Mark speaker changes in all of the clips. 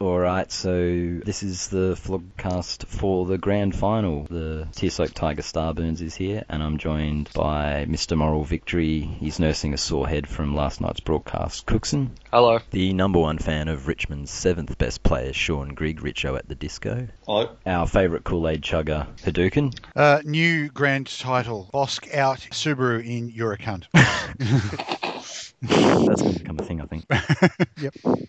Speaker 1: Alright, so this is the vlogcast for the grand final. The Tear Soaked Tiger Starburns is here, and I'm joined by Mr. Moral Victory. He's nursing a sore head from last night's broadcast. Cookson,
Speaker 2: Hello.
Speaker 1: the number one fan of Richmond's seventh best player, Sean Grigg, Richo at the Disco.
Speaker 2: Hello.
Speaker 1: Our favourite Kool Aid chugger, Hadouken.
Speaker 3: Uh, new grand title: Bosk out Subaru in your account.
Speaker 1: That's going to become a thing, I think.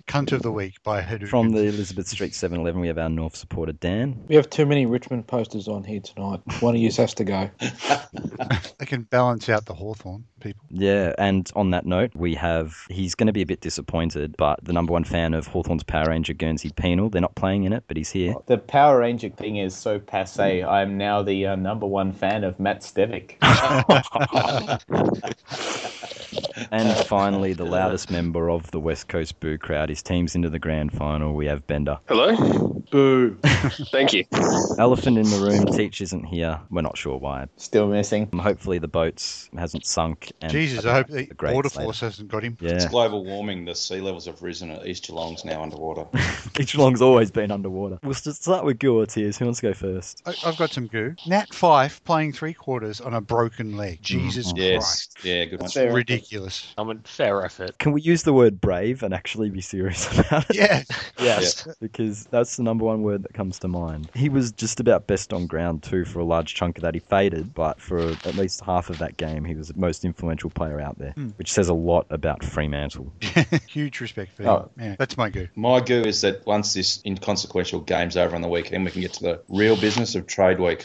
Speaker 3: Cunt of the week by Hadouken.
Speaker 1: From the Elizabeth Street 7 Eleven, we have our North supporter, Dan.
Speaker 4: We have too many Richmond posters on here tonight. One of you has to go.
Speaker 3: they can balance out the Hawthorn people.
Speaker 1: Yeah, and on that note, we have he's going to be a bit disappointed, but the number one fan of Hawthorn's Power Ranger Guernsey Penal, they're not playing in it, but he's here.
Speaker 5: The Power Ranger thing is so
Speaker 1: Hmm.
Speaker 5: passe. I am now the uh, number one fan of Matt Stevick.
Speaker 1: And finally, the loudest member of the West Coast boo crowd, his team's into the grand final. We have Bender.
Speaker 2: Hello. Boo. Thank you.
Speaker 1: Elephant in the room, Teach isn't here. We're not sure why.
Speaker 5: Still missing.
Speaker 1: Um, Hopefully, the boats hasn't sunk. And
Speaker 3: Jesus, I hope the
Speaker 1: the greats
Speaker 3: Border
Speaker 1: later.
Speaker 3: Force hasn't got him.
Speaker 1: Yeah,
Speaker 6: Global warming, the sea levels have risen. East Geelong's now underwater.
Speaker 1: Each Long's always been underwater. We'll st- start with Gore Tears. Who wants to go first?
Speaker 3: I, I've got some goo. Nat Fife playing three quarters on a broken leg.
Speaker 1: Mm-hmm.
Speaker 3: Jesus
Speaker 6: Yes.
Speaker 3: Christ.
Speaker 6: Yeah, good one.
Speaker 5: Fair.
Speaker 3: Ridiculous.
Speaker 2: I'm in fair effort.
Speaker 1: Can we use the word brave and actually be serious about it?
Speaker 3: Yeah.
Speaker 1: Yes, because that's the number one word that comes to mind. He was just about best on ground too for a large chunk of that. He faded, but for at least half of that game, he was the most influential player out there,
Speaker 3: Hmm.
Speaker 1: which says a lot about Fremantle.
Speaker 3: Huge respect for him.
Speaker 5: Oh.
Speaker 3: Yeah, that's my goo.
Speaker 6: My goo is that once this inconsequential game's over on the weekend, we can get to the real business of trade week.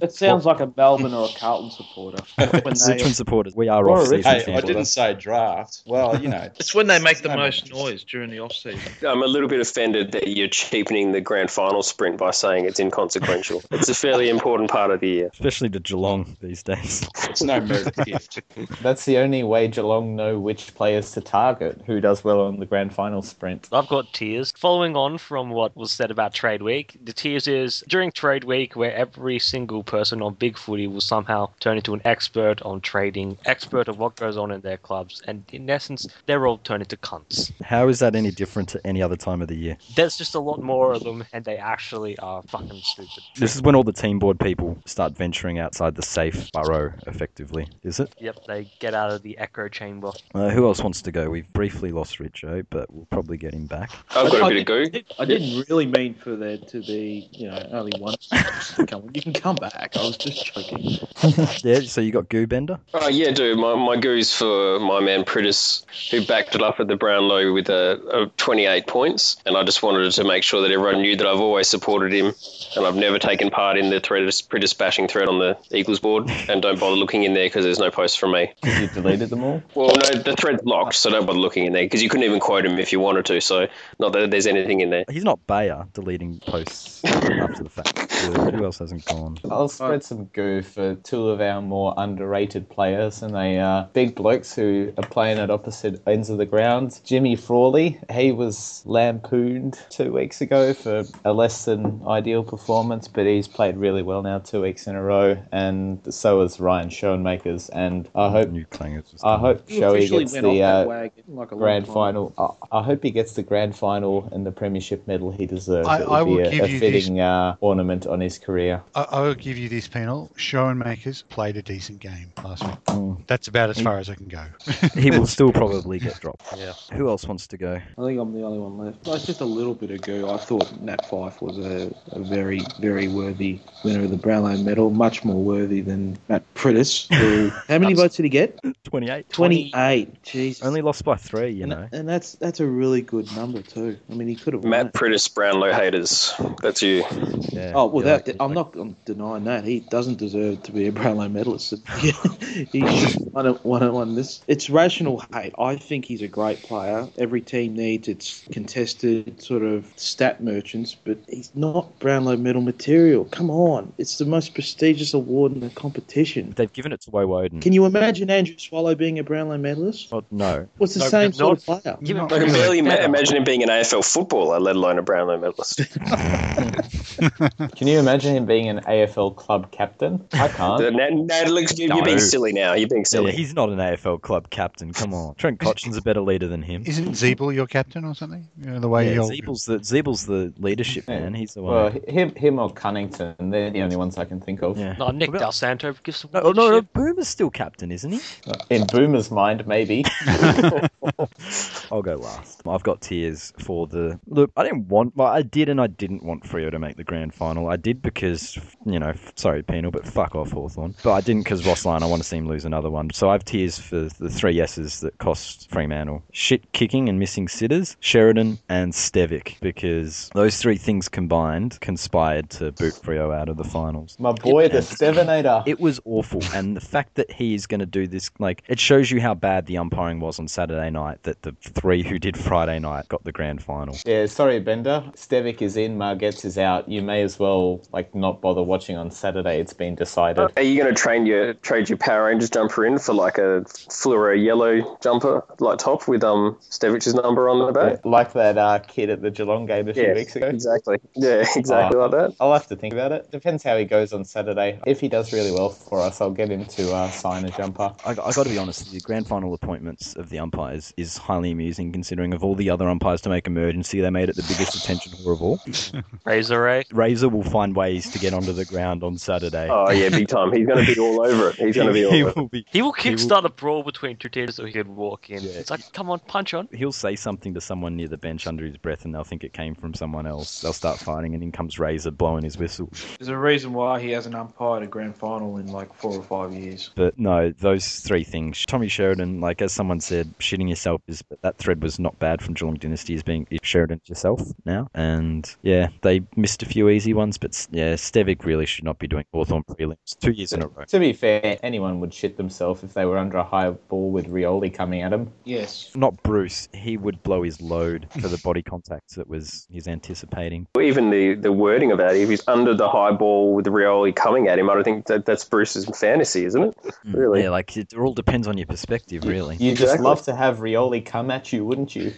Speaker 7: It sounds like a Melbourne or a Carlton supporter. When they,
Speaker 1: Richmond supporters, we are
Speaker 7: Or
Speaker 1: off
Speaker 7: Richmond.
Speaker 1: season.
Speaker 6: Hey, I
Speaker 1: sample.
Speaker 6: didn't say draft. Well, you know.
Speaker 8: It's when they make the
Speaker 6: No, no,
Speaker 8: most
Speaker 6: no.
Speaker 8: noise during the off season.
Speaker 9: I'm a little bit offended that you're cheapening the grand final sprint by saying it's inconsequential. it's a fairly important part of the year.
Speaker 1: especially to Geelong these days.
Speaker 6: It's no merit gift.
Speaker 5: That's the only way Geelong know which players to target who does well on the grand final sprint.
Speaker 10: I've got tiers. Following on from what was said about trade week, the tiers is during trade week where every single person on Big Footy will somehow turn into an expert on trading, expert of what goes on in their clubs, and in essence, they're all turned into cunts.
Speaker 1: How is that any different to any other time of the year?
Speaker 10: There's just a lot more of them, and they actually are fucking stupid.
Speaker 1: This is when all the team board people start venturing outside the safe burrow, effectively, is it?
Speaker 10: Yep, they get out of the echo chamber.
Speaker 1: Uh, who else wants to go? We've briefly lost Richo, but we'll probably get him back.
Speaker 9: I've got a bit of
Speaker 7: I
Speaker 9: goo.
Speaker 7: didn't- I didn't really mean for there to be, you know, only one. person coming. You can come back. I was just joking.
Speaker 1: Yeah, so you got Goo Bender?
Speaker 9: Oh, yeah, dude. My, my goo's for my man Pritis, who backed it up at the Brownlow with a, a 28 points. And I just wanted to make sure that everyone knew that I've always supported him and I've never taken part in the thread, Pritis bashing thread on the Eagles board. And don't bother looking in there because there's no post from me.
Speaker 5: You deleted them all?
Speaker 9: Well, no, the thread's locked, so don't bother looking in there because you couldn't even quote him if you wanted to. So, not that there's anything in there.
Speaker 5: Oh,
Speaker 1: He's not Bayer deleting posts after the fact. Uh, Who else hasn't gone?
Speaker 5: I'll spread some goo for two of our more underrated players, and they are big blokes who are playing at opposite ends of the ground. Jimmy Frawley, he was lampooned two weeks ago for a less than ideal performance, but he's played really well now two weeks in a row, and so is Ryan Schoenmakers. And I hope
Speaker 1: New clangers. was
Speaker 5: I
Speaker 1: gone.
Speaker 5: hope
Speaker 7: You
Speaker 5: Shoei
Speaker 7: officially
Speaker 5: gets
Speaker 7: went off
Speaker 5: the
Speaker 7: that
Speaker 5: uh,
Speaker 7: wagon like a long
Speaker 5: grand
Speaker 7: time.
Speaker 5: final. I, I hope he gets the grand final and the premiership medal he deserves.
Speaker 3: I-
Speaker 5: it would
Speaker 3: I
Speaker 5: be
Speaker 3: will
Speaker 5: a,
Speaker 3: give
Speaker 5: a
Speaker 3: you this-
Speaker 5: fitting uh, ornament on his career.
Speaker 3: I, I will give give you this penal. Show and Makers played a decent game last week.
Speaker 1: Mm.
Speaker 3: That's about as far as I can go.
Speaker 1: he will still probably get dropped.
Speaker 10: Yeah.
Speaker 1: Who else wants to go?
Speaker 4: I think I'm the only one left. That's just a little bit ago. I thought Nat Fife was a, a very, very worthy winner of the Brownlow Medal, much more worthy than Matt Prittis. Who, how many votes did he get?
Speaker 1: 28.
Speaker 4: 28. Jeez.
Speaker 1: Only lost by three, you know.
Speaker 4: And that's that's a really good number too. I mean, he could have won.
Speaker 9: Matt Prittis, Brownlow haters. That's you.
Speaker 1: Yeah.
Speaker 4: Oh well, that, I'm not I'm denying that he doesn't deserve to be a Brownlow medalist. he just won, it- won, it- won this. It's rational hate. I think he's a great player. Every team needs its contested sort of stat merchants, but he's not Brownlow medal material. Come on, it's the most prestigious award in the competition.
Speaker 1: They've given it to Woe Woden.
Speaker 4: Can you imagine Andrew Swallow being a Brownlow medalist?
Speaker 1: Oh, no.
Speaker 4: What's the
Speaker 10: No,
Speaker 4: same
Speaker 10: but
Speaker 4: sort
Speaker 10: not-
Speaker 4: of player?
Speaker 10: Give him
Speaker 9: I can
Speaker 10: credit.
Speaker 9: barely ima- imagine him being an AFL footballer, let alone a Brownlow medalist.
Speaker 5: Can you imagine him being an AFL club captain? I
Speaker 9: Uh,
Speaker 5: can't.
Speaker 9: Nat, Nat, look, you- you're being
Speaker 1: No.
Speaker 9: silly now. You're being
Speaker 1: Yeah,
Speaker 9: silly.
Speaker 1: he's not an AFL club captain. Come on. Trent Cotchin's a better leader than him.
Speaker 3: Isn't Zeeble your captain or something? You know, the way
Speaker 1: Yeah,
Speaker 3: you're.
Speaker 1: Zeebel's the, Zeebel's the leadership
Speaker 5: Yeah.
Speaker 1: man. He's the one.
Speaker 5: Well, him, him or Cunnington, they're the only ones I can think of.
Speaker 1: yeah.
Speaker 10: No, Nick Del Santo gives some
Speaker 1: No, oh, no, no,
Speaker 10: leadership.
Speaker 1: Boomer's still captain, isn't he?
Speaker 5: Uh, In Boomer's mind, maybe.
Speaker 1: I'll go last. I've got tears for the look. I didn't want. Well, I did, and I didn't want Frio to make the grand final. I did because you know, f- sorry, penal, but fuck off Hawthorn. But I didn't because Ross Lyon. I want to see him lose another one. So I have tears for the three yeses that cost Fremantle: shit kicking and missing sitters, Sheridan and Stevic, because those three things combined conspired to boot Frio out of the finals.
Speaker 5: My boy, the Stevenator.
Speaker 1: It was awful, and the fact that he is going to do this, like, it shows you how bad the umpiring was on Saturday night. That the three who did Friday night got the grand final.
Speaker 5: Yeah, sorry, Bender. Stevic is in, Margetz is out. You may as well like not bother watching on Saturday. It's been decided.
Speaker 9: Are you going to train your trade your Power Rangers jumper in for like a fluoro yellow jumper, like top with um Stevich's number on the back?
Speaker 5: Like that uh, kid at the Geelong game a few weeks ago. Ah.
Speaker 9: exactly. Yeah, exactly like that.
Speaker 5: Uh, I'll have to think about it. Depends how he goes on Saturday. If he does really well for us, I'll get him to uh, sign a jumper.
Speaker 1: I, I got to be honest, the grand final appointments of the umpires is highly amusing, considering of all the other umpires to make emergency, they made it the biggest attention whore of all.
Speaker 10: Razor Ray.
Speaker 1: Razor will find ways to get onto the ground on Saturday.
Speaker 9: Oh yeah, big time. He's going to be all over it. He's going to be all
Speaker 1: he
Speaker 9: over it.
Speaker 1: will be
Speaker 10: He will
Speaker 1: He will-
Speaker 10: kickstart a brawl between two teams so he can walk in. It's like, come on, punch on.
Speaker 1: he'll say something to someone near the bench under his breath and they'll think it came from someone else. They'll start fighting and in comes Razor blowing his whistle.
Speaker 4: There's a reason why he hasn't umpired a grand final in like four or five years.
Speaker 1: But no, those three things. Tommy Sheridan, like as someone said, shitting yourself is but that thread was not bad from Geelong Dynasty is being Sheridan yourself now. And yeah, they missed a few easy ones, but s- yeah, Stevic really should not be doing Hawthorn prelims two years in a row.
Speaker 5: To be fair, anyone would shit themselves if they were under a high ball with Rioli coming at him.
Speaker 4: Yes.
Speaker 1: Not Bruce, he would blow his load for the body contact that was he's anticipating.
Speaker 9: Even the, the wording of that, if he's under the high ball with Rioli coming at him, I don't think that that's Bruce's fantasy, isn't it?
Speaker 4: Mm,
Speaker 9: Really?
Speaker 1: Mm. Yeah, like it all depends on your perspective, really.
Speaker 5: You'd just
Speaker 9: Exactly.
Speaker 5: love to have Rioli come at you, wouldn't you?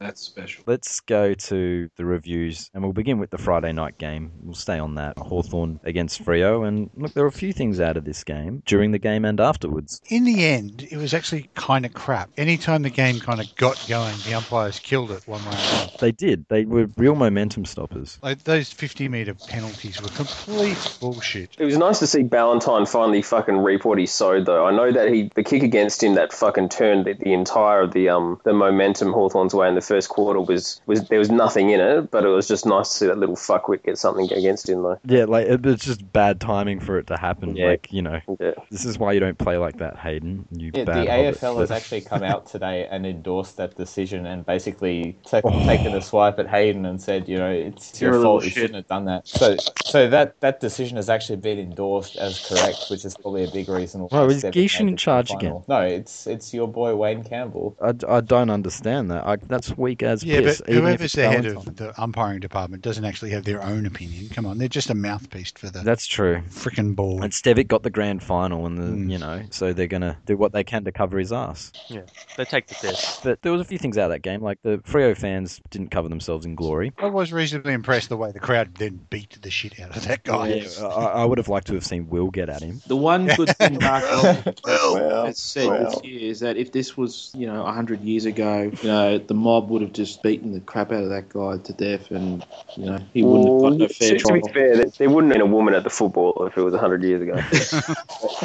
Speaker 4: That's special.
Speaker 1: Let's go to the reviews, and we'll begin with the Friday night game. We'll stay on that. Hawthorn against Frio, and look, there are a few things out of this game during the game and afterwards.
Speaker 3: In the end, it was actually kind of crap. Anytime the game kind of got going, the umpires killed it one way or another.
Speaker 1: They did. They were real momentum stoppers.
Speaker 3: Like those 50 meter penalties were complete bullshit.
Speaker 9: It was nice to see Ballantyne finally fucking reap what he sowed, though. I know that he the kick against him that fucking turned the, the entire of the um the momentum Hawthorn's way in the first quarter was was there was nothing in it, but it was just nice to see that little fuckwit get something against him though.
Speaker 1: Yeah, like it was just bad timing for it to happen.
Speaker 9: Yeah.
Speaker 1: Like you know,
Speaker 9: Yeah.
Speaker 1: this is why you don't play like that, Hayden. You
Speaker 5: Yeah,
Speaker 1: bad
Speaker 5: the
Speaker 1: hobbit.
Speaker 5: AFL has
Speaker 1: But-
Speaker 5: actually come out today and endorsed that decision and basically ta-
Speaker 1: Oh.
Speaker 5: taken a swipe at Hayden and said, you know, it's
Speaker 4: You're
Speaker 5: your
Speaker 4: a
Speaker 5: fault.
Speaker 4: little
Speaker 5: You
Speaker 4: shit.
Speaker 5: shouldn't have done that. So, so that that decision has actually been endorsed as correct, which is probably a big reason. why
Speaker 1: Well, is
Speaker 5: Stevic
Speaker 1: Geeshan
Speaker 5: made
Speaker 1: in
Speaker 5: it to
Speaker 1: charge
Speaker 5: the final. No, it's it's your boy Wayne Campbell.
Speaker 1: I, d- I don't understand that. I, that's weak as
Speaker 3: Yeah,
Speaker 1: piss.
Speaker 3: but
Speaker 1: even if
Speaker 3: whoever's
Speaker 1: it's
Speaker 3: the head
Speaker 1: Valentine.
Speaker 3: of the umpiring department doesn't actually have their own opinion. Come on, they're just a mouthpiece for the
Speaker 1: that's true.
Speaker 3: frickin' board.
Speaker 1: And Stevic got the grand final, and the
Speaker 3: Mm.
Speaker 1: you know, so they're gonna do what they can to cover his ass.
Speaker 10: They take the piss.
Speaker 1: But there was a few things out of that game, like the Frio fans didn't cover themselves in glory.
Speaker 3: I was reasonably impressed the way the crowd then beat the shit out of that guy.
Speaker 1: I, I would have liked to have seen Will get at him.
Speaker 4: The one good thing Mark Ellis
Speaker 5: Well,
Speaker 4: has said this year is that if this was, you know, 100 years ago, you know, the mob Bob would have just beaten the crap out of that guy to death, and you know he wouldn't have got no fair
Speaker 9: to, to
Speaker 4: trial.
Speaker 9: be fair, there, there wouldn't have been a woman at the football if it was 100 years ago.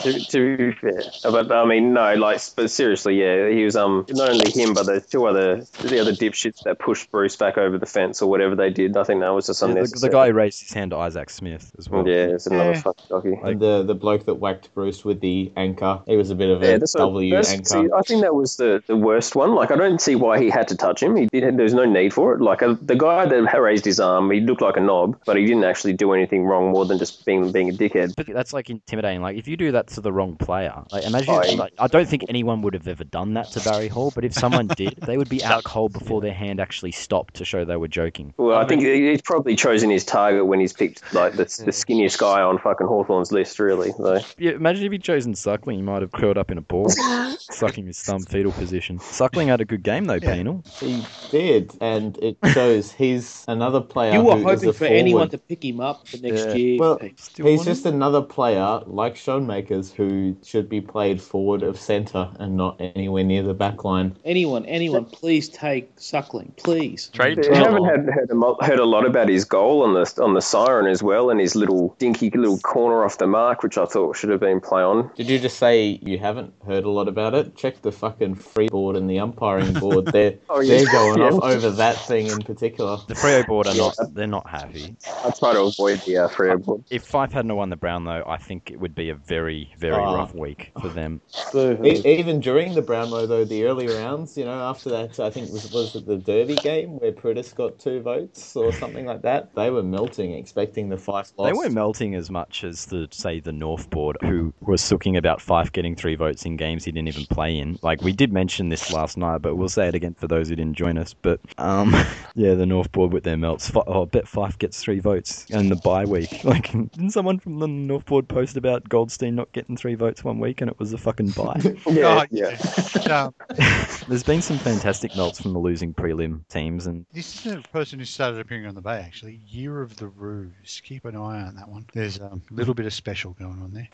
Speaker 9: to, to be fair. But, I mean, no, like, but seriously, yeah, he was um not only him, but the two other the other dipshits that pushed Bruce back over the fence or whatever they did. I think that was just
Speaker 1: Yeah, the,
Speaker 9: unnecessary.
Speaker 1: the guy who raised his hand to Isaac Smith as well.
Speaker 9: Yeah, it's another
Speaker 3: Yeah.
Speaker 9: fucking jockey.
Speaker 1: Like-
Speaker 5: And the the bloke that whacked Bruce with the anchor, he was a bit of a
Speaker 9: Yeah, that's what-
Speaker 5: W
Speaker 9: that's-
Speaker 5: anchor.
Speaker 9: see, I think that was the, the worst one. Like, I don't see why he had to touch him. He did. There's no need for it. Like, uh, the guy that raised his arm, he looked like a knob, but he didn't actually do anything wrong more than just being being a dickhead.
Speaker 1: But that's like intimidating. Like if you do that to the wrong player, like imagine.
Speaker 9: Oh, yeah.
Speaker 1: like, I don't think anyone would have ever done that to Barry Hall. But if someone did, they would be out cold before their hand actually stopped to show they were joking.
Speaker 9: Well, I think he- he's probably chosen his target when he's picked like the, the skinniest guy on fucking Hawthorn's list, really. Though.
Speaker 1: Yeah, imagine if he'd chosen Suckling, he might have curled up in a ball, sucking his thumb fetal position. Suckling had a good game though,
Speaker 3: Yeah.
Speaker 1: Penal.
Speaker 5: He did, and it shows he's another player.
Speaker 4: You were
Speaker 5: who is a
Speaker 4: hoping for anyone
Speaker 5: forward.
Speaker 4: to pick him up for next
Speaker 1: Yeah.
Speaker 4: year.
Speaker 5: Well,
Speaker 4: Pete.
Speaker 5: he's just another player like Sean Makers who should be played forward of centre and not anywhere near the back line.
Speaker 4: anyone, anyone, please take Suckling, please.
Speaker 10: Trade
Speaker 9: I haven't heard, heard, a, mo- heard a lot about his goal on the on the siren as well, and his little dinky little corner off the mark, which I thought should have been play on.
Speaker 5: Did you just say you haven't heard a lot about it? Check the fucking free board and the umpiring board. They're,
Speaker 9: Oh, yeah.
Speaker 5: they're going
Speaker 9: Yeah.
Speaker 5: off over that thing in particular.
Speaker 1: The Freo board are
Speaker 9: Yeah.
Speaker 1: not. They're not happy.
Speaker 9: I try to avoid the uh, free ball.
Speaker 1: Um, If Fife hadn't have won the Brownlow, I think it would be a very, very
Speaker 5: Oh.
Speaker 1: rough week for them.
Speaker 5: E-
Speaker 4: Boo-hoo.
Speaker 5: Even during the Brownlow, though, the early rounds, you know, after that, I think was was it the Derby game where Prudis got two votes or something like that. They were melting, expecting the five loss.
Speaker 1: They weren't melting as much as the say the North board, who was sooking about Fife getting three votes in games he didn't even play in. Like we did mention this last night, but we'll say it again for those who didn't join us. But um, yeah, the North board with their melts. Fi- oh, I bet Fife gets three votes in the bye week. Like didn't someone from the North board post about Goldstein not getting three votes one week and it was a fucking bye?
Speaker 9: Yeah,
Speaker 3: God,
Speaker 9: yeah.
Speaker 5: Oh,
Speaker 3: um,
Speaker 1: There's been some fantastic melts from the losing prelim teams, and
Speaker 3: this is a person who started appearing on the bay, actually. Year of the Ruse. Keep an eye on that one. There's um, a little bit of special going on there.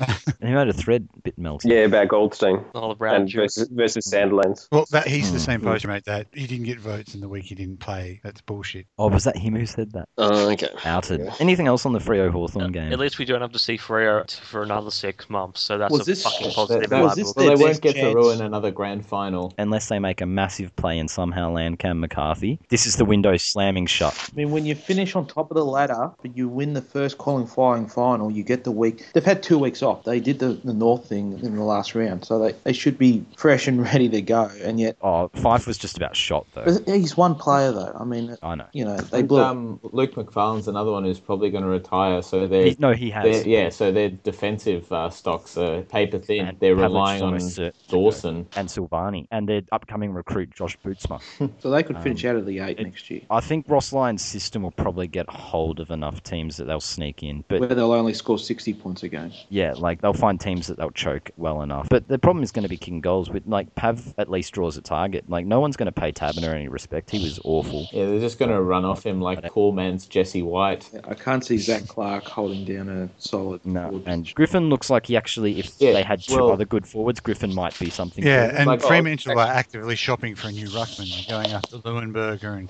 Speaker 1: and he made a thread bit melted.
Speaker 9: Yeah, about Goldstein
Speaker 10: All
Speaker 9: and
Speaker 10: around you.
Speaker 9: versus, versus Sanderlands.
Speaker 3: Well, that he's the
Speaker 1: Hmm.
Speaker 3: same poster, mate. That he didn't get votes in the week he didn't play. That's bullshit.
Speaker 1: Oh, was that him who said that?
Speaker 9: Oh, okay.
Speaker 1: Outed. Anything else on the Freo Hawthorn game?
Speaker 10: At least we don't have to see Freo t- for another six months, so that's
Speaker 4: Was
Speaker 10: a
Speaker 4: this-
Speaker 10: fucking
Speaker 5: They-
Speaker 10: positive.
Speaker 5: they-
Speaker 4: Was
Speaker 10: vibe.
Speaker 4: this
Speaker 5: well,
Speaker 4: their
Speaker 5: they won't
Speaker 4: best
Speaker 5: get to
Speaker 4: chance?
Speaker 5: ruin another grand final.
Speaker 1: unless they make a massive play and somehow land Cam McCarthy. This is the window slamming shut.
Speaker 4: I mean, when you finish on top of the ladder, but you win the first qualifying final, you get the week. They've had two weeks off. They did the, the North thing in the last round, so they, they should be fresh and ready to go. And yet,
Speaker 1: Oh, Fife was just about shot though.
Speaker 4: but he's one player, though. I mean,
Speaker 1: I know.
Speaker 4: you know, they
Speaker 5: And,
Speaker 4: blew. it.
Speaker 5: um, Luke McFarlane's another one who's probably going to retire, so they're.
Speaker 1: He, no, he
Speaker 5: they're-
Speaker 1: has.
Speaker 5: yeah, so their defensive uh, stocks are paper thin.
Speaker 1: And
Speaker 5: They're
Speaker 1: Pavlic's
Speaker 5: relying on
Speaker 1: almost certain to go.
Speaker 5: Dawson.
Speaker 1: And Silvani and their upcoming recruit Josh Bootsma. Um,
Speaker 4: so they could finish out of the eight
Speaker 1: it-
Speaker 4: next year,
Speaker 1: I think Ross Lyon's system will probably get hold of enough teams that they'll sneak in. But
Speaker 4: where they'll only score sixty points a game.
Speaker 1: Yeah, like they'll find teams that they'll choke well enough. But the problem is going to be kicking goals. With like Pav at least draws a target. Like no one's going to pay Tabner any respect. He was awful.
Speaker 5: Yeah, they're just going to run off him like poor man's Jesse White.
Speaker 4: I can't see Zach Clark holding down a solid.
Speaker 1: No,
Speaker 4: forward.
Speaker 1: and Griffin looks like he actually, if
Speaker 5: Yeah,
Speaker 1: they had two
Speaker 5: well-
Speaker 1: other good forwards, Griffin might be something.
Speaker 3: Yeah,
Speaker 1: for them.
Speaker 3: and
Speaker 5: like-
Speaker 3: Fremantle are actively shopping for a new ruckman. They're going after Leuenberger and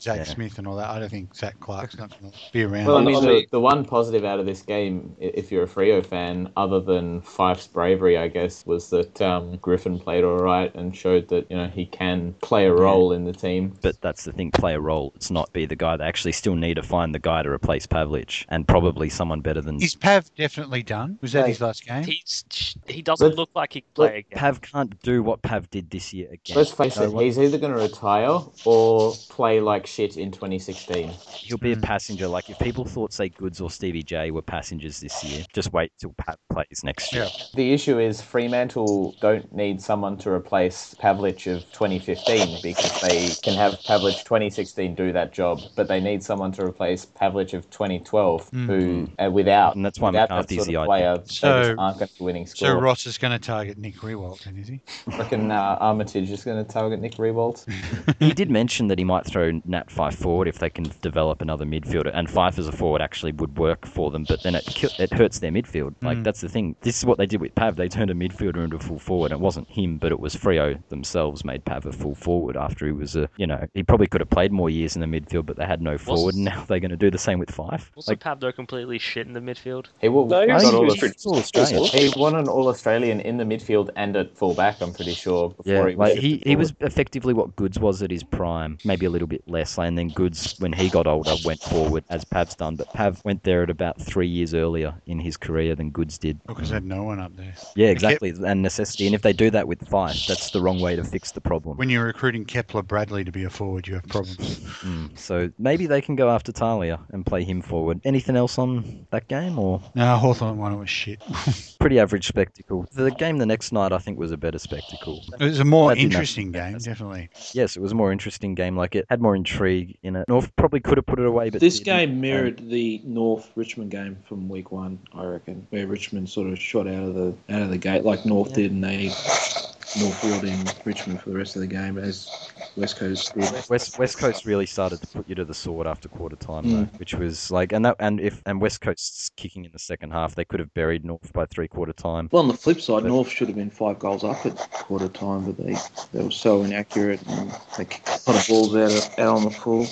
Speaker 3: Zach
Speaker 1: Yeah.
Speaker 3: Smith and all that. I don't think Zach Clark's not going to be around.
Speaker 5: Well, I
Speaker 9: On the-
Speaker 5: mean,
Speaker 9: on
Speaker 5: the,
Speaker 9: the-
Speaker 5: the one positive out of this game, i- if you're a Frio fan, other than Fife's bravery, I guess, was that um, Griffin played all right and showed that you know he can play a role in the team.
Speaker 1: But that's the thing, play a role. It's not be the guy. They actually still need to find the guy to replace Pavlich and probably someone better than.
Speaker 3: is Pav definitely done? Was that his last game?
Speaker 10: He's, he doesn't
Speaker 5: But-
Speaker 10: look like he can
Speaker 5: but
Speaker 10: play again.
Speaker 1: Pav can't do what Pav did this year again.
Speaker 5: Let's face
Speaker 1: No
Speaker 5: it,
Speaker 1: one-
Speaker 5: he's either going to retire or play like shit in 2016.
Speaker 1: He'll be a passenger. Like if people thought, say, Goods or Stevie J were passengers this year, just wait till Pav plays next year.
Speaker 5: The issue is Fremantle don't need someone to replace Pavlich of 2015 because they can have Pavlich 2016 do that job, but they need someone to replace Pavlich of 2012 who, uh, without
Speaker 1: And that's why
Speaker 5: without
Speaker 1: McCarthy's
Speaker 5: that sort
Speaker 1: the
Speaker 5: of
Speaker 1: ideal.
Speaker 5: player, they
Speaker 3: Mm-hmm. So-
Speaker 5: just aren't going to be winning score.
Speaker 3: So Ross is going to target Nick Rewalt, then, is he?
Speaker 5: Reckon uh, Armitage is going to target Nick Rewald.
Speaker 1: he did mention that he might throw Nat Fife forward if they can develop another midfielder, and Fife as a forward actually would work for them. But then it kill- it hurts their midfield. Like
Speaker 3: Mm.
Speaker 1: that's the thing. This is what they did with Pav. They turned a midfielder into a full forward. It wasn't him, but it was Frio themselves made Pav a full forward after he was a, you know, he probably could have played more years in the midfield, but they had no forward, and now they're going to do the same with Fife.
Speaker 10: Wasn't Pablo completely shit in the midfield?
Speaker 5: He will.
Speaker 10: No, he
Speaker 5: got
Speaker 10: was-
Speaker 5: all
Speaker 10: he was
Speaker 5: Aus-
Speaker 10: pretty- all Australian.
Speaker 5: He won an All Australian in the midfield and at fullback. I'm pretty sure. Before
Speaker 1: Yeah,
Speaker 5: he was
Speaker 1: like
Speaker 5: shifted
Speaker 1: he, he
Speaker 5: forward.
Speaker 1: was effectively what Goods was at his prime, maybe a little bit less. And then Goods, when he got older, went forward as Pav's done. But Pav went there at about three years earlier in his career than Goods did.
Speaker 3: because they had no one up there.
Speaker 1: Yeah,
Speaker 3: They
Speaker 1: exactly. And necessity. And if they do that with Fife, that's the wrong way to fix the problem.
Speaker 3: When you're recruiting Kepler Bradley to be a forward, you have problems.
Speaker 1: Mm, So maybe they can go after Talia and play him forward. Anything else on that game or
Speaker 3: No, Hawthorn one was shit.
Speaker 1: pretty average spectacle? The game the next night I think was a better spectacle.
Speaker 3: It was a more
Speaker 1: That didn't have-
Speaker 3: interesting game, definitely.
Speaker 1: Yes, it was a more interesting game. Like it had more intrigue in it. North probably could have put it Um, away, but
Speaker 4: this
Speaker 1: didn't.
Speaker 4: game mirrored the North Richmond game from week one, I reckon, where Richmond sort of shot out of the out of the gate like North did, and they North reeled in Richmond for the rest of the game as West Coast did.
Speaker 1: West West Coast really started to put you to the sword after quarter time though,
Speaker 4: Mm.
Speaker 1: which was like and that and if and West Coast's kicking in the second half, they could have buried North by three quarter time.
Speaker 4: Well, on the flip side, North should have been five goals up at quarter time, but they, they were so inaccurate and they kicked a lot of balls out, of, out on the full.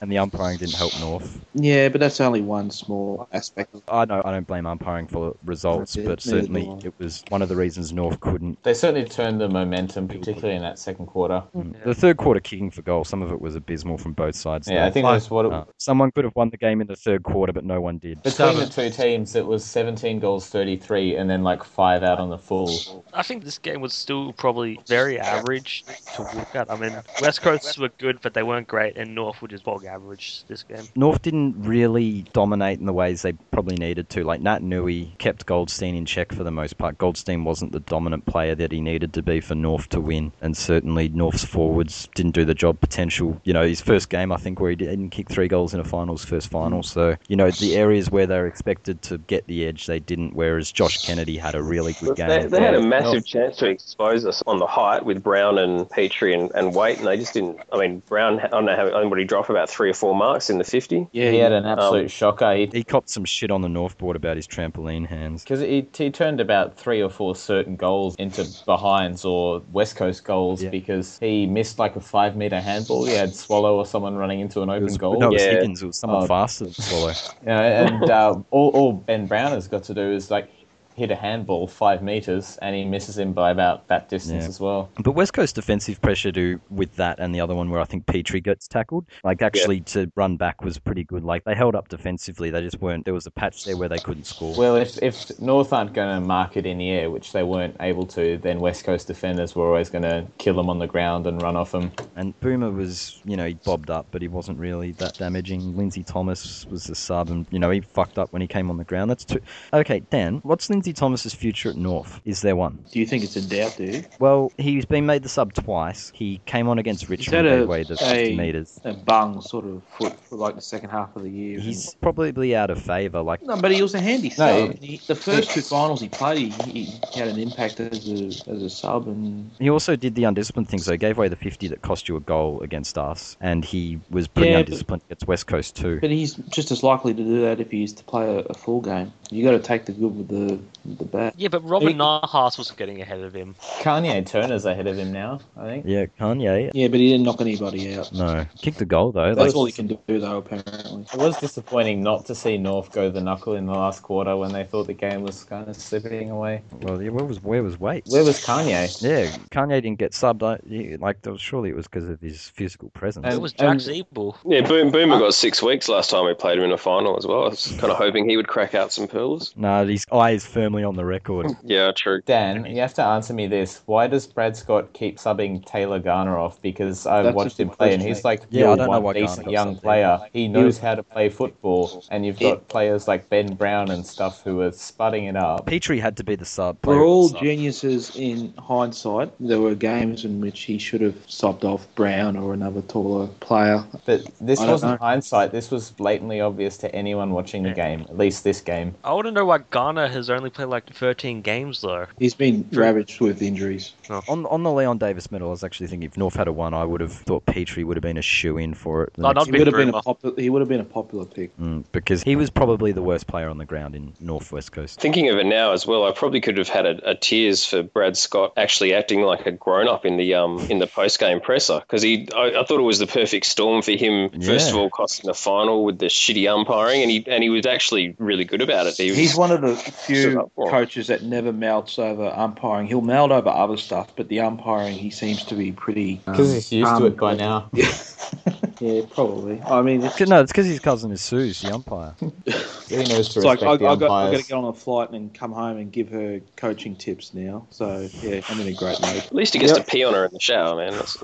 Speaker 1: And the umpiring didn't help North.
Speaker 4: Yeah, but that's only one small aspect.
Speaker 1: I know I don't blame umpiring for results,
Speaker 4: Yeah,
Speaker 1: but
Speaker 4: neither do
Speaker 1: certainly
Speaker 4: I.
Speaker 1: it was one of the reasons North couldn't.
Speaker 5: They certainly turned the momentum, particularly in that second quarter.
Speaker 1: The third quarter kicking for goal, some of it was abysmal from both sides.
Speaker 5: Yeah, I think that's what it-
Speaker 1: Uh, someone could have won the game in the third quarter, but no one did.
Speaker 5: Between the two teams, it was 17 goals, 33, and then like five out on the full.
Speaker 10: I think this game was still probably very average to look at. I mean, West Coasts were good, but they weren't great, and North were just bog average this game.
Speaker 1: North didn't really dominate in the ways they probably needed to. Like Nat Nui kept Goldstein in check for the most part. Goldstein wasn't the dominant player that he needed to be for North to win, and certainly North's forwards didn't do the job potential. You know, his first game I think where he didn't kick three goals in a finals first final.
Speaker 5: Mm.
Speaker 1: So you know the areas where they're expected to get the edge, they didn't. Whereas Josh Kennedy had a really good game.
Speaker 9: They, they had a
Speaker 1: Yeah.
Speaker 9: massive chance to expose us on the height with Brown and Petrie and, and Waite, and they just didn't. I mean, Brown, I don't know how anybody drop about three or four marks in the 50.
Speaker 4: Yeah,
Speaker 5: He had an absolute
Speaker 9: Um,
Speaker 5: shocker. He
Speaker 1: He copped some shit on the North board about his trampoline hands.
Speaker 5: Because he, he turned about three or four certain goals into behinds or West Coast goals because he missed like a five meter handball. He had Swallow or someone running into an open goal.
Speaker 1: No, it was Higgins. It was someone
Speaker 5: Oh.
Speaker 1: faster than Swallow.
Speaker 5: Yeah, and uh, all, all Ben Brown has got to do is like hit a handball five meters and he misses him by about that distance
Speaker 1: Yeah.
Speaker 5: as well.
Speaker 1: But West Coast defensive pressure to with that and the other one where I think Petrie gets tackled, like actually to run back was pretty good. Like they held up defensively. They just weren't. There was a patch there where they couldn't score.
Speaker 5: Well, if, if North aren't going to mark it in the air, which they weren't able to, then West Coast defenders were always going to kill them on the ground and run off them.
Speaker 1: and Boomer was, you know, he bobbed up, but he wasn't really that damaging. Lindsay Thomas was the sub, and you know he fucked up when he came on the ground. That's too. Okay, Dan, what's Lindsay Thomas's future at North? Is there one?
Speaker 4: Do you think it's in doubt, do you?
Speaker 1: Well, he's been made the sub twice. He came on against Richmond.
Speaker 4: a-
Speaker 1: They weighed the fifty
Speaker 4: a-
Speaker 1: meters.
Speaker 4: A bung sort of foot for like the second half of the year.
Speaker 1: He's probably out of favour. Like
Speaker 4: No, but he was a handy sub.
Speaker 1: he-
Speaker 4: He- the first two finals he played, he, he had an impact as a, as a sub, and
Speaker 1: He also did the undisciplined thing, so he gave away the 50 that cost you a goal against us, and he was pretty
Speaker 4: Yeah, but-
Speaker 1: undisciplined against West Coast too.
Speaker 4: but he's just as likely to do that if he is to play a, a full game. You got to take the good with the with the bad.
Speaker 10: Yeah, but Robin Nahas was getting ahead of him.
Speaker 5: Kanye Turner's ahead of him now, I think.
Speaker 1: Yeah, Kanye.
Speaker 4: Yeah, but he didn't knock anybody out.
Speaker 1: No, kicked the goal though.
Speaker 4: That's
Speaker 1: Like,
Speaker 4: all he can do, though, apparently.
Speaker 5: It was disappointing not to see North go the knuckle in the last quarter when they thought the game was kind of slipping away.
Speaker 1: well, yeah, where was where was Waits?
Speaker 5: Where was Kanye?
Speaker 1: Yeah, Kanye didn't get subbed. I- yeah, Like, there was- surely it was because of his physical presence.
Speaker 5: And-
Speaker 10: It was Jack Zeeble.
Speaker 9: Yeah, Boom Boomer got six weeks last time we played him in a final as well. I was kind of hoping he would crack out some pearls.
Speaker 1: No, his eye is firmly on the record.
Speaker 9: Yeah, true.
Speaker 5: Dan, you have to answer me this. Why does Brad Scott keep subbing Taylor Garner off? Because I
Speaker 4: That's
Speaker 5: watched
Speaker 4: a
Speaker 5: him
Speaker 4: good
Speaker 5: play and
Speaker 4: question,
Speaker 5: he's like
Speaker 1: Yeah, I
Speaker 5: your
Speaker 1: don't know
Speaker 5: one
Speaker 1: why Garner
Speaker 5: decent
Speaker 1: got
Speaker 5: young
Speaker 1: subbed
Speaker 5: player. He knows
Speaker 4: was-
Speaker 5: how to play football, and you've got players like Ben Brown and stuff who are spudding it up.
Speaker 1: Petrie had to be the sub. player
Speaker 4: We're all
Speaker 1: at the sub.
Speaker 4: geniuses in hindsight. There were games in which he should have sobbed off Brown or another taller player.
Speaker 5: But this
Speaker 4: I don't
Speaker 5: wasn't hindsight. This was blatantly obvious to anyone watching the game, at least this game.
Speaker 10: I want to know why Ghana has only played played like 13 games though.
Speaker 4: He's been ravaged with injuries.
Speaker 1: On on the Leon Davis medal, I was actually thinking if North had a one, I would have thought Petrie would have been a shoe in for
Speaker 9: Oh,
Speaker 1: it. the next
Speaker 4: he
Speaker 1: year.
Speaker 4: would have been a popu- he would have been a popular pick.
Speaker 1: Mm, because he was probably the worst player on the ground in North West Coast.
Speaker 9: Thinking of it now as well, I probably could have had a, a tears for Brad Scott actually acting like a grown up in the um in the post game presser because he I, I thought it was the perfect storm for him. First of
Speaker 5: Yeah.
Speaker 9: all, costing the final with the shitty umpiring, and he and he was actually really good about it. He was,
Speaker 4: He's one of the
Speaker 9: Stood
Speaker 4: few
Speaker 9: up for him.
Speaker 4: coaches that never melts over umpiring. He'll melt over other stuff, but the umpiring he seems to be pretty
Speaker 5: Because
Speaker 4: um,
Speaker 5: he's used
Speaker 4: calm.
Speaker 5: to it by now.
Speaker 4: Yeah, probably. I mean, it's,
Speaker 1: No, it's because his cousin is Sue's the umpire.
Speaker 5: He knows
Speaker 4: it's
Speaker 5: to
Speaker 4: like
Speaker 5: respect
Speaker 4: I, I
Speaker 5: the
Speaker 4: got I got
Speaker 5: umpires.
Speaker 4: to get on a flight and come home and give her coaching tips now. So yeah, I'm in a great mood.
Speaker 9: at least he gets to pee on her in the shower, man. That's,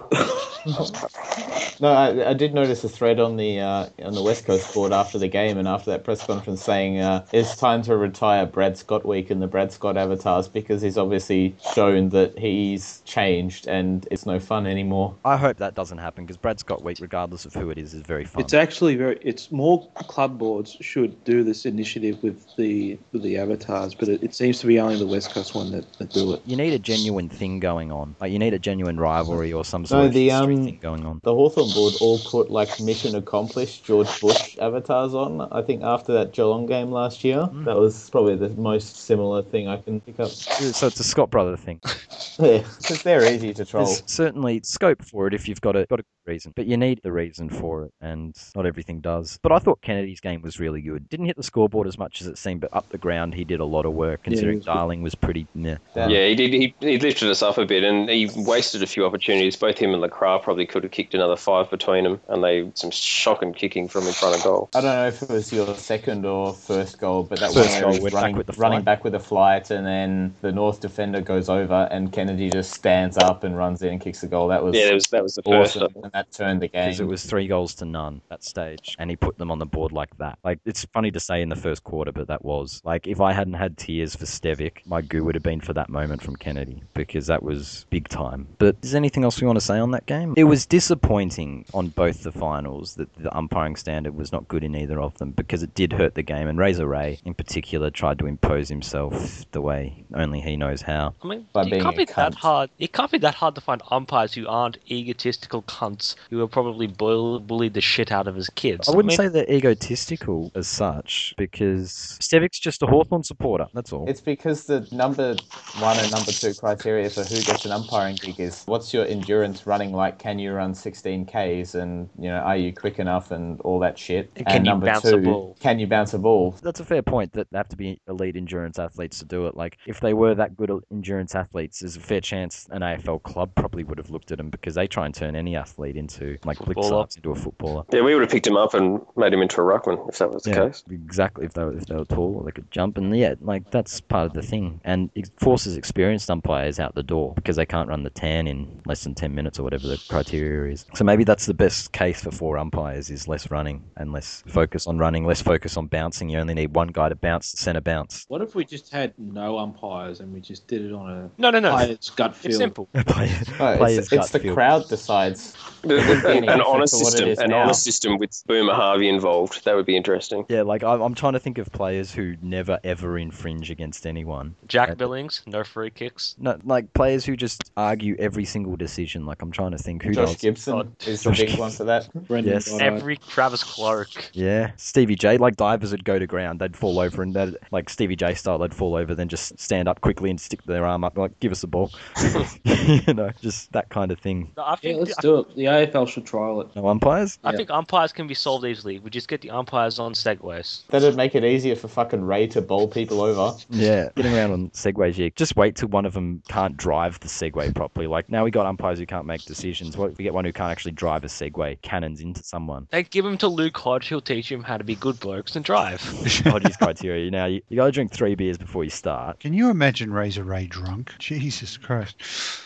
Speaker 5: No, I, I did notice a thread on the uh, on the West Coast board after the game and after that press conference saying uh, it's time to retire Brad Scott week and the Brad Scott avatars because he's obviously shown that he's changed and it's no fun anymore.
Speaker 1: I hope that doesn't happen because Brad Scott Week, regardless of who it is, is very fun.
Speaker 4: It's actually very. It's more club boards should do this initiative with the with the avatars, but it, it seems to be only the West Coast one that, that do it.
Speaker 1: you need a genuine thing going on. Like you need a genuine rivalry or some sort
Speaker 5: No,
Speaker 1: of
Speaker 5: the,
Speaker 1: history
Speaker 5: um,
Speaker 1: thing going on.
Speaker 5: The Hawthorn board all put like mission accomplished George Bush avatars on. I think after that Geelong game last year,
Speaker 1: Mm.
Speaker 5: that was probably the most similar thing I can pick up.
Speaker 1: So it's a Scott brother thing.
Speaker 5: Yeah, because they're easy to troll.
Speaker 1: There's certainly scope for it if you've got a got a good reason, but you need the reason for it, and not everything does. But I thought Kennedy's game was really good. Didn't hit the scoreboard as much as it seemed, but up the ground he did a lot of work.
Speaker 4: he
Speaker 1: Considering
Speaker 4: was good.
Speaker 1: Darling was pretty. Meh.
Speaker 9: yeah, he did. He, he lifted us up a bit, and he wasted a few opportunities. Both him and Lacroix probably could have kicked another five between them, and they some shocking kicking from in front of goal.
Speaker 5: I don't know if it was your second or first goal, but that
Speaker 1: First
Speaker 5: one
Speaker 1: goal,
Speaker 5: where he's
Speaker 1: went back
Speaker 5: running,
Speaker 1: with the
Speaker 5: running
Speaker 1: flight.
Speaker 5: back with a flight, and then the North defender goes over, and Kennedy just stands up and runs in and kicks the goal. That was
Speaker 9: Yeah, that was that was the first.
Speaker 5: awesome, and that turned the game.
Speaker 1: Because it was three goals to none that stage, and he put them on the board like that. Like it's funny to say in the first quarter, but that was like if I hadn't had tears for Stevic, my goo would have been for that moment from Kennedy because that was big time. But is there anything else we want to say on that game? It was disappointing on both the finals that the umpiring standard was not good in either of them because it did hurt the game, and Razor Ray in particular tried to impose himself the way only he knows how.
Speaker 10: I mean,
Speaker 5: By
Speaker 10: it
Speaker 5: being
Speaker 10: can't
Speaker 5: a
Speaker 10: be that
Speaker 5: cunt.
Speaker 10: hard. It can't be that hard to find umpires who aren't egotistical cunts who will probably bull- bully the shit out of his kids.
Speaker 1: I wouldn't
Speaker 10: mean,
Speaker 1: say they're egotistical as such because Stevic's just a Hawthorn supporter. That's all.
Speaker 5: It's because the number one and number two criteria for who gets an umpiring gig is what's your endurance running like? Can you run 16 Ks? And, you know, are you quick enough and all that shit?
Speaker 10: And
Speaker 5: And,
Speaker 10: can you
Speaker 5: number
Speaker 10: bounce a
Speaker 5: two,
Speaker 10: ball?
Speaker 5: can you bounce a ball?
Speaker 1: That's a fair point that they have to be elite endurance athletes to do it. Like, if they were that good endurance athletes, there's a fair chance an AFL club probably would have looked at them because they try and turn any athlete into, like,
Speaker 10: Footballer.
Speaker 1: Blixarts into a footballer.
Speaker 9: Yeah, we would have picked him up and made him into a ruckman if that was the
Speaker 1: Yeah,
Speaker 9: case.
Speaker 1: exactly. If they were if they were tall, or they could jump, and yeah, like that's part of the thing. And it forces experienced umpires out the door because they can't run the tan in less than ten minutes or whatever the criteria is. So maybe that's the best case for four umpires is less running and less focus on running, less focus on bouncing. You only need one guy to bounce, centre bounce.
Speaker 4: What if we just had no umpires and we just did it on a
Speaker 10: no, no, no.
Speaker 4: player's gut
Speaker 10: It's
Speaker 4: feel?
Speaker 10: simple.
Speaker 1: Play-
Speaker 5: No,
Speaker 1: players
Speaker 5: it's it's
Speaker 1: gut
Speaker 5: the
Speaker 1: feel.
Speaker 5: crowd decides.
Speaker 9: an, an
Speaker 5: different
Speaker 9: honor
Speaker 5: to what it
Speaker 9: system,
Speaker 5: is
Speaker 9: an
Speaker 5: now.
Speaker 9: honor system with Boomer Harvey involved. That would be interesting.
Speaker 1: Yeah, like I'm, I'm trying to think of players who never ever infringe against anyone.
Speaker 10: Jack Billings, no free kicks.
Speaker 1: No, like players who just argue every single decision. Like I'm trying to think who
Speaker 5: Josh
Speaker 1: does.
Speaker 5: Gibson is the
Speaker 1: Josh
Speaker 5: big one for that.
Speaker 4: Brendan
Speaker 1: Yes.
Speaker 4: Goddard.
Speaker 10: Every Travis Clark.
Speaker 1: Yeah, Stevie J, like divers would go to ground, they'd fall over, and they'd, like Stevie J style, they'd fall over, then just stand up quickly and stick their arm up, like give us the ball, you know, just that kind of thing.
Speaker 10: No, I
Speaker 4: Yeah,
Speaker 10: think
Speaker 4: let's
Speaker 10: I,
Speaker 4: do it. The AFL should trial it.
Speaker 1: No umpires.
Speaker 10: I
Speaker 4: yeah.
Speaker 10: think umpires can be solved easily. We just get the umpires on segways.
Speaker 5: That'd make it easier for fucking Ray to bowl people over.
Speaker 1: Yeah, getting around on segways. Yeah, just wait till one of them can't drive the segway properly. Like now we got umpires who can't make decisions. What if we get one who can't actually drive a segway, cannons into someone?
Speaker 10: They give him to Luke Hodge. He'll teach him how to be good blokes and drive.
Speaker 1: Hodges criteria. You know, you, you got to drink three beers before you start.
Speaker 3: Can you imagine Razor Ray drunk? Jesus Christ.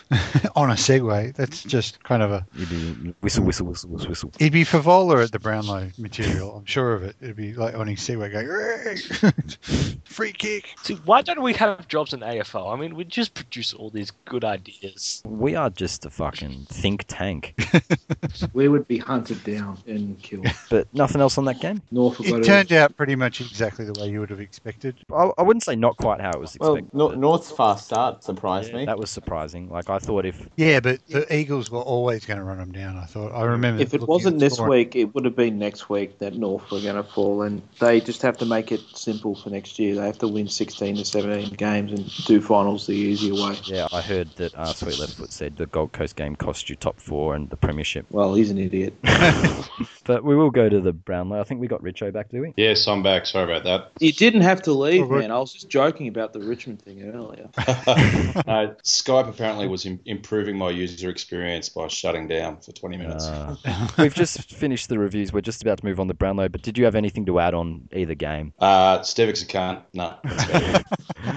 Speaker 3: On a Segway. That's just kind of a.
Speaker 1: You'd be whistle, whistle, whistle, whistle, whistle.
Speaker 3: He'd be Favola at the Brownlow material. I'm sure of it. It'd be like on his Segway going. Free kick.
Speaker 10: See, why don't we have jobs in AFL? I mean, we just produce all these good ideas.
Speaker 1: We are just a fucking think tank.
Speaker 4: we would be hunted down and killed.
Speaker 1: But nothing else on that game?
Speaker 4: North of
Speaker 3: It turned out pretty much exactly the way you would have expected.
Speaker 1: I, I wouldn't say not quite how it was
Speaker 5: Well,
Speaker 1: expected.
Speaker 5: Nor- North's fast start surprised me.
Speaker 1: That was surprising. Like, I thought if
Speaker 3: Yeah, but the Eagles were always going to run them down. I thought. I remember.
Speaker 4: If it
Speaker 3: looking at
Speaker 4: wasn't
Speaker 3: the
Speaker 4: this
Speaker 3: score.
Speaker 4: week, it would have been next week that North were going to fall, and they just have to make it simple for next year. They have to win 16 to 17 games and do finals the easier way.
Speaker 1: Yeah, I heard that uh, Sweet Leftfoot said the Gold Coast game cost you top four and the Premiership.
Speaker 4: Well, he's an idiot.
Speaker 1: But we will go to the Brownlow. I think we got Richo back, do we?
Speaker 6: Yes, I'm back. Sorry about that.
Speaker 4: You didn't have to leave,
Speaker 3: Oh, right.
Speaker 4: man. I was just joking about the Richmond thing earlier.
Speaker 6: No, Skype apparently was im- improving my user experience by shutting down for 20 minutes.
Speaker 1: Uh, we've just finished the reviews. We're just about to move on to Brownlow. But did you have anything to add on either game?
Speaker 6: Uh, Stevix a cunt. No. that's about it.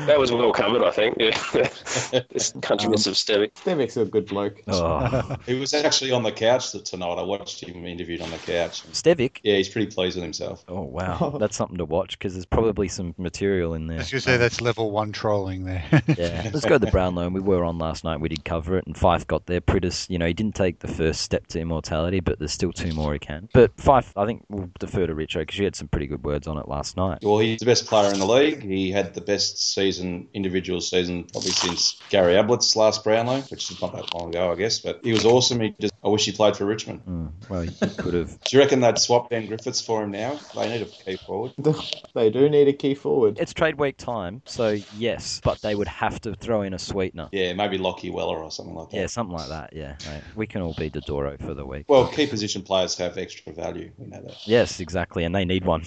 Speaker 9: That was well covered, I think. Yeah. this country miss of Stevie.
Speaker 5: Um, Stevic's a good bloke.
Speaker 1: Oh.
Speaker 6: he was actually on the couch th- tonight. I watched him interviewed on the couch.
Speaker 1: Stevic.
Speaker 6: Yeah, he's pretty pleased with himself.
Speaker 1: Oh wow, that's something to watch because there's probably some material in
Speaker 3: I
Speaker 1: there.
Speaker 3: was going to say that's level one trolling there.
Speaker 1: Yeah, let's go to the Brownlow. And we were on last night. We did cover it, and Fife got there. Pritis, you know, he didn't take the first step to immortality, but there's still two more he can. But Fife, I think we'll defer to Richo because she had some pretty good words on it last night.
Speaker 6: Well, he's the best player in the league. He had the best season, individual season, probably since Gary Ablett's last Brownlow, which is not that long ago, I guess. But he was awesome. He just, I wish he played for Richmond.
Speaker 1: Mm, well, he could have
Speaker 6: Do you reckon they'd swap Ben Griffiths for him now? They need a key forward.
Speaker 5: They do need a key forward.
Speaker 1: It's trade week time, so yes, but they would have to throw in a sweetener.
Speaker 6: Yeah, maybe Lockie Weller or something like that.
Speaker 1: Yeah, something like that. Yeah, right. we can all be Dodoro for the week.
Speaker 6: Well, key position players have extra value. We know that.
Speaker 1: yes, exactly, and they need one.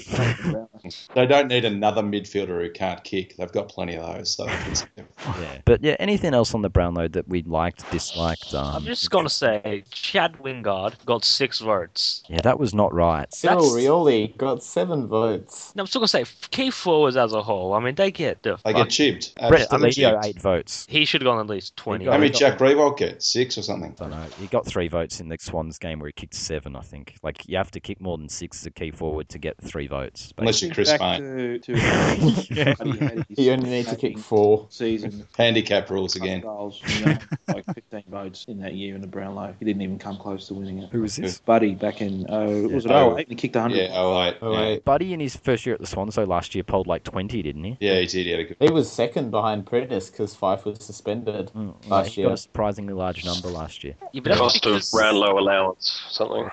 Speaker 6: They don't need another midfielder who can't kick. They've got plenty of those. So they can-
Speaker 1: yeah. But yeah, anything else on the Brownlow that we liked, disliked? Um,
Speaker 10: I'm just gonna say, Chad Wingard got six votes.
Speaker 1: yeah, that was not right.
Speaker 5: Cyril
Speaker 10: That's-
Speaker 5: Rioli got seven votes.
Speaker 10: No, I'm still gonna say, key forwards as a whole. I mean, they get the.
Speaker 6: they
Speaker 10: fuck-
Speaker 6: get chipped.
Speaker 1: Brett
Speaker 6: Absolutely
Speaker 1: Alidio,
Speaker 6: chipped.
Speaker 1: eight votes.
Speaker 10: he should have gone at least twenty.
Speaker 6: How
Speaker 1: got-
Speaker 6: many Jack Brevold get? Six or something?
Speaker 1: I don't know. He got three votes in the Swans game where he kicked seven, I think. Like, you have to kick more than six as a key forward to get three votes.
Speaker 6: Unless you're Chris
Speaker 4: Back
Speaker 6: Payne.
Speaker 4: to, to
Speaker 3: Yeah.
Speaker 4: Bloody hated his
Speaker 5: He only needs to kick
Speaker 4: fucking
Speaker 5: four.
Speaker 4: Season
Speaker 6: Handicap rules again.
Speaker 4: goals, you know, like 15 votes in that year in the Brownlow. He didn't even come close to winning it.
Speaker 1: Who was this?
Speaker 4: Buddy back in oh, was it
Speaker 6: Yeah.
Speaker 4: 08? He kicked 100.
Speaker 6: Yeah, oh, eight.
Speaker 5: Oh,
Speaker 6: yeah.
Speaker 5: wait.
Speaker 1: Buddy, in his first year at the Swans, though, last year, polled like 20, didn't he?
Speaker 6: yeah, he did. He had a good.
Speaker 5: He was second behind Prentice because Fife was suspended
Speaker 1: Mm, yeah,
Speaker 5: last
Speaker 1: he
Speaker 5: year.
Speaker 1: got a surprisingly large number last year.
Speaker 10: Yeah, but that's
Speaker 9: Cost of
Speaker 10: because-
Speaker 9: round low allowance, something.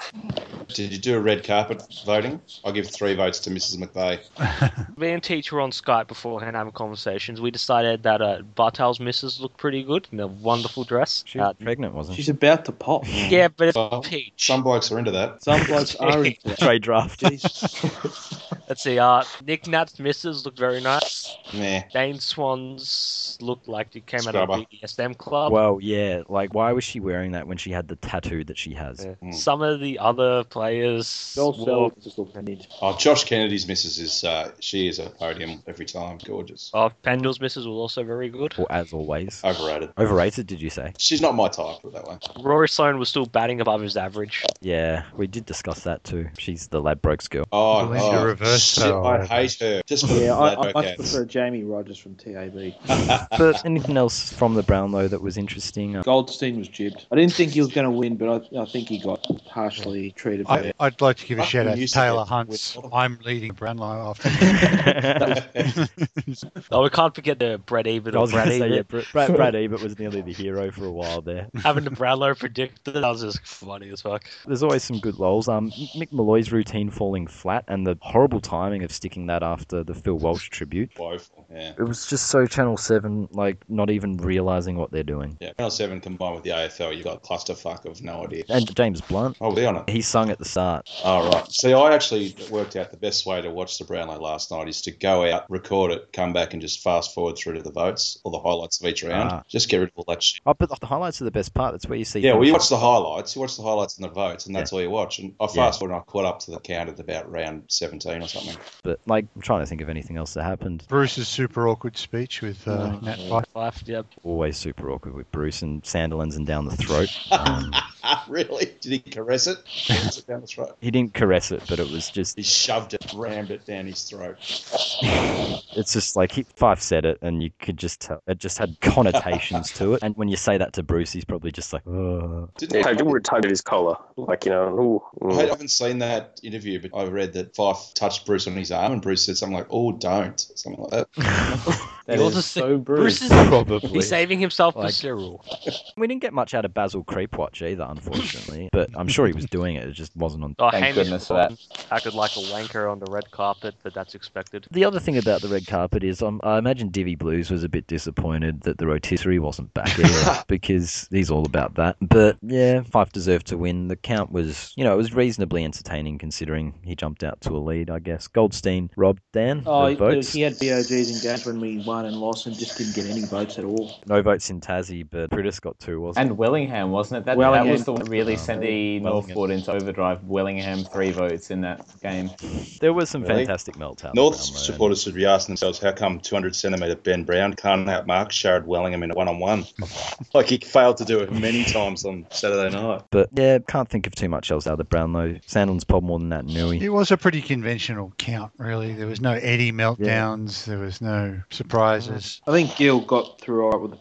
Speaker 6: Did you do a red carpet voting? I'll give three votes to Mrs. McVeigh.
Speaker 10: Me and Teach were on Skype beforehand having conversations. We decided that uh, Bartel's missus looked pretty good in a wonderful dress.
Speaker 1: She
Speaker 10: Uh,
Speaker 1: was pregnant, wasn't she?
Speaker 4: She's about to pop.
Speaker 10: yeah, but it's
Speaker 6: Well,
Speaker 10: Teach.
Speaker 6: Some blokes are into that.
Speaker 4: Some blokes are into it.
Speaker 1: Trade draft.
Speaker 4: Jesus.
Speaker 10: Let's see. Uh, Nick Nat's missus looked very nice.
Speaker 6: Nah.
Speaker 10: Dane Swan's looked like he came out of
Speaker 6: Scrubber.
Speaker 10: a BDSM club.
Speaker 1: Well, yeah. Like, why was she wearing that when she had the tattoo that she has?
Speaker 10: Uh,
Speaker 6: Hmm.
Speaker 10: Some of the other players.
Speaker 4: Joel
Speaker 10: wore-
Speaker 4: Selwood just looked neat.
Speaker 6: Oh, Josh Kennedy's missus is, uh, she is a podium every time. Gorgeous.
Speaker 10: Oh, Pendle's missus was also very good.
Speaker 1: Or as always,
Speaker 6: Overrated.
Speaker 1: overrated? Did you say?
Speaker 6: She's not my type, put it that way.
Speaker 10: Rory Sloan was still batting above his average.
Speaker 1: Yeah, we did discuss that too. She's the Ladbrokes girl.
Speaker 6: Oh,
Speaker 3: Belinda
Speaker 6: oh,
Speaker 3: reverse
Speaker 6: shit,
Speaker 3: power.
Speaker 6: I hate her. Just for the
Speaker 4: Yeah, I, I
Speaker 6: flat
Speaker 4: much
Speaker 6: backhands.
Speaker 4: prefer Jamie Rogers from TAB.
Speaker 1: But anything else from the Brownlow that was interesting? Uh,
Speaker 4: Goldstein was jibbed. I didn't think he was going to win, but I, I think he got partially treated for
Speaker 3: I,
Speaker 4: it.
Speaker 3: I'd like to give a
Speaker 6: Fucking
Speaker 3: shout out to
Speaker 6: useless.
Speaker 3: Taylor Hunt's. I'm leading Brownlow after.
Speaker 10: Oh, we can't forget the Brett Ebert
Speaker 1: I
Speaker 10: or
Speaker 1: was
Speaker 10: Brad
Speaker 1: gonna say, yeah,
Speaker 10: Ebert.
Speaker 1: Br- Brad, Brad Ebert was nearly the hero for a while there.
Speaker 10: Having the Bradlow predicted, that was just funny as fuck.
Speaker 1: There's always some good lols. Um, Mick Malloy's routine falling flat and the horrible timing of sticking that after the Phil Welsh tribute.
Speaker 6: Woeful, yeah.
Speaker 1: It was just so Channel 7, like, not even realizing what they're doing.
Speaker 6: Yeah, Channel 7 combined with the AFL, you got clusterfuck of no idea.
Speaker 1: And James Blunt,
Speaker 6: Oh, we on it.
Speaker 1: he sung at the start.
Speaker 6: All right. See, I actually worked out the best way to watch the Brownlow last night is to go out, record it, come back, and just fast forward through to the votes, all the highlights of each round.
Speaker 1: Ah.
Speaker 6: Just get rid of all that shit.
Speaker 1: Oh, but the highlights are the best part. That's where you see.
Speaker 6: Yeah,
Speaker 1: Phil
Speaker 6: well, you watch the highlights. You watch the highlights and the votes, and that's all you watch. And I fast
Speaker 1: Yeah.
Speaker 6: forward and I caught up to the count at about round 17 or something.
Speaker 1: But like, I'm trying to think of anything else that happened.
Speaker 3: Bruce's super awkward speech with
Speaker 1: Oh,
Speaker 3: uh, Nat Fyfe.
Speaker 10: Fife, yep.
Speaker 1: Always super awkward with Bruce and Sanderlands and down the throat. Um,
Speaker 6: really? Did he caress it? Was it down his throat?
Speaker 1: He didn't caress it, but it was just
Speaker 6: He shoved it, rammed it down his throat.
Speaker 1: it's just like he, Fife said it, and you could just tell it just had connotations to it. And when you say that to Bruce, he's probably just like, "Ugh."
Speaker 6: Didn't
Speaker 9: Yeah, tugged, would have tugged at his collar, like you know. Ooh,
Speaker 6: I
Speaker 9: mm.
Speaker 6: haven't seen that interview, but I read that Fife touched Bruce on his arm, and Bruce said something like, "Oh, don't," something like that.
Speaker 5: That
Speaker 10: Yours
Speaker 5: is
Speaker 10: is-
Speaker 5: so
Speaker 10: Bruce
Speaker 5: Bruce.
Speaker 10: is
Speaker 3: Probably.
Speaker 10: he's saving himself for
Speaker 1: Like-
Speaker 10: Cyril.
Speaker 1: we didn't get much out of Basil Creepwatch either, unfortunately. but I'm sure he was doing it. It just wasn't on.
Speaker 10: Oh,
Speaker 5: Thank
Speaker 10: Hamish
Speaker 5: goodness for that.
Speaker 10: Bond acted like a wanker on the red carpet, but that's expected.
Speaker 1: The other thing about the red carpet is um, I imagine Divi Blues was a bit disappointed that the rotisserie wasn't back either because he's all about that. But yeah, Fife deserved to win. The count was, you know, it was reasonably entertaining considering he jumped out to a lead, I guess. Goldstein, Rob, Dan,
Speaker 4: Oh,
Speaker 1: no
Speaker 4: he,
Speaker 1: votes.
Speaker 4: he had BOGs and games when we won and lost and just didn't get any votes at all.
Speaker 1: No votes in Tassie, but Pritis got two, wasn't
Speaker 5: And Wellingham, wasn't it? That, that
Speaker 4: Wellingham.
Speaker 5: was the one that really sent the
Speaker 1: Wellingham.
Speaker 5: Northport into overdrive. Wellingham, three votes in that game.
Speaker 1: it? There were some
Speaker 6: Really?
Speaker 1: fantastic melts out
Speaker 6: North
Speaker 1: there, man.
Speaker 6: supporters should be asking themselves, how come 200 centimetre Ben Brown can't outmark Sherrod Wellingham in a one-on-one? like he failed to do it many times on Saturday night.
Speaker 1: But yeah, can't think of too much else out of Brownlow. Sandlin's Pod more than that, Nui.
Speaker 3: It was a pretty conventional count, really. There was no Eddie meltdowns. There was no surprises.
Speaker 4: I think Gil got through all right with the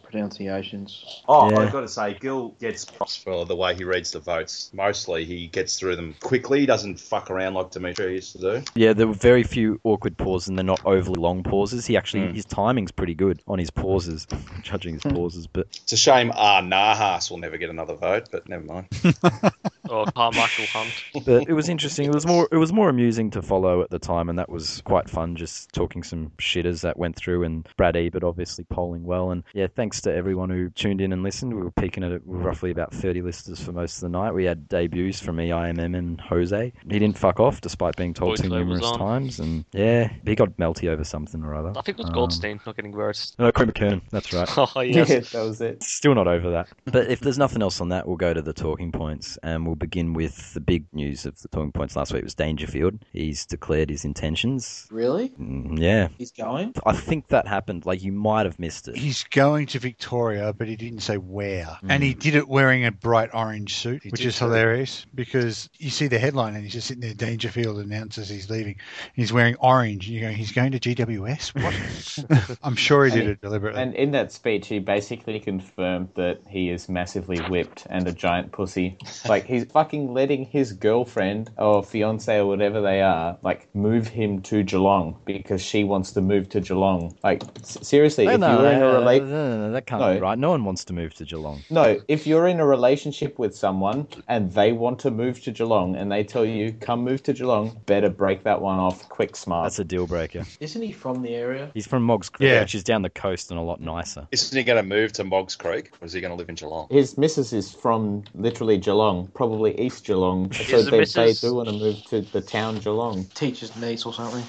Speaker 4: pronunciations.
Speaker 6: Oh,
Speaker 1: Yeah.
Speaker 6: I've got to say, Gil gets props for the way he reads the votes. Mostly, he gets through them quickly. He doesn't fuck around like Dimitri used to do.
Speaker 1: Yeah, there were very few awkward pauses, and they're not overly long pauses. He actually,
Speaker 10: Hmm.
Speaker 1: his timing's pretty good on his pauses, judging his pauses. But
Speaker 6: It's a shame Ah Nahas will never get another vote, but never mind.
Speaker 1: Oh,
Speaker 10: Or Carmichael Hunt.
Speaker 1: but it was interesting. It was more, it was more amusing to follow at the time, and that was quite fun. Just talking some shitters that went through, and Brad Ebert obviously polling well, and yeah, thanks to everyone who tuned in and listened. We were peaking at roughly about thirty listeners for most of the night. We had debuts from E EIMM and Jose. He didn't fuck off despite being told
Speaker 10: Voice
Speaker 1: to
Speaker 10: labels
Speaker 1: numerous
Speaker 10: on.
Speaker 1: times, and yeah, he got melty over something or other.
Speaker 10: I think it was
Speaker 1: Um,
Speaker 10: Goldstein, not getting worse.
Speaker 1: No, Craig McKernan. That's right.
Speaker 10: Oh, yes.
Speaker 5: Yeah, that was it.
Speaker 1: Still not over that. But if there's nothing else on that, we'll go to the talking points and we'll begin with the big news of the talking points last week was Dangerfield. He's declared his intentions.
Speaker 4: Really?
Speaker 1: Mm, yeah.
Speaker 4: He's going?
Speaker 1: I think that happened. Like, you might have missed it.
Speaker 3: He's going to Victoria, but he didn't say where. And he did it wearing a bright orange suit,
Speaker 6: He
Speaker 3: which
Speaker 6: did
Speaker 3: is
Speaker 6: too.
Speaker 3: hilarious because you see the headline and he's just sitting there. Dangerfield announces he's leaving. He's wearing orange. And you go, he's going to GWS? What? I'm sure he
Speaker 5: And
Speaker 3: did
Speaker 5: he-
Speaker 3: it deliberately.
Speaker 5: And in that speech, he basically confirmed that he is massively whipped and a giant pussy. Like, he's fucking letting his girlfriend or fiance or whatever they are, like, move him to Geelong because she wants to move to Geelong. Like, s- seriously, if you were in a
Speaker 1: no,
Speaker 5: relationship.
Speaker 1: no, no, that can't
Speaker 5: No.
Speaker 1: be right. No one wants to move to Geelong.
Speaker 5: No, if you're in a relationship with someone and they want to move to Geelong and they tell you, come move to Geelong, better break that one off quick smart.
Speaker 1: That's a deal breaker.
Speaker 4: Isn't he from the area?
Speaker 1: He's from Moggs Creek,
Speaker 3: Yeah.
Speaker 1: which is down the coast and a lot nicer.
Speaker 6: Isn't he going to move to Moggs Creek, or is he going to live in Geelong?
Speaker 5: His missus is from literally Geelong, probably East Geelong, so
Speaker 10: Is the
Speaker 5: they, they
Speaker 10: missus-
Speaker 5: do want to move to the town Geelong.
Speaker 4: Teacher's niece or something?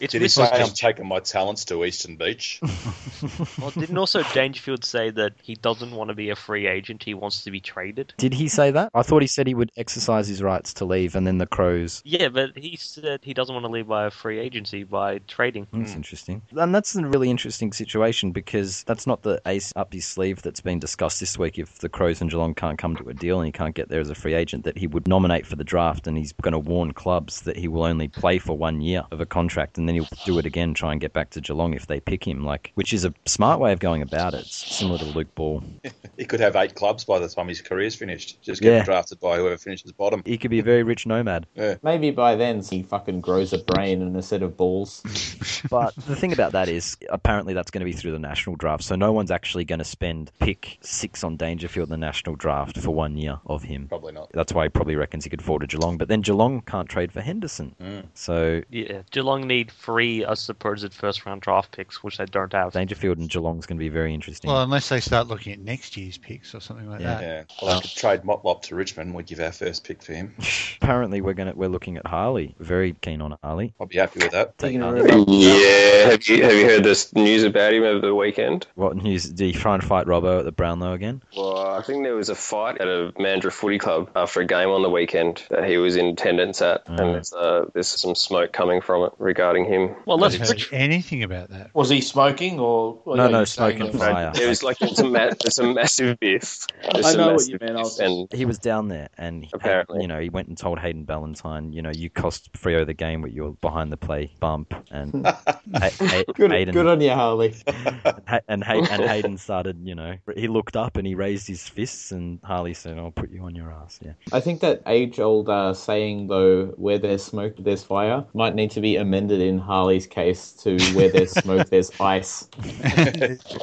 Speaker 10: It's
Speaker 6: Did he say,
Speaker 10: Mrs.
Speaker 6: I'm taking my talents to Eastern Beach?
Speaker 10: Well, didn't also Dangerfield say that he doesn't want to be a free agent? He wants to be traded.
Speaker 1: Did he say that? I thought he said he would exercise his rights to leave, and then the Crows
Speaker 10: Yeah, but he said he doesn't want to leave by a free agency by trading.
Speaker 6: Hmm.
Speaker 1: That's interesting. And that's a really interesting situation because that's not the ace up his sleeve that's been discussed this week. If the Crows and Geelong can't come to a deal and he can't get there as a free agent, that he would nominate for the draft and he's going to warn clubs that he will only play for one year of a contract and then he'll do it again, try and get back to Geelong if they pick him, like which is a smart way of going about it. It's similar to Luke Ball.
Speaker 6: He could have eight clubs by the time his career's finished. Just get
Speaker 1: Yeah.
Speaker 6: drafted by whoever finishes bottom.
Speaker 1: He could be a very rich nomad.
Speaker 5: Maybe by then he fucking grows a brain and a set of balls.
Speaker 1: But the thing about that is, apparently that's going to be through the national draft, so no one's actually going to spend pick six on Dangerfield in the national draft for one year of him.
Speaker 6: Probably not.
Speaker 1: That's why he probably reckons he could fall to Geelong, but then Geelong can't trade for Henderson.
Speaker 6: Hmm.
Speaker 1: So
Speaker 10: Yeah, Geelong need three, I suppose, at first round draft picks, which they don't have.
Speaker 1: Dangerfield and Geelong's going to be very interesting.
Speaker 3: well, unless they start looking at next year's picks or something like
Speaker 1: Yeah.
Speaker 3: that.
Speaker 6: Yeah. Well, I could trade Motlop to Richmond. We'd give our first pick for him.
Speaker 1: Apparently, we're going to we're looking at Harley. Very keen on Harley.
Speaker 6: I'd be happy with that.
Speaker 1: Take
Speaker 4: Thinking
Speaker 1: Harley.
Speaker 4: about-
Speaker 9: Yeah, have you have you heard this news about him over the weekend?
Speaker 1: What news? Did he try and fight Robbo at the Brownlow again?
Speaker 9: Well, I think there was a fight at a Mandra Footy Club. Uh, after a game on the weekend that he was in attendance at, and there's, uh, there's some smoke coming from it regarding him.
Speaker 3: Well, let's anything about that.
Speaker 7: Was he smoking or? or
Speaker 1: No,
Speaker 7: yeah,
Speaker 1: no,
Speaker 7: you're saying
Speaker 1: smoking
Speaker 7: that-
Speaker 1: fire.
Speaker 9: It was like it's a, ma- it's a massive biff. It's
Speaker 7: I
Speaker 9: a
Speaker 7: know what
Speaker 9: massive
Speaker 7: you mean. I
Speaker 9: biff,
Speaker 7: was
Speaker 9: and
Speaker 1: He was down there, and he had-
Speaker 9: Apparently.
Speaker 1: you know, he went and told Hayden Ballantyne, you know, you cost Frio the game with your behind the play bump, and Hay- Hay-
Speaker 5: Good,
Speaker 1: Hayden
Speaker 5: good on you, Harley.
Speaker 1: Ha- and, Hay- and Hayden started, you know, he looked up and he raised his fists, and Harley said, "I'll put you on your ass." Yeah,
Speaker 5: I think that age old uh, saying, though, where there's smoke, there's fire, might need to be amended in Harley's case to where there's smoke, there's ice.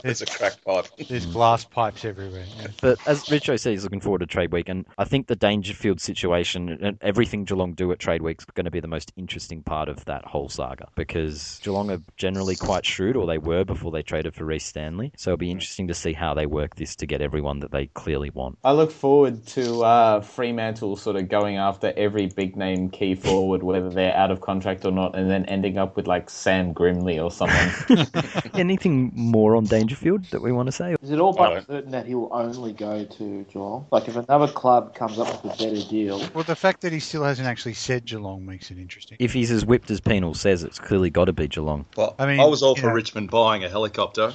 Speaker 6: It's a crack pipe.
Speaker 3: There's glass pipes everywhere. yeah.
Speaker 1: but as Richo said, he's looking forward to trade week, and I think the Dangerfield situation and everything Geelong do at trade week is going to be the most interesting part of that whole saga because Geelong are generally quite shrewd, or they were before they traded for Reece Stanley. So it'll be interesting to see how they work this to get everyone that they clearly want.
Speaker 5: I look forward to uh, Fremantle sort of going after every big name key forward, whether they're out of contract or not, and then ending up with like Sam Grimley or someone.
Speaker 1: Anything more on Dangerfield that we want to say?
Speaker 7: Is it all
Speaker 6: I
Speaker 7: but
Speaker 6: don't-
Speaker 7: certain that he'll only go to Geelong? Like, if another club comes up with a better deal,
Speaker 3: Well, the fact that he still hasn't actually said Geelong makes it interesting.
Speaker 1: If he's as whipped as Penal says, it's clearly got to be Geelong.
Speaker 6: Well,
Speaker 3: I
Speaker 6: I
Speaker 3: mean,
Speaker 6: mean, I was all
Speaker 3: you
Speaker 6: for
Speaker 3: know-
Speaker 6: Richmond buying a helicopter.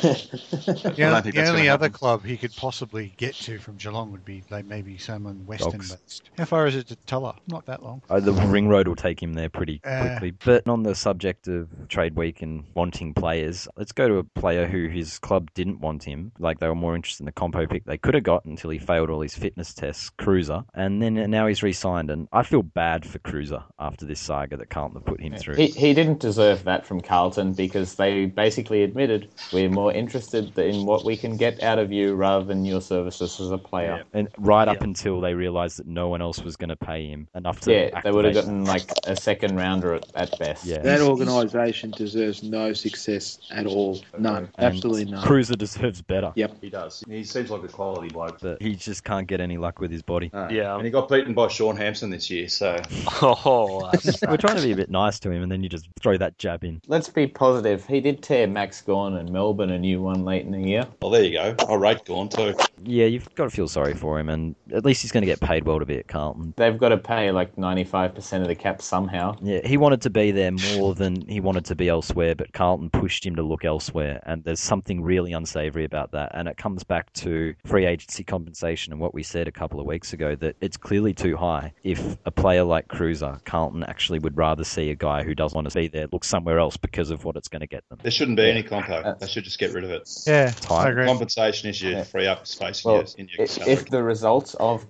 Speaker 3: The,
Speaker 6: I don't
Speaker 3: only-
Speaker 6: think
Speaker 3: the
Speaker 6: that's
Speaker 3: only
Speaker 6: gonna
Speaker 3: other
Speaker 6: happen.
Speaker 3: club he could possibly get to from Geelong would be like maybe someone Western
Speaker 1: Dogs.
Speaker 3: based. How far is it to Tulla? Not that long.
Speaker 1: Uh, the ring road will take him there pretty
Speaker 3: Uh.
Speaker 1: quickly. but on the subject of trade week and wanting players, let's go to a player who his club didn't want him. Like they were more interested in the compo pick they could have got until he failed all his fitness tests, Cruiser. And then and now he's re signed. And I feel bad for Cruiser after this saga that Carlton have put him through.
Speaker 5: He, he didn't deserve that from Carlton because they basically admitted we're more interested in what we can get out of you rather than your services as a player.
Speaker 1: and right up
Speaker 10: Yeah.
Speaker 1: until they realised that no one else was going to pay him enough to.
Speaker 5: Yeah, they would have
Speaker 1: activate-
Speaker 5: gotten like a second rounder at, at best.
Speaker 1: Yeah.
Speaker 4: That organisation deserves no success at all. None.
Speaker 1: And
Speaker 4: Absolutely none.
Speaker 1: Cruiser deserves better.
Speaker 4: Yeah.
Speaker 6: He does. He seems like a quality bloke.
Speaker 1: But he just can't get any luck with his body.
Speaker 6: No.
Speaker 10: Yeah.
Speaker 6: And he got beaten by Sean Hampson this year, so
Speaker 10: Oh, that's
Speaker 1: We're trying to be a bit nice to him, and then you just throw that jab in.
Speaker 5: Let's be positive. He did tear Max Gorn and Melbourne a new one late in the year.
Speaker 6: well, there you go. I rate Gorn too.
Speaker 1: Yeah, you've got to feel sorry for him, and at least he's going to get paid well to be at Carlton.
Speaker 5: They've got to pay like 95% of the cap somehow.
Speaker 1: Yeah, he wanted to be there more than he wanted to be elsewhere, but Carlton pushed him to look elsewhere, and there's something really unsavoury about that. And it comes back to free agency compensation and what we said a couple of weeks ago that it's clearly too high. If a player like Cruiser, Carlton actually would rather see a guy who doesn't want to be there look somewhere else because of what it's going to get them.
Speaker 6: There shouldn't be any compo. They should just get rid of it.
Speaker 3: Yeah,
Speaker 1: Time.
Speaker 3: I agree.
Speaker 6: Compensation issue, free up space in
Speaker 5: Well,
Speaker 6: your, in your
Speaker 5: if,
Speaker 6: salary.
Speaker 5: if the results of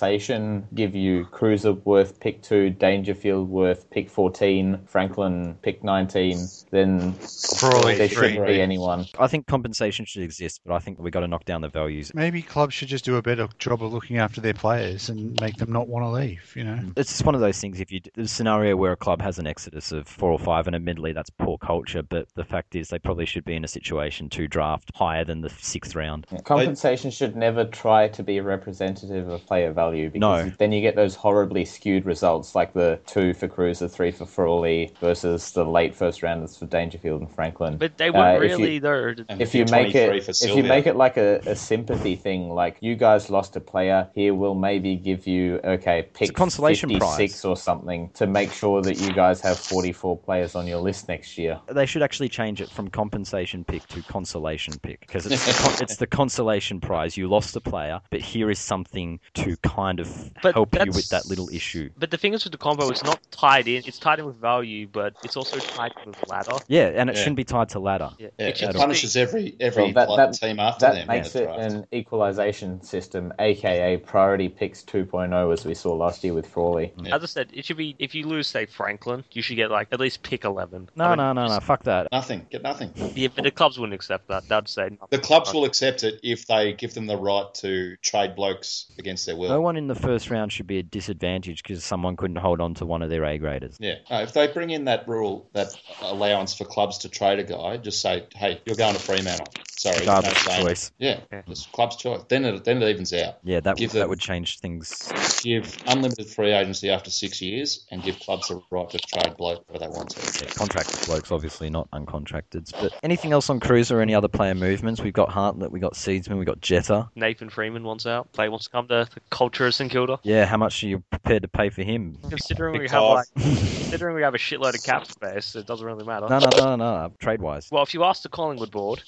Speaker 5: compensation give you Cruiser worth pick two, Dangerfield worth pick 14, Franklin pick 19, then
Speaker 3: Crawley
Speaker 5: there
Speaker 3: three.
Speaker 5: shouldn't be anyone.
Speaker 1: I think compensation should exist, but I think we got to knock down the values.
Speaker 3: Maybe clubs should just do a better job of looking after their players and make them not want to leave. You know,
Speaker 1: it's just one of those things. If you the scenario where a club has an exodus of four or five, and admittedly that's poor culture, but the fact is they probably should be in a situation to draft higher than the sixth round.
Speaker 5: Compensation should never try to be representative of player value because
Speaker 1: No.
Speaker 5: then you get those horribly skewed results like the two for Cruiser, three for Frawley versus the late first rounders for Dangerfield and Franklin.
Speaker 10: But they
Speaker 5: Uh,
Speaker 10: wouldn't
Speaker 5: if you-
Speaker 10: really, though.
Speaker 6: And
Speaker 5: if you
Speaker 6: pick
Speaker 5: make
Speaker 6: 23
Speaker 5: it
Speaker 6: for
Speaker 5: if you
Speaker 6: Sylvia.
Speaker 5: make it like a, a sympathy thing like you guys lost a player here we'll maybe give you okay pick
Speaker 1: consolation
Speaker 5: 56 or something to make sure that you guys have 44 players on your list next year
Speaker 1: They should actually change it from compensation pick to consolation pick because it's the con- it's the consolation prize. You lost a player, but here is something to kind of
Speaker 10: But
Speaker 1: help you
Speaker 10: that's-
Speaker 1: with that little issue.
Speaker 10: But the thing is with the combo, it's not tied in. It's tied in with value, but it's also tied with ladder.
Speaker 1: Yeah, and it
Speaker 6: Yeah.
Speaker 1: shouldn't be tied to ladder.
Speaker 10: Yeah.
Speaker 6: Yeah,
Speaker 10: It should
Speaker 6: it
Speaker 10: be-
Speaker 6: punishes every every
Speaker 5: Well, that-
Speaker 6: pl-
Speaker 5: that-
Speaker 6: team after
Speaker 5: that
Speaker 6: them. in
Speaker 5: makes
Speaker 6: the
Speaker 5: it
Speaker 6: draft.
Speaker 5: an equalization system aka priority picks 2.0 as we saw last year with Frawley
Speaker 6: Mm.
Speaker 10: As I said, it should be if you lose, say Franklin, you should get like at least pick eleven.
Speaker 1: No,
Speaker 10: I mean,
Speaker 1: no, no, no. Fuck that.
Speaker 6: nothing. Get nothing.
Speaker 10: Yeah, but the clubs wouldn't accept that. They'd say no.
Speaker 6: The clubs will accept it if they give them the right to trade blokes against their will.
Speaker 1: No one in the first round should be a disadvantage because someone couldn't hold on to one of their A graders.
Speaker 6: Yeah. No, if they bring in that rule, that allowance for clubs to trade a guy, just say, hey, you're going to Fremantle. Sorry,
Speaker 1: Club's
Speaker 6: no saying.
Speaker 1: choice.
Speaker 6: Yeah, it's club's choice. Then it then it evens out.
Speaker 1: Yeah, that
Speaker 6: Give
Speaker 1: that
Speaker 6: them-
Speaker 1: would change things.
Speaker 6: Give unlimited free agency after six years, and give clubs the right to trade bloke where they want to.
Speaker 1: Contracted blokes, obviously not uncontracted. But anything else on Cruiser or any other player movements? We've got Hartlett, we got Seedsman, we got Jetta.
Speaker 10: Nathan Freeman wants out. Play wants to come to the culture of St Kilda.
Speaker 1: Yeah, how much are you prepared to pay for him?
Speaker 10: Considering we
Speaker 1: Picked
Speaker 10: have like,
Speaker 1: off.
Speaker 10: considering we have a shitload of cap space, it doesn't really matter.
Speaker 1: No, no, no, no. Trade wise,
Speaker 10: Well, if you ask the Collingwood board,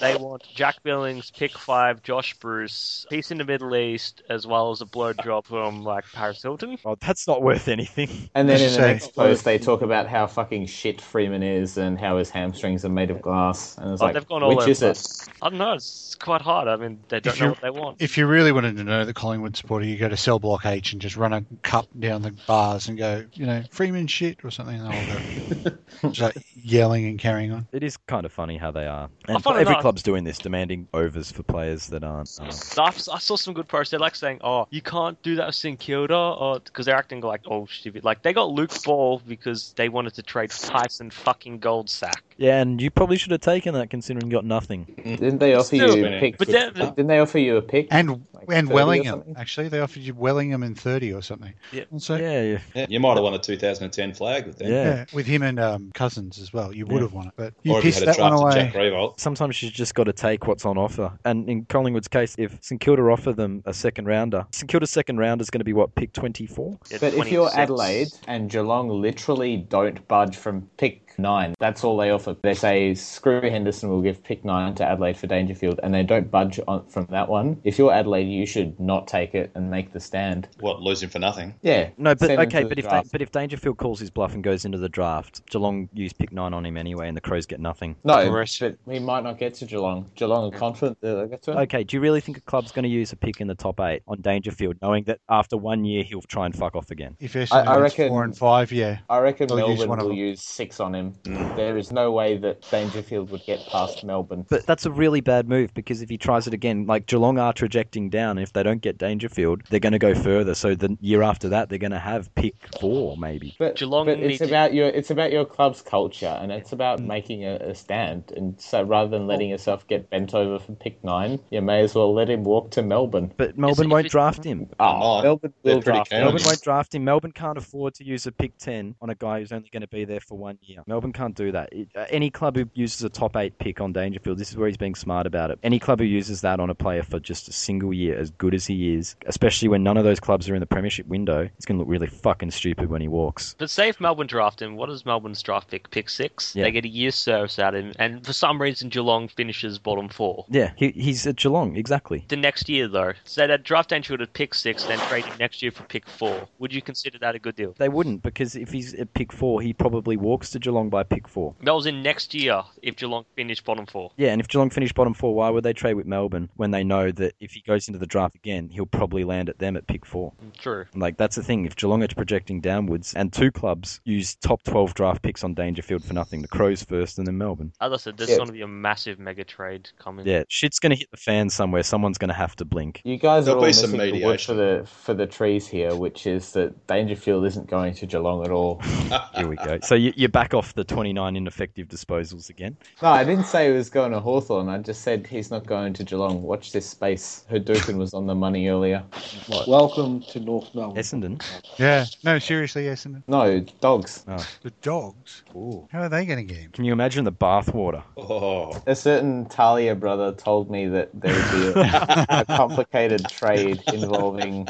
Speaker 10: they want Jack Billings, pick five, Josh Bruce, peace in the Middle East, as well as a blow job from like Paris Hilton.
Speaker 1: Well, Oh, that's not worth anything.
Speaker 5: And then in
Speaker 1: Just
Speaker 5: the
Speaker 1: say-
Speaker 5: next post, they talk about how fucking shit Freeman is and how his hamstrings are made of glass. And it's
Speaker 10: Oh,
Speaker 5: like,
Speaker 10: they've gone all
Speaker 5: which
Speaker 10: over
Speaker 5: is
Speaker 10: the
Speaker 5: it?
Speaker 10: I don't know. It's quite hard. I mean, they don't
Speaker 3: If
Speaker 10: know
Speaker 3: you-
Speaker 10: what they want.
Speaker 3: If you really wanted to know the Collingwood supporter, you go to Cell Block H and just run a cup down the bars and go, you know, Freeman shit or something. And they'll go, just like yelling and carrying on.
Speaker 1: It is kind of funny how they are.
Speaker 10: I
Speaker 1: And
Speaker 10: find it
Speaker 1: every
Speaker 10: nice.
Speaker 1: club's doing this, demanding overs for players that aren't. Uh,
Speaker 10: I, I saw some good posts. They're like saying, "Oh, you can't do that with St Kilda," or because they're acting like, "Oh, stupid." Like they got Luke Ball because they wanted to trade Tyson fucking Goldsack.
Speaker 1: yeah, and you probably should have taken that considering you got nothing.
Speaker 5: Didn't they offer
Speaker 10: Still,
Speaker 5: you a pick?
Speaker 10: but that-
Speaker 5: didn't they offer you a pick?
Speaker 3: And and
Speaker 5: 30 or
Speaker 3: Wellingham
Speaker 5: something?
Speaker 3: actually, they offered you Wellingham in thirty or something.
Speaker 10: Yeah.
Speaker 3: So,
Speaker 1: yeah, yeah.
Speaker 6: Yeah, you might have won a 2010 flag with them.
Speaker 3: with him and um, Cousins as well. You would have won it, but
Speaker 6: Or if
Speaker 3: you
Speaker 6: you
Speaker 3: pissed
Speaker 6: had a
Speaker 3: that one
Speaker 6: draft Jack
Speaker 3: away.
Speaker 6: Revolt.
Speaker 1: Sometimes you just got to take what's on offer. And in Collingwood's case, if St Kilda offer them a second rounder, St Kilda's second rounder is going to be what pick twenty four.
Speaker 5: But if you're Adelaide and Geelong literally don't budge from pick nine, that's all they offer. They say screw Henderson, we'll give pick nine to Adelaide for Dangerfield, and they don't budge on, from that one. If you're Adelaide, you should not take it and make the stand.
Speaker 6: What, losing for nothing?
Speaker 5: Yeah.
Speaker 1: No, but
Speaker 5: send him
Speaker 1: okay,
Speaker 5: to the
Speaker 1: but if
Speaker 5: draft.
Speaker 1: but if Dangerfield calls his bluff and goes into the draft, Geelong use pick nine on him anyway, and the Crows get nothing.
Speaker 5: no, but we might not get to Geelong. Geelong are confident that they'll get to him.
Speaker 1: Okay, do you really think a club's going to use a pick in the top eight on Dangerfield, knowing that after one year he'll try and fuck off again?
Speaker 3: If you're
Speaker 5: I- I
Speaker 3: I,
Speaker 5: reckon-
Speaker 3: four and five, yeah.
Speaker 5: I reckon
Speaker 3: They'll use
Speaker 5: Melbourne
Speaker 3: one of
Speaker 5: will
Speaker 3: them.
Speaker 5: use six on him. There is no way that Dangerfield would get past Melbourne.
Speaker 1: But that's a really bad move because if he tries it again, like Geelong are trajecting down. If they don't get Dangerfield, they're going to go further. So the year after that, they're going to have pick four, maybe.
Speaker 5: But,
Speaker 10: Geelong
Speaker 5: but
Speaker 10: need
Speaker 5: it's
Speaker 10: to-
Speaker 5: about your it's about your club's culture and it's about
Speaker 1: Mm.
Speaker 5: making a, a stand. And so rather than letting yourself get bent over for pick nine, you may as well let him walk to Melbourne.
Speaker 1: But Melbourne won't draft him.
Speaker 5: Oh,
Speaker 3: Ah,
Speaker 6: on.
Speaker 5: Melbourne
Speaker 6: They're
Speaker 5: will
Speaker 6: pretty
Speaker 5: draft
Speaker 6: keen on
Speaker 5: him.
Speaker 1: Melbourne won't draft him. Melbourne can't afford to use a pick 10 on a guy who's only going to be there for one year. Melbourne can't do that. It- uh, any club who uses a top eight pick on Dangerfield, this is where he's being smart about it. Any club who uses that on a player for just a single year, as good as he is, especially when none of those clubs are in the premiership window, it's going to look really fucking stupid when he walks.
Speaker 10: But say if Melbourne draft him, what does Melbourne's draft pick? Pick six.
Speaker 1: Yeah.
Speaker 10: They get a year's service out of him, and for some reason Geelong finishes bottom four.
Speaker 1: Yeah, he, he's at Geelong, exactly.
Speaker 10: The next year, though, say that draft Dangerfield at pick six, then trade him next year for pick four. Would you consider that a good deal?
Speaker 1: They wouldn't because if he's at pick four, he probably walks to Geelong by pick four.
Speaker 10: That was in next year if Geelong finished bottom four.
Speaker 1: Yeah, and if Geelong finish bottom four, why would they trade with Melbourne when they know that if he goes into the draft again, he'll probably land at them at pick four?
Speaker 10: True.
Speaker 1: Like that's the thing. If Geelong are projecting downwards, and two clubs use top twelve draft picks on Dangerfield for nothing, the Crows first, and then Melbourne.
Speaker 10: As I said, there's
Speaker 5: Yeah.
Speaker 10: going to be a massive mega trade coming.
Speaker 1: Yeah, shit's gonna hit the fan somewhere. Someone's gonna have to blink.
Speaker 5: You guys
Speaker 6: There'll
Speaker 5: are all
Speaker 6: be some
Speaker 5: missing the wood for
Speaker 6: mediation.
Speaker 5: the for the trees here, which is that Dangerfield isn't going to Geelong at all.
Speaker 1: Here we go. So you, you back off the twenty nine ineffective disposals again.
Speaker 5: No, I didn't say he was going to Hawthorn. I just said he's not going to Geelong. Watch this space. Hadouken was on the money earlier.
Speaker 4: Welcome to North Melbourne.
Speaker 1: Essendon.
Speaker 3: Yeah. No, seriously, yes. And
Speaker 5: No, dogs.
Speaker 3: the dogs. How are they going to get him?
Speaker 1: Can you imagine the bathwater?
Speaker 6: Oh,
Speaker 5: A certain Talia brother told me that there would be a, a complicated trade involving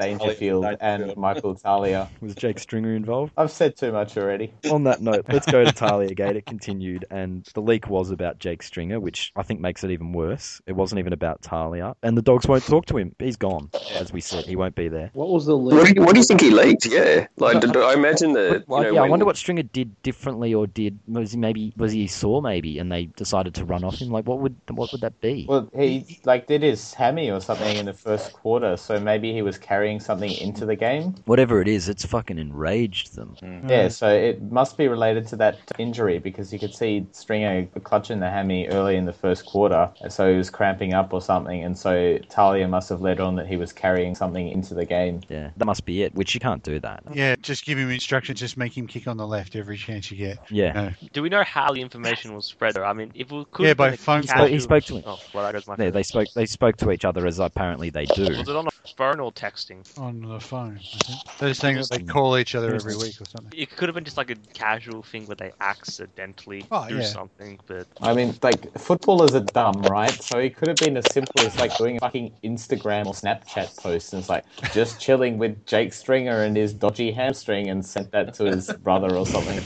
Speaker 5: Dangerfield and Michael Talia.
Speaker 1: Was Jake Stringer involved?
Speaker 5: I've said too much already.
Speaker 1: on that note, let's go to Talia Gate. It continued, and the leak was about Jake Stringer, which I think makes it even worse. It wasn't even about Talia, and the dogs won't talk to him. He's gone, as we said. He won't be there.
Speaker 4: What was the
Speaker 9: What do,
Speaker 4: league?
Speaker 9: you, what do you think he leaked? Yeah, like do- do I imagine that.
Speaker 1: Well,
Speaker 9: Uh, you know,
Speaker 1: yeah, I
Speaker 9: when-
Speaker 1: wonder what Stringer did differently, or did was he maybe was he sore maybe, and they decided to run off him? Like, what would what would that be?
Speaker 5: Well, he like did his hammy or something in the first quarter, so maybe he was carrying something into the game.
Speaker 1: Whatever it is, it's fucking enraged them.
Speaker 5: Yeah, so it must be related to that injury because you could see Stringer clutching the hammy early in the first quarter, and so he was cramping up or something, and so Talia must have led on that he was carrying something into the game.
Speaker 1: Yeah, that must be it. Which you can't do that.
Speaker 3: Yeah, just give him instructions. Just make him kick on the left every chance you get.
Speaker 1: Yeah.
Speaker 3: No.
Speaker 10: Do we know how the information was spread? Though? I mean, if we could
Speaker 3: Yeah,
Speaker 10: have been
Speaker 3: by
Speaker 10: a
Speaker 3: phone
Speaker 10: casual-
Speaker 3: call.
Speaker 1: He spoke to him.
Speaker 10: Oh, well, that goes my
Speaker 1: Yeah, they spoke. They spoke to each other as apparently they do.
Speaker 10: Was it on a phone or texting?
Speaker 3: on the phone. I think. They're saying that they call each other every week or something.
Speaker 10: It could have been just like a casual thing where they accidentally
Speaker 3: Oh,
Speaker 10: do
Speaker 3: yeah.
Speaker 10: something, but
Speaker 5: I mean, like, footballers are dumb, right? So it could have been as simple as, like, doing a fucking Instagram or Snapchat post and it's like, just chilling with Jake Stringer and his dodgy hamstring and sent that to his brother or something.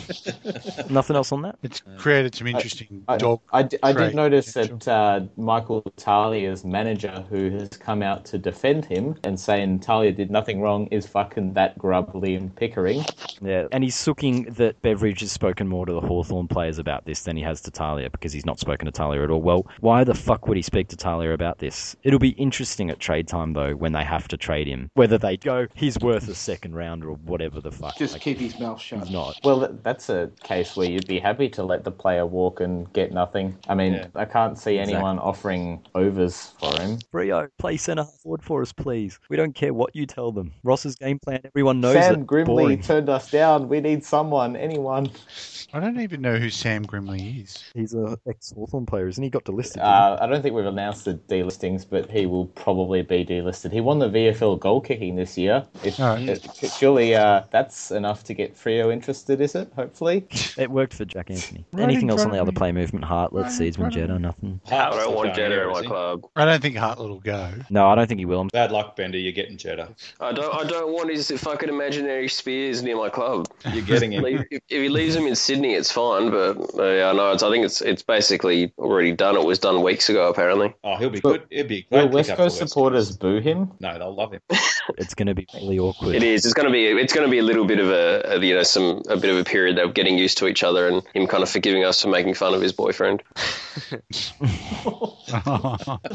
Speaker 1: Nothing else on that.
Speaker 3: It's created some interesting
Speaker 5: I,
Speaker 3: dog.
Speaker 5: I d- I
Speaker 3: trait
Speaker 5: did notice
Speaker 3: potential.
Speaker 5: that uh, Michael Talia's manager, who has come out to defend him and saying Talia did nothing wrong, is fucking that grub Liam Pickering.
Speaker 1: Yeah, and he's sooking that Beveridge has spoken more to the Hawthorn players about this than he has to Talia because he's not spoken to Talia at all. Well, why the fuck would he speak to Talia about this? It'll be interesting at trade time though when they have to trade him, whether they go he's worth a second rounder or whatever the fuck.
Speaker 4: Just
Speaker 1: Like,
Speaker 4: keep his mouth shut.
Speaker 1: he's not.
Speaker 5: Well, th- that's a case where you'd be happy to let the player walk and get nothing. I mean,
Speaker 4: Yeah.
Speaker 5: I can't see anyone offering overs for him.
Speaker 1: Brio, play centre half forward for us, please. We don't care what you tell them. Ross's game plan, everyone knows
Speaker 5: Sam
Speaker 1: it.
Speaker 5: Grimley
Speaker 1: Boring.
Speaker 5: turned us down. We need someone, anyone.
Speaker 3: I don't even know who Sam Grimley is.
Speaker 1: He's a ex Hawthorn player, isn't he? Got delisted.
Speaker 5: Uh, I don't think we've announced the delistings, but he will probably be delisted. He won the VFL goal kicking this year.
Speaker 1: Oh,
Speaker 5: If,
Speaker 3: All right.
Speaker 5: if- surely uh, that's enough to get Frio interested, is it? Hopefully.
Speaker 1: It worked for Jack Anthony.
Speaker 3: Right
Speaker 1: Anything
Speaker 3: in
Speaker 1: else on
Speaker 3: front
Speaker 1: the
Speaker 3: of
Speaker 1: other
Speaker 3: me.
Speaker 1: play movement? Heartlet,
Speaker 3: Right in
Speaker 1: Seedsman,
Speaker 3: front of
Speaker 1: Jetta,
Speaker 3: me.
Speaker 1: nothing.
Speaker 9: I don't want Jetta in my
Speaker 6: club.
Speaker 9: club.
Speaker 3: I don't think Hartlett will go.
Speaker 1: No, I don't think he will.
Speaker 6: Bad luck, Bender. You're getting Jetta.
Speaker 9: I don't. I don't want his fucking imaginary spears near my club.
Speaker 6: You're getting
Speaker 9: Leave-
Speaker 6: him.
Speaker 9: if, if he leaves them in Sydney, it's fine. But uh, yeah, no, it's, I think it's it's basically already done. It was done weeks ago, apparently.
Speaker 6: Oh, he'll be good. It'd be a great.
Speaker 5: Will
Speaker 6: pickup
Speaker 5: West
Speaker 6: for
Speaker 5: Coast
Speaker 6: West
Speaker 5: supporters
Speaker 6: Coast.
Speaker 5: boo him?
Speaker 6: No, they'll love him.
Speaker 1: It's going to be really awkward.
Speaker 9: It is. It's going to be. It's going to be a little bit of a, a you know some a bit of a period of getting used to each other and him kind of forgiving us for making fun of his boyfriend.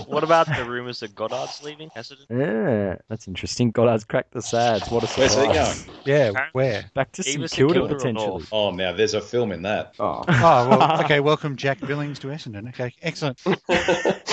Speaker 10: what about the rumors that Goddard's leaving? Essendon?
Speaker 1: Yeah, that's interesting. Goddard's cracked the sads. What a
Speaker 6: Where's
Speaker 1: surprise.
Speaker 6: he going?
Speaker 3: yeah,
Speaker 10: Apparently-
Speaker 3: where?
Speaker 1: Back to
Speaker 10: Either
Speaker 1: St
Speaker 10: St
Speaker 1: Kilda,
Speaker 10: Kilda or
Speaker 1: potentially.
Speaker 10: North.
Speaker 6: Oh, now there's a film in that.
Speaker 5: Oh.
Speaker 3: Oh, well, okay. Welcome Jack Billings to Essendon. Okay, excellent. Uh,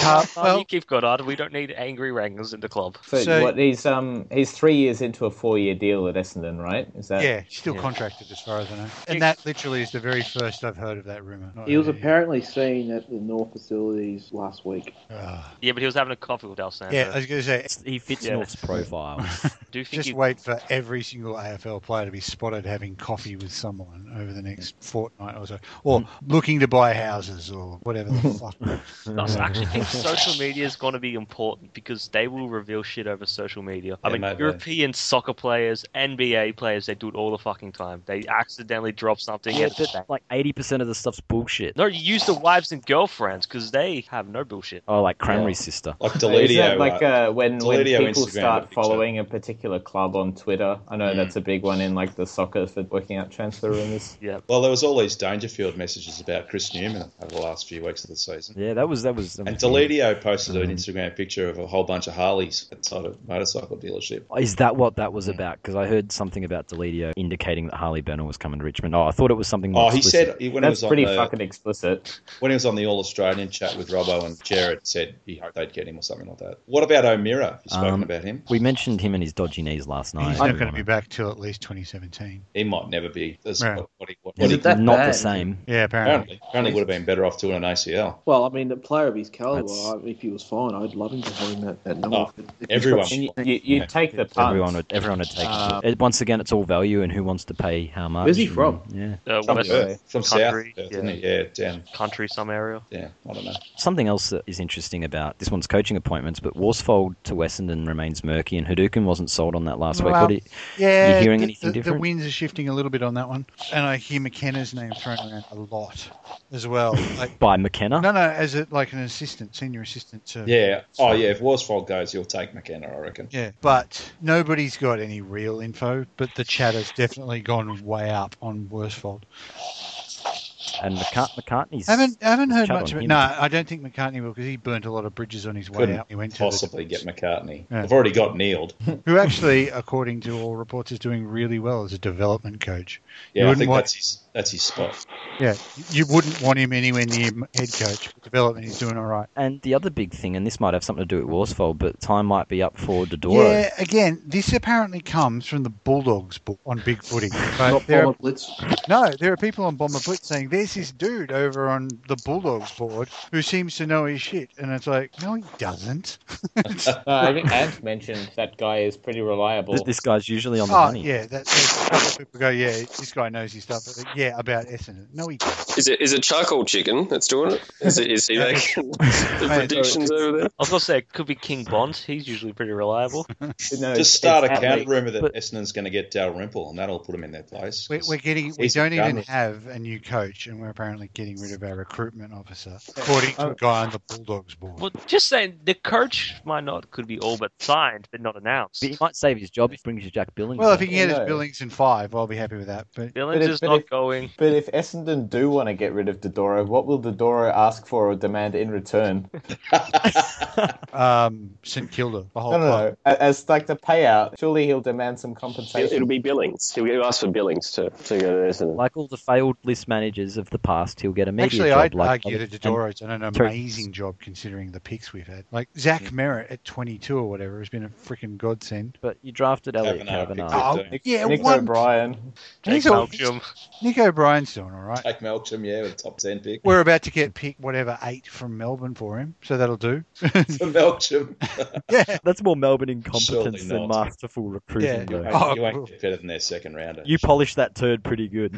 Speaker 10: Oh,
Speaker 3: well,
Speaker 10: you keep Goddard. We don't need angry wranglers in the club.
Speaker 5: So,
Speaker 3: So-
Speaker 5: what he's um he's three years into a four year deal at Essendon, right? Is that
Speaker 3: yeah, still
Speaker 5: yeah.
Speaker 3: contracted as far as I know. And that literally is the very first I've heard of that rumor.
Speaker 4: He was apparently seen at the North facilities last week.
Speaker 3: Ah.
Speaker 10: Yeah, but he was having a coffee with Del Santo.
Speaker 3: yeah, I was going to say,
Speaker 1: It's- He fits
Speaker 10: Yeah.
Speaker 1: North's profile.
Speaker 10: do you think
Speaker 3: just
Speaker 10: he,
Speaker 3: wait for every single AFL player to be spotted having coffee with someone over the next fortnight or so, or looking to buy houses or whatever the fuck.
Speaker 10: I actually think social media is going to be important because they will reveal shit over social media. I
Speaker 6: Yeah,
Speaker 10: mean,
Speaker 6: mate, they-
Speaker 10: European soccer players, NBA players, they do it all the fucking time. They accidentally drop something.
Speaker 1: yeah,
Speaker 10: and it's
Speaker 1: but
Speaker 10: bang.
Speaker 1: like 80% of the stuff's bullshit.
Speaker 10: no, you use the wives and girlfriends because they have no bullshit.
Speaker 1: Oh, like Cranberry's sister.
Speaker 6: Like
Speaker 5: Is
Speaker 6: Delidio.
Speaker 5: that like uh, when, when
Speaker 6: Delidio
Speaker 5: people
Speaker 6: Instagram
Speaker 5: start
Speaker 6: picture.
Speaker 5: following a particular club on Twitter? I
Speaker 10: Mm.
Speaker 5: know that's a big one in like the soccer for working out transfer rumors.
Speaker 6: well, there was all these Dangerfield messages about Chris Newman over the last few weeks of the season.
Speaker 1: Yeah, that was. that was. Mm-hmm. that
Speaker 6: And
Speaker 1: was-
Speaker 6: Delidio posted an Instagram picture of a whole bunch of Harleys inside a motorcycle dealership.
Speaker 1: Is that what that was about? Because I heard something about Delidio indicating that Harley Benner was coming to Richmond. Oh, I thought it was something more
Speaker 6: Oh, he
Speaker 1: explicit.
Speaker 6: said he- when
Speaker 5: that's
Speaker 6: he was
Speaker 5: pretty
Speaker 6: on the,
Speaker 5: fucking explicit.
Speaker 6: when he was on the All Australian chat with Robbo and Jared said he hoped they'd get him or something like that. What about O'Meara? Have you spoken
Speaker 1: Um,
Speaker 6: about him?
Speaker 1: We mentioned him and his dodgy knees last night.
Speaker 3: He's not going to be back till at least 2017.
Speaker 6: He might never be. That's
Speaker 3: Yeah.
Speaker 6: what, what he, what,
Speaker 1: Is
Speaker 6: he
Speaker 1: it that not the
Speaker 4: bad?
Speaker 1: same.
Speaker 3: Yeah, apparently.
Speaker 6: apparently apparently would have been better off doing an ACL.
Speaker 4: Well, I mean, the player of his caliber,
Speaker 1: That's-
Speaker 4: I- if he was fine, I'd love him to have him at, at
Speaker 3: Ah,
Speaker 4: North. If he's got
Speaker 6: everyone.
Speaker 4: shit
Speaker 5: And you, you, you
Speaker 6: Yeah.
Speaker 5: take the punt.
Speaker 1: Everyone would, everyone would take
Speaker 5: Uh,
Speaker 1: it. it. Once again, it's all value and who wants to pay how much.
Speaker 4: Where's he
Speaker 1: and-
Speaker 4: from?
Speaker 1: Yeah.
Speaker 10: Uh,
Speaker 6: From,
Speaker 10: West
Speaker 6: Perth, from South,
Speaker 10: Country,
Speaker 6: Perth, isn't
Speaker 10: yeah.
Speaker 6: he? Yeah, down.
Speaker 10: country, some area.
Speaker 6: Yeah, I don't know.
Speaker 1: Something else that is interesting about this one's coaching appointments, but Worsfold to Wessendon remains murky, and Hadouken wasn't sold on that last week.
Speaker 3: Well,
Speaker 1: What do you-
Speaker 3: Yeah,
Speaker 1: You hearing
Speaker 3: the,
Speaker 1: anything
Speaker 3: the,
Speaker 1: different?
Speaker 3: The winds are shifting a little bit on that one, and I hear McKenna's name thrown around a lot as well. Like,
Speaker 1: by McKenna?
Speaker 3: no, no, as a, like an assistant, senior assistant to.
Speaker 6: Yeah. Oh, yeah. If Worsfold goes, you'll take McKenna, I reckon.
Speaker 3: Yeah, but nobody's got any real info. But the chatter's definitely gone way up on Worsfold.
Speaker 1: And McCart- McCartney's.
Speaker 3: haven't haven't heard
Speaker 1: chat
Speaker 3: much
Speaker 1: on
Speaker 3: of it.
Speaker 1: him.
Speaker 3: No, I don't think McCartney will because he burnt a lot of bridges on his way
Speaker 6: Couldn't
Speaker 3: out. He went to the-
Speaker 6: possibly get McCartney.
Speaker 3: Yeah.
Speaker 6: They've already got Neiled.
Speaker 3: who actually, according to all reports, is doing really well as a development coach. You
Speaker 6: Yeah, I
Speaker 3: wouldn't
Speaker 6: think
Speaker 3: want-
Speaker 6: that's his that's his spot.
Speaker 3: Yeah, you wouldn't want him anywhere near m- head coach. but Development, he's doing all right.
Speaker 1: And the other big thing, and this might have something to do with Worsfold, but time might be up for Dodoro.
Speaker 3: Yeah, again, this apparently comes from the Bulldogs book on Big Footy. But
Speaker 4: Not
Speaker 3: there are,
Speaker 4: Bomber Blitz.
Speaker 3: no, there are people on Bomber Blitz saying they're there's this dude over on the Bulldogs board who seems to know his shit, and it's like, no, he doesn't.
Speaker 5: Uh, I think Ant mentioned that guy is pretty reliable.
Speaker 1: This, this guy's usually on the
Speaker 3: oh,
Speaker 1: money.
Speaker 3: yeah, that's, that's people go, yeah, this guy knows his stuff. But yeah, about Essendon. No, he doesn't.
Speaker 9: Is it is it charcoal chicken that's doing it? Is it is he making the predictions over there?
Speaker 10: I was gonna say it could be King Bond. He's usually pretty reliable.
Speaker 5: No,
Speaker 6: Just
Speaker 5: it's-
Speaker 6: start a
Speaker 5: it's
Speaker 6: counter
Speaker 5: Atlee.
Speaker 6: rumor that
Speaker 10: but-
Speaker 6: Essendon's going to get Dalrymple, and that'll put him in their place.
Speaker 3: We're,
Speaker 6: 'cause
Speaker 3: we're getting. We
Speaker 6: he's
Speaker 3: don't even
Speaker 6: done.
Speaker 3: have a new coach, and we're apparently getting rid of our recruitment officer, according to a
Speaker 5: Oh.
Speaker 3: guy on the Bulldogs board.
Speaker 10: Well, just saying, the coach might not could be all but signed, but not announced.
Speaker 1: But he might save his job if he brings you Jack Billings.
Speaker 3: Well, if he
Speaker 1: back.
Speaker 3: can get his
Speaker 5: No.
Speaker 3: Billings in five, I'll be happy with that. But
Speaker 10: Billings
Speaker 5: But if-
Speaker 10: is
Speaker 5: but
Speaker 10: not
Speaker 5: if-
Speaker 10: going.
Speaker 5: But if Essendon do want to get rid of Dodoro, what will Dodoro ask for or demand in return?
Speaker 3: um, St Kilda, the whole
Speaker 5: No, no,
Speaker 3: club.
Speaker 5: no. A- As like the payout, surely he'll demand some
Speaker 9: It,
Speaker 5: compensation.
Speaker 9: it'll be Billings. He'll ask for Billings to, to go to Essendon.
Speaker 1: like all the failed list managers of the past, he'll get a media
Speaker 3: Actually,
Speaker 1: job.
Speaker 3: I'd
Speaker 1: like
Speaker 3: argue that Dodoro's done an
Speaker 1: Terry-
Speaker 3: amazing job considering the picks we've had. Like Zach Merritt at 22 or whatever has been a freaking godsend.
Speaker 1: But you drafted Elliot
Speaker 6: Kavanagh,
Speaker 1: Kavanagh.
Speaker 6: Kavanagh.
Speaker 3: Oh,
Speaker 6: Nick-
Speaker 3: yeah,
Speaker 5: Nick
Speaker 3: one.
Speaker 5: O'Brien.
Speaker 10: Jake
Speaker 3: He's all-
Speaker 10: Malcolm.
Speaker 3: Nick O'Brien's doing all right.
Speaker 6: Jake Melksham, yeah, with a top 10 pick.
Speaker 3: We're about to get pick whatever eight from Melbourne for him, so that'll do.
Speaker 6: For Melksham.
Speaker 3: yeah,
Speaker 1: That's more Melbourne incompetence
Speaker 6: Surely
Speaker 1: than
Speaker 6: not.
Speaker 1: masterful recruiting,
Speaker 3: Yeah.
Speaker 1: though.
Speaker 3: Oh,
Speaker 6: you
Speaker 3: cool.
Speaker 6: won't get better than their second rounder.
Speaker 1: You polished that turd pretty good.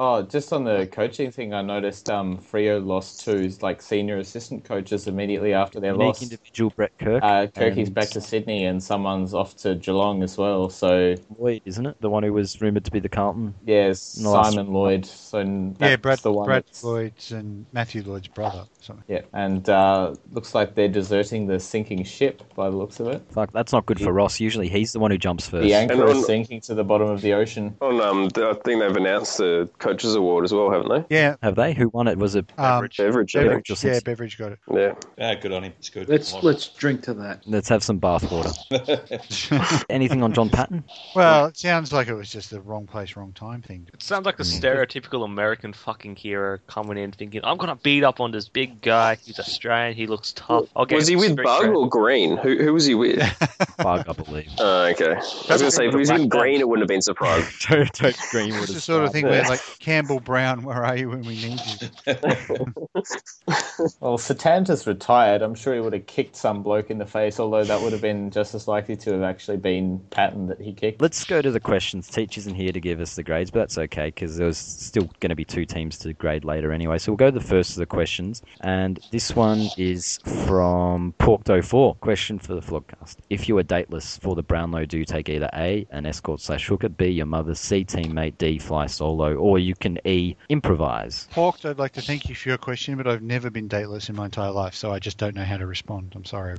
Speaker 5: Oh, just on the coaching thing, I noticed um, Frio lost two like senior assistant coaches immediately after their
Speaker 1: Unique
Speaker 5: loss.
Speaker 1: individual Brett Kirk.
Speaker 5: Uh, Kirky's
Speaker 1: and
Speaker 5: back to Sydney, and someone's off to Geelong as well. So
Speaker 1: Lloyd, isn't it? The one who was rumoured to be the Carlton.
Speaker 5: yes,
Speaker 1: No, that's-
Speaker 5: Simon Lloyd. So n-
Speaker 3: yeah,
Speaker 5: that's
Speaker 3: Brad,
Speaker 5: the one.
Speaker 3: Brad
Speaker 5: that's-
Speaker 3: Lloyd's and Matthew Lloyd's brother. or Something.
Speaker 5: Yeah, and uh, looks like they're deserting the sinking ship by the looks of it.
Speaker 1: Fuck, that's not good for Ross. Usually he's the one who jumps first.
Speaker 5: The anchor
Speaker 9: And on-
Speaker 5: is sinking to the bottom of the ocean.
Speaker 9: On um, th- I think they've announced the coaches award as well, haven't they?
Speaker 3: Yeah,
Speaker 1: Have they? Who won it? Was it
Speaker 3: um,
Speaker 9: Beverage, I think.
Speaker 3: Beveridge.
Speaker 1: Beveridge.
Speaker 3: Yeah, Beveridge got it.
Speaker 9: yeah.
Speaker 6: Ah, good on him. It's good.
Speaker 4: Let's
Speaker 6: I like
Speaker 4: let's drink to that.
Speaker 1: Let's have some bathwater. Anything on John Patton?
Speaker 3: Well, it sounds like it was just the wrong place, wrong time thing.
Speaker 10: It sounds
Speaker 6: Hmm.
Speaker 10: like a stereotypical American fucking hero coming in thinking, I'm gonna beat up on this big guy. He's Australian. He looks tough. I'll get
Speaker 9: Was he
Speaker 10: him
Speaker 9: with
Speaker 10: straight
Speaker 9: Bug
Speaker 10: credit."
Speaker 9: or Green? Who, who was he with?
Speaker 1: Bug, I believe.
Speaker 9: Oh, okay. I was going to say, if he was in Green, I wouldn't have been surprised.
Speaker 1: Don't, don't scream
Speaker 3: It's
Speaker 1: with
Speaker 3: the
Speaker 1: us.
Speaker 3: sort of thing where, like, Campbell Brown, where are you when we need you?
Speaker 5: Well, Satanta's retired. I'm sure he would have kicked some bloke in the face, although that would have been just as likely to have actually been Patton that he kicked.
Speaker 1: Let's go to the questions. Teach isn't here to give us the grades, but that's okay because there's still going to be two teams to grade later anyway. So we'll go to the first of the questions. And this one is from Porkdo4. Question for the Flogcast. If you were dateless for the Brownlow, do take either A, an escort slash hooker, B, your mother's C teammate, D, fly solo, or you can E, improvise.
Speaker 3: Porked, I'd like to thank you for your question, but I've never been dateless in my entire life, so I just don't know how to respond. I'm sorry.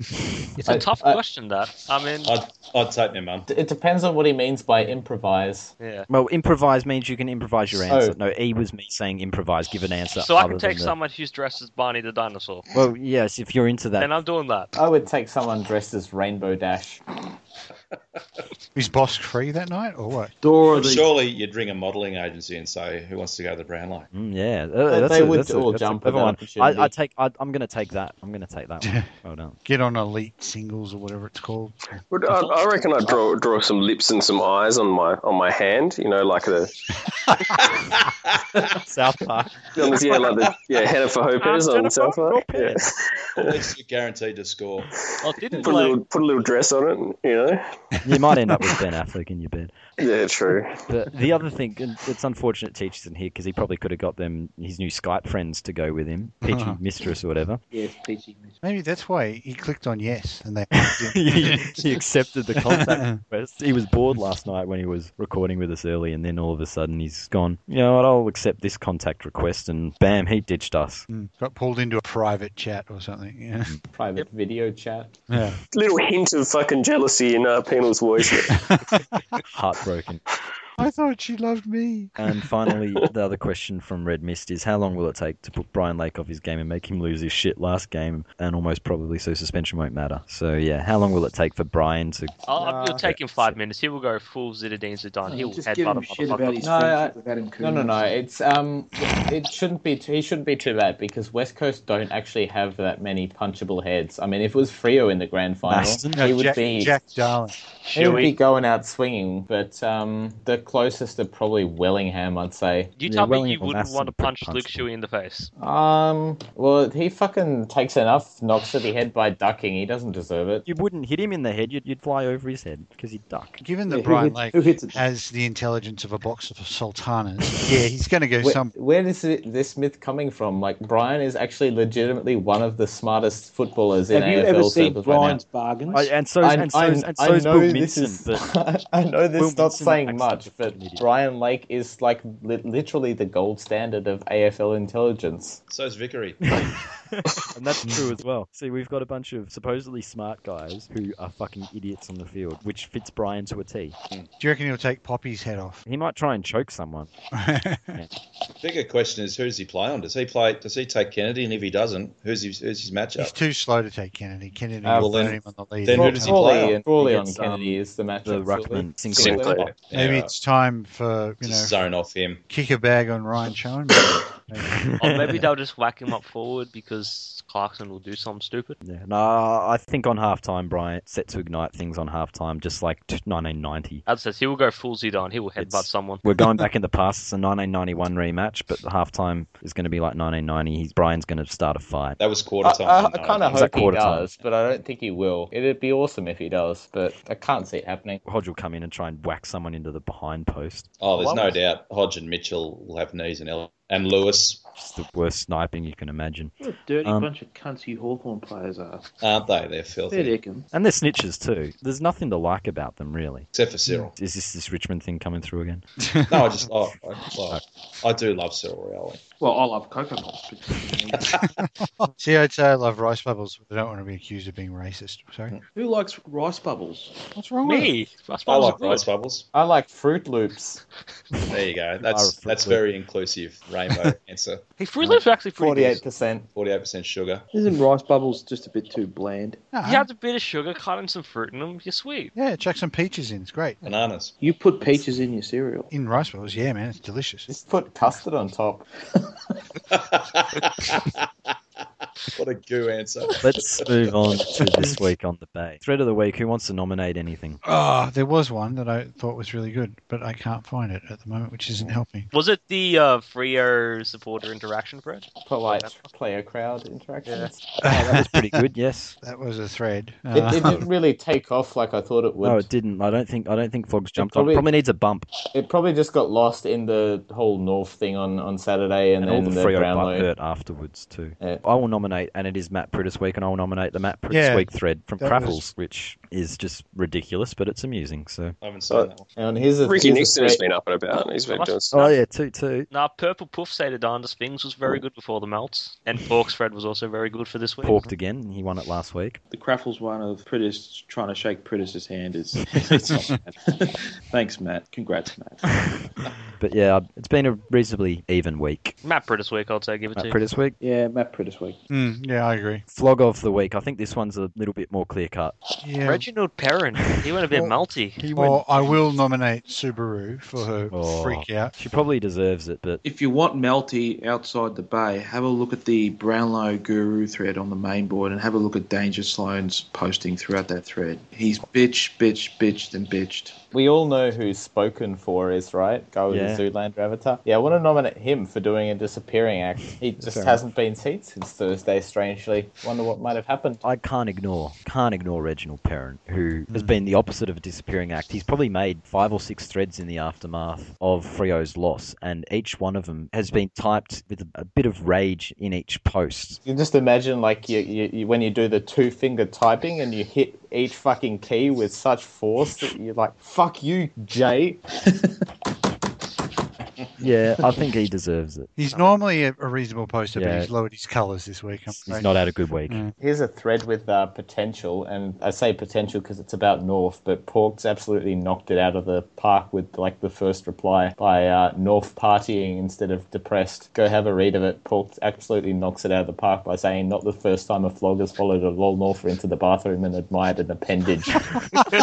Speaker 10: It's a
Speaker 5: I-
Speaker 10: tough
Speaker 5: I-
Speaker 10: question, that. I mean,
Speaker 6: I'd, I'd take my mum.
Speaker 5: D- It depends on what he means by improvise.
Speaker 10: yeah.
Speaker 1: Well, improvise means you can improvise your answer.
Speaker 5: Oh.
Speaker 1: No, E was me saying improvise, give an answer.
Speaker 10: So I
Speaker 1: other
Speaker 10: can
Speaker 1: than
Speaker 10: take
Speaker 1: the-
Speaker 10: someone who's dressed as Barney the dinosaur.
Speaker 1: Well, yes, if you're into that.
Speaker 10: And I'm doing that.
Speaker 5: I would take someone dressed as Rainbow Dash.
Speaker 3: Is Bosk free that night, or what?
Speaker 4: Dora the
Speaker 6: Surely you'd ring a modelling agency and say, who wants to go to the Brownlow?
Speaker 1: Mm, yeah,
Speaker 5: They-
Speaker 1: uh, that's
Speaker 5: they
Speaker 1: a,
Speaker 5: would
Speaker 1: that's a-
Speaker 5: all
Speaker 1: that's a
Speaker 5: jump at
Speaker 1: clever
Speaker 5: that
Speaker 1: one.
Speaker 5: opportunity.
Speaker 1: I, I take. I, I'm going to take that. I'm going to take that. One. Well done.
Speaker 3: Get on Elite Singles or whatever it's called.
Speaker 9: Would- I, I reckon I'd draw, draw some lips and some eyes on my on my hand, you know, like the,
Speaker 1: South Park.
Speaker 9: on this- yeah, like the yeah, Jennifer Hopez on South Park. Yeah.
Speaker 6: At least you're guaranteed to score.
Speaker 10: Well, didn't
Speaker 9: Put, a
Speaker 10: like,
Speaker 9: little, put a little dress on it, and, you know?
Speaker 1: You might end up with Ben Affleck in your bed.
Speaker 9: Yeah, true.
Speaker 1: But the other thing, and it's unfortunate teachers in here because he probably could have got them his new Skype friends to go with him, Peachy Mistress or whatever.
Speaker 4: yes, peachy miss.
Speaker 3: Maybe that's why he clicked on yes, and they.
Speaker 1: he, he accepted the contact request. He was bored last night when he was recording with us early, and then all of a sudden he's gone. You know what? I'll accept this contact request, and bam, he ditched us.
Speaker 3: Mm, Got pulled into a private chat or something. Yeah.
Speaker 5: Private video chat.
Speaker 3: yeah.
Speaker 9: Little hint of fucking jealousy in uh, Penal's voice.
Speaker 1: Heartbroken.
Speaker 3: I thought she loved me.
Speaker 1: And finally, the other question from Red Mist is how long will it take to put Brian Lake off his game and make him lose his shit last game and almost probably so suspension won't matter? So, yeah, how long will it take for Brian to.
Speaker 10: I'll, I'll
Speaker 5: Nah.
Speaker 10: take him five minutes. He will go full Zidane Zidane. He will
Speaker 4: Just give
Speaker 10: headbutt a
Speaker 4: him shit about
Speaker 10: motherfucker.
Speaker 4: his
Speaker 5: No,
Speaker 4: friendship
Speaker 5: I-
Speaker 4: with Adam
Speaker 5: No,
Speaker 4: Coombs.
Speaker 5: no, no. It's um, it shouldn't be. Too, he shouldn't be too bad because West Coast don't actually have that many punchable heads. I mean, if it was Frio in the grand final,
Speaker 1: Maston?
Speaker 5: he would
Speaker 3: Jack,
Speaker 5: be
Speaker 3: Jack Darling.
Speaker 5: He would be
Speaker 10: Chewy.
Speaker 5: going out swinging, but um, the closest are probably Wellingham, I'd say.
Speaker 10: You tell me you wouldn't want to punch Luke Shuey in the face.
Speaker 5: Um, well, he fucking takes enough knocks to the head by ducking. He doesn't deserve it.
Speaker 1: You wouldn't hit him in the head. You'd, you'd fly over his head because he'd duck.
Speaker 3: Given that
Speaker 5: Yeah, who
Speaker 3: Brian
Speaker 5: hits-
Speaker 3: Lake
Speaker 5: who hits it?
Speaker 3: has the intelligence of a box of sultanas, yeah, he's going to go
Speaker 5: Where,
Speaker 3: some.
Speaker 5: where is it, this myth coming from? Like, Brian is actually legitimately one of the smartest footballers in
Speaker 4: Have you
Speaker 5: AFL
Speaker 4: ever seen
Speaker 5: circles right now.
Speaker 4: Brian's bargains?
Speaker 1: I, and so
Speaker 5: I-
Speaker 1: and so
Speaker 5: I-
Speaker 1: and
Speaker 5: I
Speaker 1: so's
Speaker 5: know
Speaker 1: Will
Speaker 5: this
Speaker 1: Minson.
Speaker 5: is-
Speaker 1: but
Speaker 5: I know this
Speaker 1: Will
Speaker 5: is not
Speaker 1: Minson
Speaker 5: saying
Speaker 1: acts
Speaker 5: much,
Speaker 1: like a
Speaker 5: but
Speaker 1: fucking idiot.
Speaker 5: Brian Lake is like li- literally the gold standard of AFL intelligence.
Speaker 6: So is Vickery.
Speaker 1: and that's
Speaker 6: Mm.
Speaker 1: true as well. See, we've got a bunch of supposedly smart guys who are fucking idiots on the field, which fits Brian to a T.
Speaker 6: Mm.
Speaker 3: Do you reckon he'll take Poppy's head off?
Speaker 1: He might try and choke someone.
Speaker 6: Bigger question is who does he play on? Does he play? Does he take Kennedy? And if he doesn't, who's his, who's his matchup?
Speaker 3: He's too slow to take Kennedy. Kennedy
Speaker 5: Uh,
Speaker 3: will
Speaker 6: well,
Speaker 3: burn
Speaker 6: then-
Speaker 3: him on the lead.
Speaker 6: then who does he play
Speaker 5: Crawley
Speaker 6: on?
Speaker 5: and Crawley on
Speaker 1: Against, um,
Speaker 5: Kennedy is the matchup.
Speaker 1: the Ruckman
Speaker 5: surely.
Speaker 1: single.
Speaker 6: Sinclair.
Speaker 3: Maybe
Speaker 6: Yeah.
Speaker 3: it's time for you know
Speaker 6: Just zone off him.
Speaker 3: kick a bag on Ryan Schoen.
Speaker 10: Or Oh, maybe they'll just whack him up forward because Clarkson will do something stupid.
Speaker 1: Yeah, no, uh, I think on half time, Bryant set to ignite things on half time, just like t- 1990.
Speaker 10: As says, he will go full Zidane. He will headbutt
Speaker 1: It's-
Speaker 10: someone.
Speaker 1: We're going back in the past. It's a 1991 rematch, but the half time is going to be like 1990. He's Brian's going to start a fight.
Speaker 6: That was quarter
Speaker 5: I,
Speaker 6: time.
Speaker 5: I, I kind of
Speaker 1: Is that
Speaker 5: hope he
Speaker 1: quarter time?
Speaker 5: does, but I don't think he will. It'd be awesome if he does, but I can't see it happening.
Speaker 1: Hodge will come in and try and whack someone into the behind post.
Speaker 6: Oh, there's
Speaker 5: What
Speaker 6: no
Speaker 5: was-
Speaker 6: doubt Hodge and Mitchell will have knees and Ellen. And Lewis,
Speaker 1: Just the worst sniping you can imagine.
Speaker 4: What a dirty
Speaker 1: Um, Uh,
Speaker 4: bunch of cunts you Hawthorn players are.
Speaker 6: aren't they? They're
Speaker 4: Fair
Speaker 6: filthy.
Speaker 4: dinkum.
Speaker 1: And they're snitches too. There's nothing to like about them, really.
Speaker 6: Except for Cyril.
Speaker 1: Is this this Richmond thing coming through again?
Speaker 6: No, I just, oh, I, well, I do love Cyril Rowley.
Speaker 4: Well, I love Cocoa Pops. But
Speaker 3: See, I'd say I love rice bubbles, but I don't want to be accused of being racist. Sorry.
Speaker 4: who likes rice bubbles?
Speaker 3: What's wrong with it?
Speaker 10: Me, That's
Speaker 6: I
Speaker 10: what
Speaker 6: like
Speaker 10: good.
Speaker 6: rice bubbles.
Speaker 5: I like Fruit Loops.
Speaker 6: There you go.
Speaker 1: Lara
Speaker 6: That's
Speaker 1: Fruit
Speaker 6: that's
Speaker 1: Loop.
Speaker 6: very inclusive. Rainbow answer.
Speaker 10: Hey, Fruit Loops are actually pretty good.
Speaker 5: Forty-eight percent.
Speaker 6: Forty-eight percent sugar.
Speaker 4: Isn't rice bubbles just a bit too bland?
Speaker 3: No.
Speaker 10: You add a bit of sugar, cut in some fruit in them, you're sweet.
Speaker 3: Yeah, chuck some peaches in. It's great.
Speaker 6: Bananas.
Speaker 4: You put peaches in your cereal.
Speaker 3: In rice bubbles, yeah, man, it's delicious.
Speaker 5: Just put custard on top.
Speaker 6: What a goo answer.
Speaker 1: Let's move on to this week on the Bay. Thread of the week. Who wants to nominate anything?
Speaker 3: Oh, there was one that I thought was really good, but I can't find it at the moment, which isn't helping.
Speaker 10: Was it the uh, Frio supporter interaction thread?
Speaker 5: Polite player crowd interactions.
Speaker 1: Oh, that was pretty good. Yes.
Speaker 3: That was a thread.
Speaker 5: It, it
Speaker 3: Uh,
Speaker 5: didn't really take off like I thought it would.
Speaker 1: No, Oh, it didn't. I don't think. I don't think Flogs jumped
Speaker 5: probably-
Speaker 1: on. Probably needs a bump.
Speaker 5: It probably just got lost in the whole North thing on, on Saturday and,
Speaker 1: and,
Speaker 5: then
Speaker 1: all the,
Speaker 5: the
Speaker 1: free
Speaker 5: Brownlow.
Speaker 1: butt hurt afterwards too.
Speaker 5: Yeah.
Speaker 1: I will nominate, and it is Matt Prittis week, and I will nominate the Matt Prittis
Speaker 3: Yeah,
Speaker 1: week thread from
Speaker 3: that
Speaker 1: Crapples,
Speaker 3: was-
Speaker 1: which is just ridiculous, but it's amusing. So.
Speaker 6: I haven't seen that one.
Speaker 5: And here's a,
Speaker 9: Ricky
Speaker 5: here's a
Speaker 9: Nixon has
Speaker 5: thread-
Speaker 9: been up and about. He's been doing stuff.
Speaker 1: Oh yeah, two two.
Speaker 10: Now, Purple Puff Sadadanda Sphinx was very good before the melts, and Pork's thread was also very good for this week.
Speaker 1: Porked again. He won it last week.
Speaker 4: The Craffles one of Prittis trying to shake Prittis's hand is. it's not bad. Thanks, Matt. Congrats, Matt.
Speaker 1: But yeah, it's been a reasonably even week.
Speaker 10: Matt Prittis week, I'd say, give it
Speaker 1: Matt
Speaker 10: to you.
Speaker 1: Prittis week.
Speaker 4: Yeah, Matt Prittis week.
Speaker 3: mm, yeah, I agree.
Speaker 1: Flog of the week. I think this one's a little bit more clear cut.
Speaker 3: Yeah.
Speaker 10: Reginald Perrin, he went a bit
Speaker 3: Well-
Speaker 10: melty.
Speaker 1: He
Speaker 3: Well, I will nominate Subaru for her
Speaker 1: Oh.
Speaker 3: freak out.
Speaker 1: She probably deserves it, but
Speaker 4: If you want melty outside the bay, have a look at the Brownlow Guru thread on the main board and have a look at Danger Sloane's posting throughout that thread. He's bitch, bitch, bitched, and bitched.
Speaker 5: We all know who Spoken For is, right? Guy with
Speaker 1: Yeah.
Speaker 5: the Zoolander avatar. Yeah, I want to nominate him for doing a disappearing act. He just
Speaker 1: Fair
Speaker 5: hasn't been seen since Thursday, strangely. Wonder what might have happened.
Speaker 1: I can't ignore can't ignore Reginald Perrin, who has been the opposite of a disappearing act. He's probably made five or six threads in the aftermath of Frio's loss, and each one of them has been typed with a bit of rage in each post.
Speaker 5: You just imagine, like, you, you, you when you do the two finger typing and you hit each fucking key with such force that you're like, fuck you, Jay.
Speaker 1: Yeah, I think he deserves it.
Speaker 3: He's normally a, a reasonable poster,
Speaker 1: Yeah.
Speaker 3: but he's lowered his colours this week. I'm
Speaker 1: He's
Speaker 3: afraid.
Speaker 1: not had a good week.
Speaker 3: Mm.
Speaker 5: Here's a thread with uh, potential, and I say potential because it's about North, but Pork's absolutely knocked it out of the park with like the first reply by uh, North partying instead of depressed. Go have a read of it. Pork absolutely knocks it out of the park by saying, "Not the first time a flog has followed a lol Norther into the bathroom and admired an appendage."
Speaker 1: that's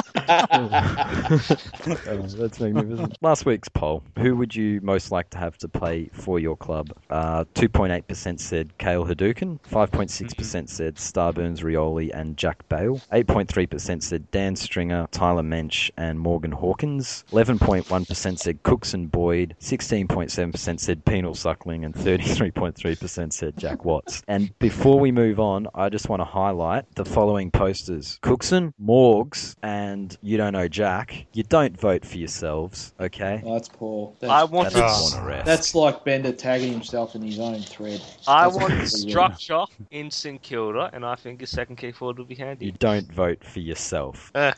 Speaker 1: magnificent. Last week's poll: Who would you most like to have to play for your club? Uh, 2.8% said Kale Hadouken. 5.6% said Starburns Rioli and Jack Bale. 8.3% said Dan Stringer, Tyler Mensch, and Morgan Hawkins. 11.1% said Cooks and Boyd. 16.7% said Penal Suckling, and 33.3% said Jack Watts. And before we move on, I just want to highlight the following posters: Cookson, Morgs, and you don't know Jack. You don't vote for yourselves, okay?
Speaker 4: Oh, that's poor. That's,
Speaker 10: I want
Speaker 1: That's
Speaker 10: this.
Speaker 1: corner ref.
Speaker 4: that's like Bender tagging himself in his own thread.
Speaker 10: I
Speaker 4: That's
Speaker 10: want
Speaker 4: really
Speaker 10: structure in St Kilda, and I think a second key forward would be
Speaker 1: You
Speaker 10: handy.
Speaker 1: don't vote for yourself.
Speaker 10: Eh,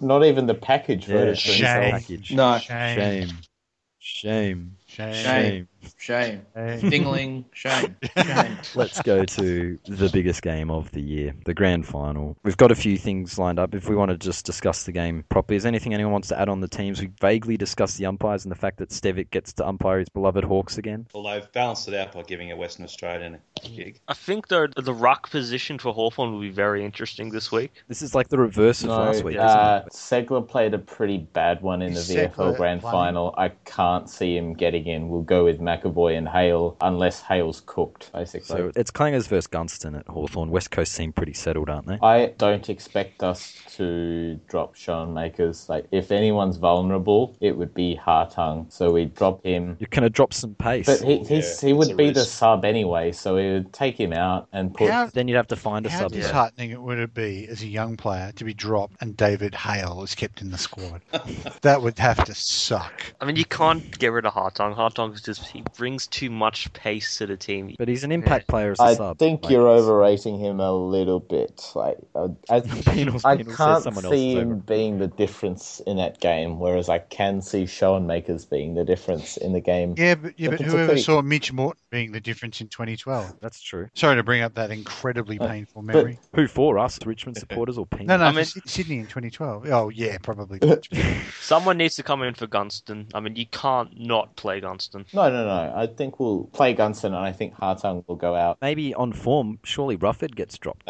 Speaker 5: Not even the package
Speaker 1: Yeah,
Speaker 5: voted for
Speaker 3: shame.
Speaker 5: himself.
Speaker 1: Package.
Speaker 4: weird. No,
Speaker 3: Shame.
Speaker 1: Shame. Shame.
Speaker 3: Shame.
Speaker 1: Shame.
Speaker 4: shame.
Speaker 3: Shame.
Speaker 4: Dingling, shame. Shame.
Speaker 1: Let's go to the biggest game of the year, the grand final. We've got a few things lined up. If we want to just discuss the game properly, is there anything anyone wants to add on the teams? We vaguely discussed the umpires and the fact that Stevic gets to umpire his beloved Hawks again.
Speaker 6: Well, they've balanced it out by giving a Western Australian a gig.
Speaker 10: I think though the ruck position for Hawthorn will be very interesting this week.
Speaker 1: This is like the reverse of
Speaker 5: No,
Speaker 1: last week,
Speaker 5: uh,
Speaker 1: isn't it?
Speaker 5: Segler played a pretty bad one in the
Speaker 3: Segler
Speaker 5: VFL Grand
Speaker 3: won.
Speaker 5: Final. I can't see him getting in. We'll go with McAvoy and Hale, unless Hale's cooked, basically.
Speaker 1: So it's Clangers versus Gunston at Hawthorn. West Coast seem pretty settled, aren't they?
Speaker 5: I don't expect us to drop Sean Makers. Like, if anyone's vulnerable, it would be Hartung. So we drop him.
Speaker 1: You're going to drop some pace.
Speaker 5: But he, he's,
Speaker 6: Yeah,
Speaker 5: he
Speaker 6: it's a
Speaker 5: would be the
Speaker 6: risk.
Speaker 5: sub anyway, so we would take him out and put.
Speaker 3: How-
Speaker 1: then you'd have to find a
Speaker 3: How
Speaker 1: sub.
Speaker 3: disheartening it would it be as a young player to be dropped and David Hale is kept in the squad? that would have to suck.
Speaker 10: I mean, you can't get rid of Hartong. Hartong is just he brings too much pace to the team.
Speaker 1: But he's an impact player as a
Speaker 5: I
Speaker 1: sub.
Speaker 5: think
Speaker 1: Like,
Speaker 5: you're overrating him a little bit. Like, I, I,
Speaker 1: Penal-
Speaker 5: I
Speaker 1: Penal says
Speaker 5: can't
Speaker 1: someone else
Speaker 5: see
Speaker 1: is
Speaker 5: him being the difference in that game, whereas I can see Sean Makers being the difference in the game.
Speaker 3: Yeah, but yeah,
Speaker 5: But
Speaker 3: but
Speaker 5: it's a
Speaker 3: whoever
Speaker 5: pretty-
Speaker 3: saw Mitch Morton being the difference in 2012.
Speaker 1: That's true.
Speaker 3: Sorry to bring up that incredibly
Speaker 5: Uh,
Speaker 3: painful memory.
Speaker 1: Who for us, Richmond supporters or Penal?
Speaker 3: No, no,
Speaker 10: I
Speaker 3: for
Speaker 10: mean-
Speaker 3: Syd- Sydney in 2012. Oh, yeah, probably.
Speaker 10: Someone needs to come in for Gunston. I mean, you can't not play Gunston.
Speaker 5: No, no, no. I think we'll play Gunson, and I think Hartung will go out.
Speaker 1: Maybe on form, surely Rufford gets dropped.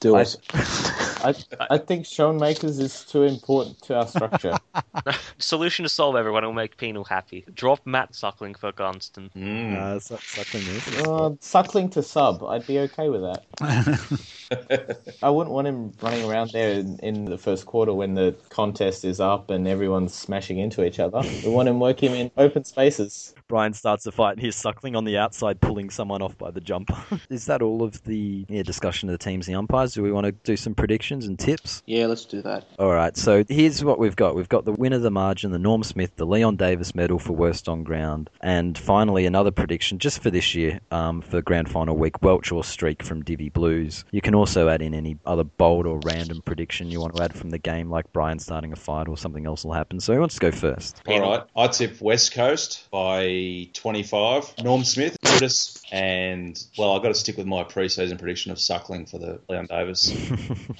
Speaker 5: Do it. I, I think Sean Makers is too important to our structure.
Speaker 10: Solution to solve everyone will make Penal happy. Drop Matt Suckling for Gunston.
Speaker 5: Hmm.
Speaker 6: Mm.
Speaker 1: Uh, Su- Suckling is.
Speaker 5: Uh, suckling to sub, I'd be okay with that. I wouldn't want him running around there in, in the first quarter when the contest is up and everyone's smashing into each other. We want him working in open spaces.
Speaker 1: Brian starts a fight and he's suckling on the outside, pulling someone off by the jumper. is that all of the yeah, discussion of the teams and the umpires? Do we want to do some predictions and tips?
Speaker 4: Yeah, let's do that.
Speaker 1: All right, so here's what we've got. We've got the winner, the margin, the Norm Smith, the Leon Davis medal for worst on ground, and finally another prediction just for this year um, for grand final week, Welch or Streak from Divi Blues. You can also add in any other bold or random prediction you want to add from the game, like Brian starting a fight or something else will happen. So who wants to go first?
Speaker 6: All right. I tip West Coast by 25. Norm Smith, Curtis, and, well, I've got to stick with my preseason prediction of suckling for the Leon Davis.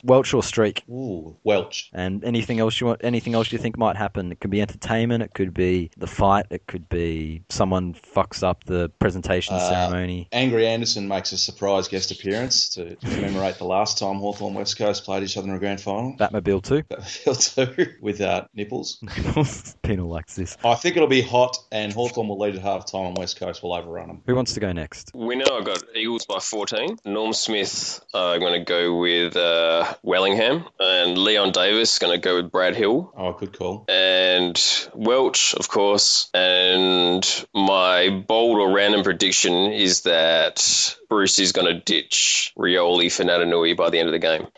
Speaker 1: Welch or Streak?
Speaker 6: Ooh, Welch.
Speaker 1: And anything else you want, anything else you think might happen? It could be entertainment. It could be the fight. It could be someone fucks up the presentation
Speaker 6: Uh,
Speaker 1: ceremony.
Speaker 6: Angry Anderson makes a surprise guest appearance to commemorate the last time Hawthorn West Coast played each other in a grand final.
Speaker 1: Batmobile too.
Speaker 6: too, with uh, nipples.
Speaker 1: Penal likes this.
Speaker 6: I think it'll be hot, and Hawthorn will lead at half time, and West Coast will overrun them.
Speaker 1: Who wants to go next?
Speaker 9: Winner, I got Eagles by 14. Norm Smith, uh, I'm going to go with uh, Wellingham. And Leon Davis, going to go with Brad Hill.
Speaker 6: Oh, good call.
Speaker 9: And Welch, of course. And my bold or random prediction is that Bruce is going to ditch Rioli for Natanui by the end of the game.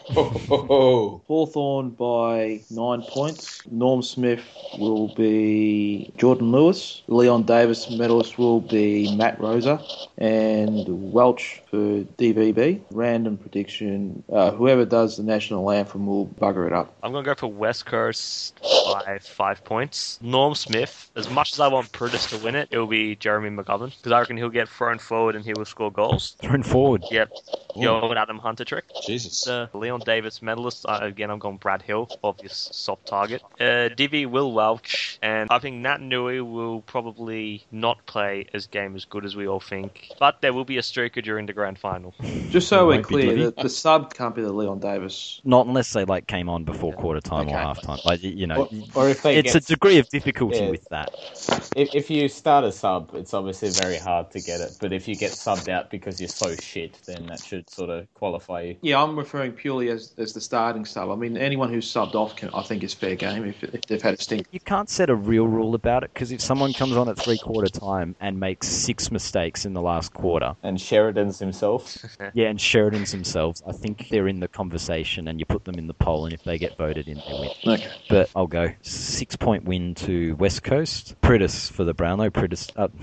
Speaker 4: Hawthorn by nine points. Norm Smith will be Jordan Lewis. Leon Davis medalist will be Matt Rosa. And Welch for DVB. Random prediction uh, whoever does the national anthem will bugger it up.
Speaker 10: I'm going to go for West Coast by five points. Norm Smith, as much as I want Prudis to win it, it'll be Jeremy McGovern because I reckon he'll get thrown forward and he will score goals.
Speaker 1: Thrown forward.
Speaker 10: Yep, the old Adam Hunter trick.
Speaker 6: Jesus.
Speaker 10: The Leon Davis medalist, uh, again, I'm going Brad Hill, obvious soft target. Uh, Divi will Welch, and I think Nat Nui will probably not play as game as good as we all think, but there will be a streaker during the grand final.
Speaker 4: Just so
Speaker 1: Won't
Speaker 4: we're
Speaker 1: be Divi.
Speaker 4: clear, the, the sub can't be the Leon Davis.
Speaker 1: Not unless they like came on before quarter time or
Speaker 4: Okay.
Speaker 1: half time. Like y- you know,
Speaker 6: Well,
Speaker 1: you
Speaker 5: Or if they
Speaker 1: it's
Speaker 5: get-
Speaker 1: a degree of difficulty
Speaker 5: Yeah.
Speaker 1: with that.
Speaker 5: If, if you start a sub, it's obviously very hard to get it. But if you get subbed out because you're so shit, then that should sort of qualify you.
Speaker 4: Yeah, I'm referring purely as, as the starting sub. I mean, anyone who's subbed off, can, I think, is fair game if, if they've had a stink.
Speaker 1: You can't set a real rule about it because if someone comes on at three quarter time and makes six mistakes in the last quarter,
Speaker 5: And Sheridan's himself.
Speaker 1: yeah, and Sheridan's themselves, I think they're in the conversation and you put them in the poll, and if they get voted in, they win.
Speaker 4: Okay.
Speaker 1: But I'll go six point win to West Coast. Pritis for the Brownlow. Pritis. Uh,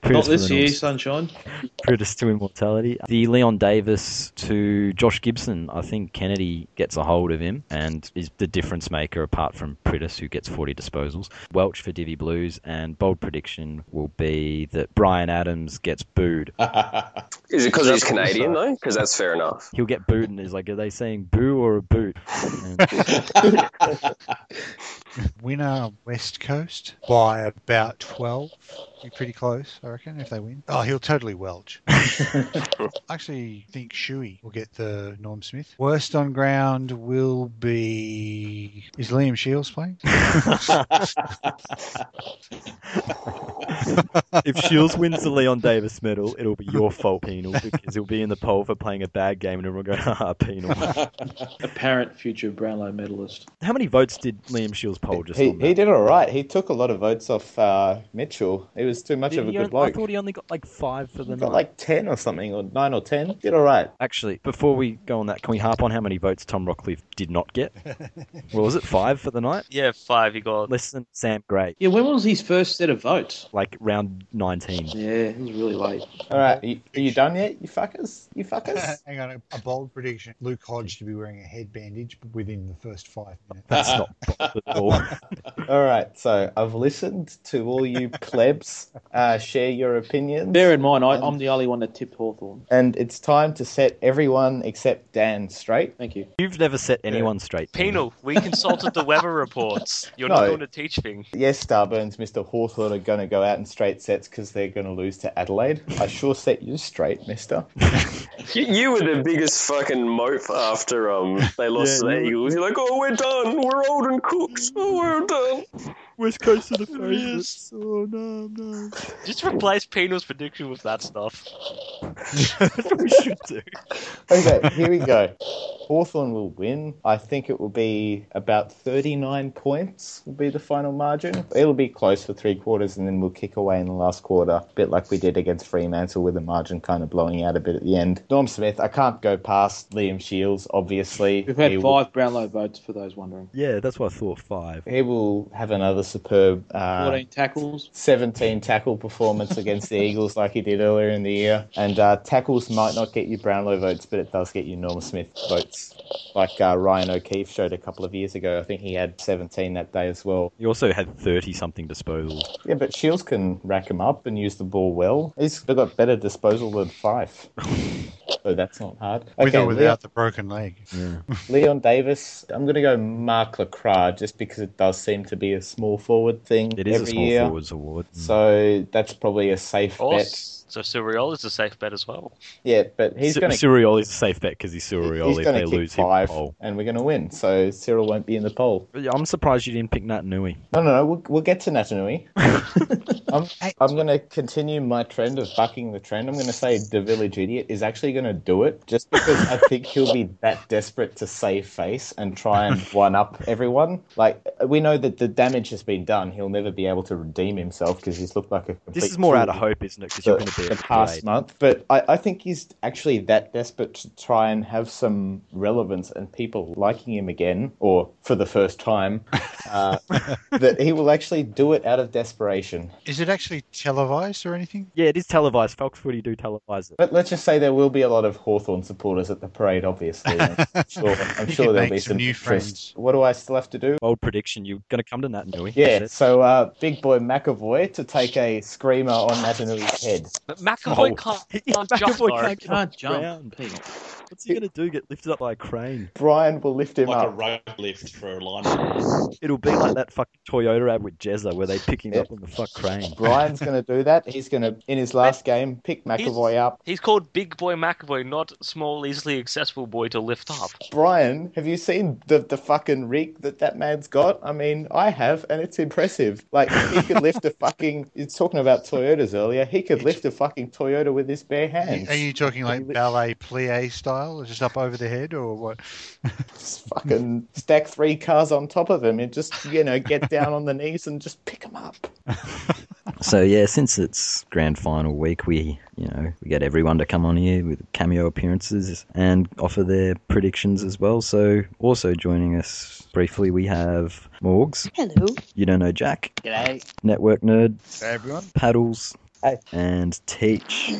Speaker 1: Pritis
Speaker 4: Not
Speaker 1: for
Speaker 4: this
Speaker 1: the
Speaker 4: year,
Speaker 1: North-
Speaker 4: sunshine.
Speaker 1: Brutus to immortality. The Leon Davis to Josh Gibson. I think Kennedy gets a hold of him and is the difference maker apart from Pritis, who gets 40 disposals. Welch for Divi Blues. And bold prediction will be that Brian Adams gets booed.
Speaker 9: Is it because he's
Speaker 1: That's
Speaker 9: Canadian though? Because that's fair enough.
Speaker 1: He'll get booed and is like, are they saying boo or a boot? And
Speaker 3: Winner West Coast by about 12. Be pretty close, I reckon, if they win. Oh, he'll totally welch. I actually think Shuey will get the Norm Smith. Worst on ground will be. Is Liam Shields playing?
Speaker 1: if Shields wins the Leon Davis medal, it'll be your fault, Penal, because he'll be in the poll for playing a bad game and everyone will go, haha, Penal.
Speaker 4: Apparent future Brownlow medalist.
Speaker 1: How many votes did Liam Shields poll just
Speaker 5: He,
Speaker 1: on that?
Speaker 5: he did all right. He took a lot of votes off uh, Mitchell. He was too much
Speaker 1: Did
Speaker 5: of a
Speaker 1: he
Speaker 5: good
Speaker 1: on- I
Speaker 5: bloke.
Speaker 1: thought he only got like five for the
Speaker 5: He got
Speaker 1: night.
Speaker 5: like 10 or something, or 9 or 10. Did all right.
Speaker 1: Actually, before we go on that, can we harp on how many votes Tom Rockcliffe did not get? What was it, five for the night?
Speaker 10: Yeah, five. He got
Speaker 1: Less than Sam Gray,
Speaker 4: Yeah, when was his first set of votes?
Speaker 1: like round 19.
Speaker 4: Yeah, it was really late.
Speaker 5: All right. You, are you done yet, you fuckers? You fuckers?
Speaker 3: Hang on, a, a bold prediction. Luke Hodge to be wearing a head bandage within the first five minutes.
Speaker 1: That's not bothered at all.
Speaker 5: All right. So I've listened to all you plebs uh, share your opinions.
Speaker 4: Bear in mind, I, I'm the only one that tipped Hawthorn.
Speaker 5: And it's time to set everyone except Dan straight.
Speaker 4: Thank you.
Speaker 1: You've never set anyone straight. Tom.
Speaker 10: Penal, we consulted the weather reports. You're
Speaker 5: No.
Speaker 10: not going to teach thing.
Speaker 5: Yes, Starburns, Mr. Hawthorne are going to go out in straight sets because they're going to lose to Adelaide. I sure set you straight, mister.
Speaker 9: You, you were the biggest fucking mope after um they lost
Speaker 1: Yeah,
Speaker 9: to the
Speaker 1: you
Speaker 9: Eagles. You're like, oh, we're done. We're old and cooked. Oh, we're done.
Speaker 1: West Coast of the favourites. Oh, no, no.
Speaker 10: Just replace Penal's prediction with that stuff.
Speaker 1: That's what we should do.
Speaker 5: Okay, here we go. Hawthorn will win. I think it will be about 39 points will be the final margin. It'll be close for three quarters and then we'll kick away in the last quarter, a bit like we did against Fremantle with the margin kind of blowing out a bit at the end. Norm Smith, I can't go past Liam Shields, obviously.
Speaker 4: We've had
Speaker 5: He
Speaker 4: five
Speaker 5: will-
Speaker 4: Brownlow votes for those wondering.
Speaker 1: Yeah, that's what I thought, five.
Speaker 5: He will have another superb uh,
Speaker 4: 14 tackles.
Speaker 5: 17 tackle performance against the Eagles like he did earlier in the year. And uh, tackles might not get you Brownlow votes, but it does get you Norm Smith votes. Like uh, Ryan O'Keefe showed a couple of years ago. I think he had 17 that day as well.
Speaker 1: You also had 30-something disposals.
Speaker 5: Yeah, but Shields can rack him up and use the ball well. He's got better disposal than Fife. So that's not hard.
Speaker 3: With or
Speaker 5: Okay,
Speaker 3: without
Speaker 5: Leon,
Speaker 3: the broken leg.
Speaker 5: Leon Davis. I'm going to go Mark Lacra just because it does seem to be a small forward thing
Speaker 1: It is
Speaker 5: every
Speaker 1: a small
Speaker 5: year.
Speaker 1: forwards award. mm.
Speaker 5: So that's probably a safe
Speaker 10: Or
Speaker 5: bet.
Speaker 10: s- So Surreal is a safe bet as well.
Speaker 5: Yeah, but he's
Speaker 1: Su-
Speaker 5: going to
Speaker 1: Sirioli's a safe bet because he's Sirioli.
Speaker 5: he's
Speaker 1: if
Speaker 5: going
Speaker 1: they
Speaker 5: to kick
Speaker 1: lose him,
Speaker 5: five,
Speaker 1: poll.
Speaker 5: and we're going to win. So Cyril won't be in the poll.
Speaker 1: Yeah, I'm surprised you didn't pick Nat Nui.
Speaker 5: No, no, no. We'll, we'll get to Natanui. I'm, I'm going to continue my trend of bucking the trend. I'm going to say the village idiot is actually going to do it, just because I think he'll be that desperate to save face and try and one up everyone. Like we know that the damage has been done. He'll never be able to redeem himself because he's looked like a.
Speaker 1: This
Speaker 5: complete
Speaker 1: is more out of
Speaker 5: fool
Speaker 1: hope, isn't it? Because
Speaker 5: the,
Speaker 1: you're going to be
Speaker 5: the
Speaker 1: a
Speaker 5: past month, but I, I think he's actually that desperate to try and have some relevance and people liking him again, or for the first time, uh, that he will actually do it out of desperation.
Speaker 3: Is it actually televised or anything?
Speaker 1: Yeah, it is televised. Fox Footy do televise it.
Speaker 5: But let's just say there will be a lot of Hawthorn supporters at the parade, obviously. I'm sure, I'm
Speaker 3: You
Speaker 5: sure
Speaker 3: could
Speaker 5: there'll
Speaker 3: make
Speaker 5: be
Speaker 3: some
Speaker 5: some
Speaker 3: new
Speaker 5: interest.
Speaker 3: friends.
Speaker 5: What do I still have to do?
Speaker 1: Bold prediction. You're going to come to Nat Nui.
Speaker 5: Yeah, so uh, big boy McAvoy to take a screamer on Natanui's head.
Speaker 10: But McAvoy
Speaker 1: Oh.
Speaker 10: can't,
Speaker 1: He-
Speaker 10: can't jump.
Speaker 1: McAvoy
Speaker 10: though.
Speaker 1: can't-
Speaker 4: Can't jump.
Speaker 1: Brown.
Speaker 4: Pete.
Speaker 1: What's he going to do? Get lifted up by a crane?
Speaker 5: Brian will lift him
Speaker 6: like a
Speaker 5: up.
Speaker 6: rope lift for a line.
Speaker 1: It'll be like that fucking Toyota ad with Jezza where they pick him up on the fuck crane.
Speaker 5: Brian's going to do that. He's going to, in his last game, pick McAvoy up.
Speaker 10: He's called Big Boy McAvoy, not Small, Easily Accessible Boy to lift up.
Speaker 5: Brian, have you seen the, the fucking rig that that man's got? I mean, I have, and it's impressive. Like, he could lift a fucking. You're talking about Toyotas earlier. He could lift a fucking Toyota with his bare hands.
Speaker 3: Are you talking like ballet plie style, just up over the head, or what?
Speaker 5: Just fucking stack three cars on top of him and just, you know, get down on the knees and just pick him up.
Speaker 1: So yeah, since it's grand final week, we you know we get everyone to come on here with cameo appearances and offer their predictions as well. So also joining us briefly, we have Morgs.
Speaker 8: Hello.
Speaker 1: You don't know Jack.
Speaker 8: G'day.
Speaker 1: Network nerd.
Speaker 8: Hey, everyone.
Speaker 1: Paddles. And Teach.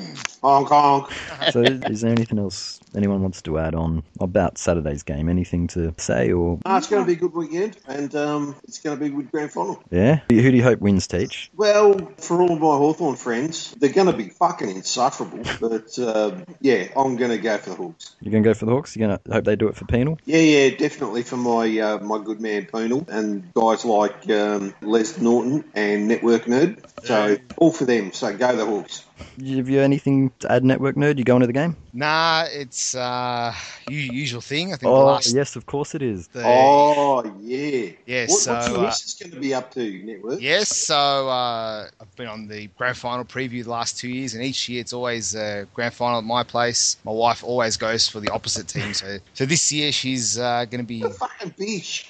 Speaker 4: Hong Kong.
Speaker 1: So is there anything else anyone wants to add on about Saturday's game? Anything to say or
Speaker 11: Ah, it's going to be a good weekend, and um, it's going to be a good grand final.
Speaker 1: yeah? Who do you hope wins, Teach?
Speaker 11: Well, for all my Hawthorn friends, they're going to be fucking insufferable. But um, yeah, I'm going to go for the Hawks.
Speaker 1: You're gonna go for the Hawks. You're gonna hope they do it for penal.
Speaker 11: Yeah, yeah, definitely for my uh, my good man Poonal and guys like um, Les Norton and Network Nerd. So all for them. So go the Hawks.
Speaker 1: Have you anything to add, network nerd? You going to the game?
Speaker 12: Nah, it's uh u- usual thing. I think the
Speaker 1: Oh
Speaker 12: last
Speaker 1: yes, of course it is.
Speaker 12: the-
Speaker 11: Oh yeah.
Speaker 12: Yeah,
Speaker 11: What,
Speaker 12: so,
Speaker 11: what's your
Speaker 12: uh,
Speaker 11: missus going to be up to, Network?
Speaker 12: Yes, so uh, I've been on the grand final preview the last two years, and each year it's always a grand final at my place. My wife always goes for the opposite team, so so this year she's uh, going to be
Speaker 11: fucking bitch.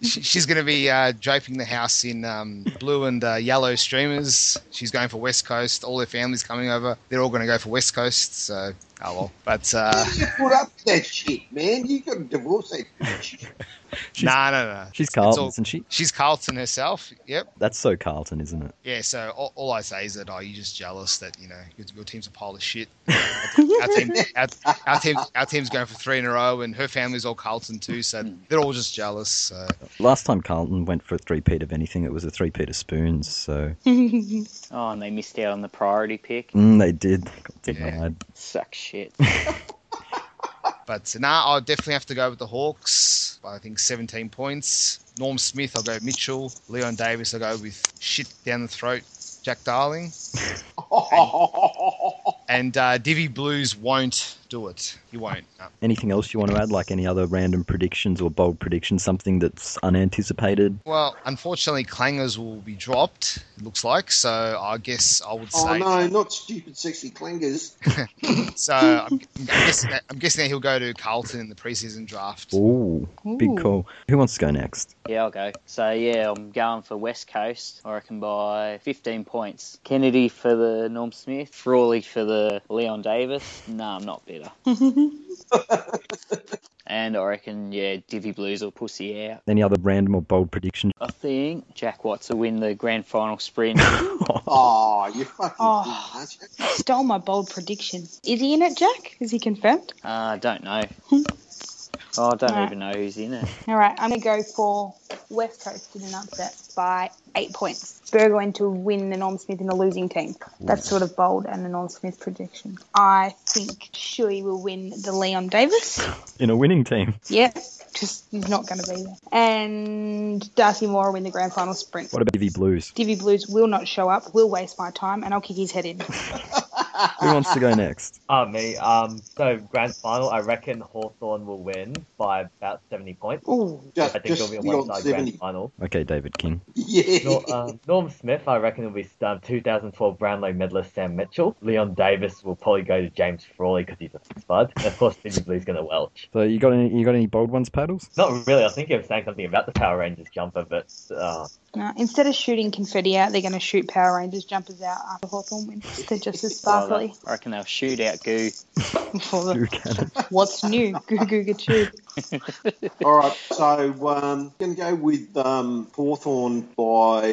Speaker 12: she, she's going to be uh, draping the house in um, blue and uh, yellow streamers. She's going for West Coast. All her family's coming over. They're all going to go for West Coast. So oh well, but uh,
Speaker 11: You put up with that shit, man. You got to divorce that bitch.
Speaker 12: no, no, no. It's-
Speaker 1: She's
Speaker 12: it's
Speaker 1: Carlton,
Speaker 12: all-
Speaker 1: isn't she?
Speaker 12: She's Carlton herself. Yep.
Speaker 1: That's so Carlton, isn't it?
Speaker 12: Yeah, so all, all I say is that oh, you're just jealous that you know your, your team's a pile of shit. our, team, our, our team, our team's going for three in a row, and her family's all Carlton too, so
Speaker 13: Hmm.
Speaker 12: they're all just jealous. So.
Speaker 1: Last time Carlton went for a three-peat of anything, it was a three-peat of spoons. So
Speaker 13: oh, and they missed out on the priority pick.
Speaker 1: mm, they did. They got denied.
Speaker 13: Suck shit.
Speaker 12: But nah, I'll definitely have to go with the Hawks. by, I think 17 points. Norm Smith, I'll go Mitchell. Leon Davis, I'll go with shit down the throat. Jack Darling. and uh, Divi Blues won't do it. He won't. No.
Speaker 1: Anything else you want to add? Like any other random predictions or bold predictions? Something that's unanticipated?
Speaker 12: Well, unfortunately, clangers will be dropped. It looks like so. I guess I would
Speaker 11: Oh
Speaker 12: say
Speaker 11: no, not stupid sexy clangers.
Speaker 12: so. I'm, I'm guessing that, I'm guessing that he'll go to Carlton in the preseason draft.
Speaker 1: Ooh,
Speaker 13: Ooh.
Speaker 1: big call. Who wants to go next?
Speaker 13: Yeah, I'll go. So yeah, I'm going for West Coast. I reckon by 15 points. Kennedy for the Norm Smith. Frawley for the Leon Davis. No, I'm not bitter. and I reckon yeah, Divvy Blues will pussy out.
Speaker 1: Any other random or bold prediction?
Speaker 13: I think Jack Watts will win the grand final sprint. Uh,
Speaker 11: oh, you fucking
Speaker 8: Oh, stole my bold prediction. Is he in it, Jack? Is he confirmed?
Speaker 13: I don't know. Oh, I don't
Speaker 8: Alright.
Speaker 13: even know who's in it.
Speaker 8: All right, I'm going to go for West Coast in an upset by eight points. Burgoyne to win the Norm Smith in the losing team. That's sort of bold and a Norm Smith prediction. I think Shuey will win the Leon Davis.
Speaker 1: In a winning team.
Speaker 8: Yeah, just he's not going to be there. And Darcy Moore will win the grand final sprint.
Speaker 1: What about Divi Blues?
Speaker 8: Divvy Blues will not show up, will waste my time, and I'll kick his head in.
Speaker 1: Who wants to go next?
Speaker 14: Ah, me. Um, so grand final, I reckon Hawthorn will win by about seventy points.
Speaker 11: Ooh,
Speaker 14: I
Speaker 11: just-
Speaker 14: think
Speaker 11: just
Speaker 14: it'll be a
Speaker 11: the odd
Speaker 14: one-side
Speaker 11: 70.
Speaker 14: grand final.
Speaker 1: Okay, David King.
Speaker 11: Yeah.
Speaker 14: Nor, um, Norm Smith, I reckon, will be um, 2012 Brownlow medalist Sam Mitchell. Leon Davis will probably go to James Frawley because he's a spud. And of course, Stevie Blue's going to Welch.
Speaker 1: So you got any? You got any bold ones, paddles?
Speaker 14: Not really. I think you were saying something about the Power Rangers jumper, but uh,
Speaker 8: No, instead of shooting confetti out, they're going to shoot Power Rangers jumpers out after Hawthorn wins. They're just as sparkly.
Speaker 13: I reckon they'll shoot out Goo.
Speaker 8: What's new? Goo Goo Gachoo.
Speaker 11: All right, so um, going to go with um, Hawthorne by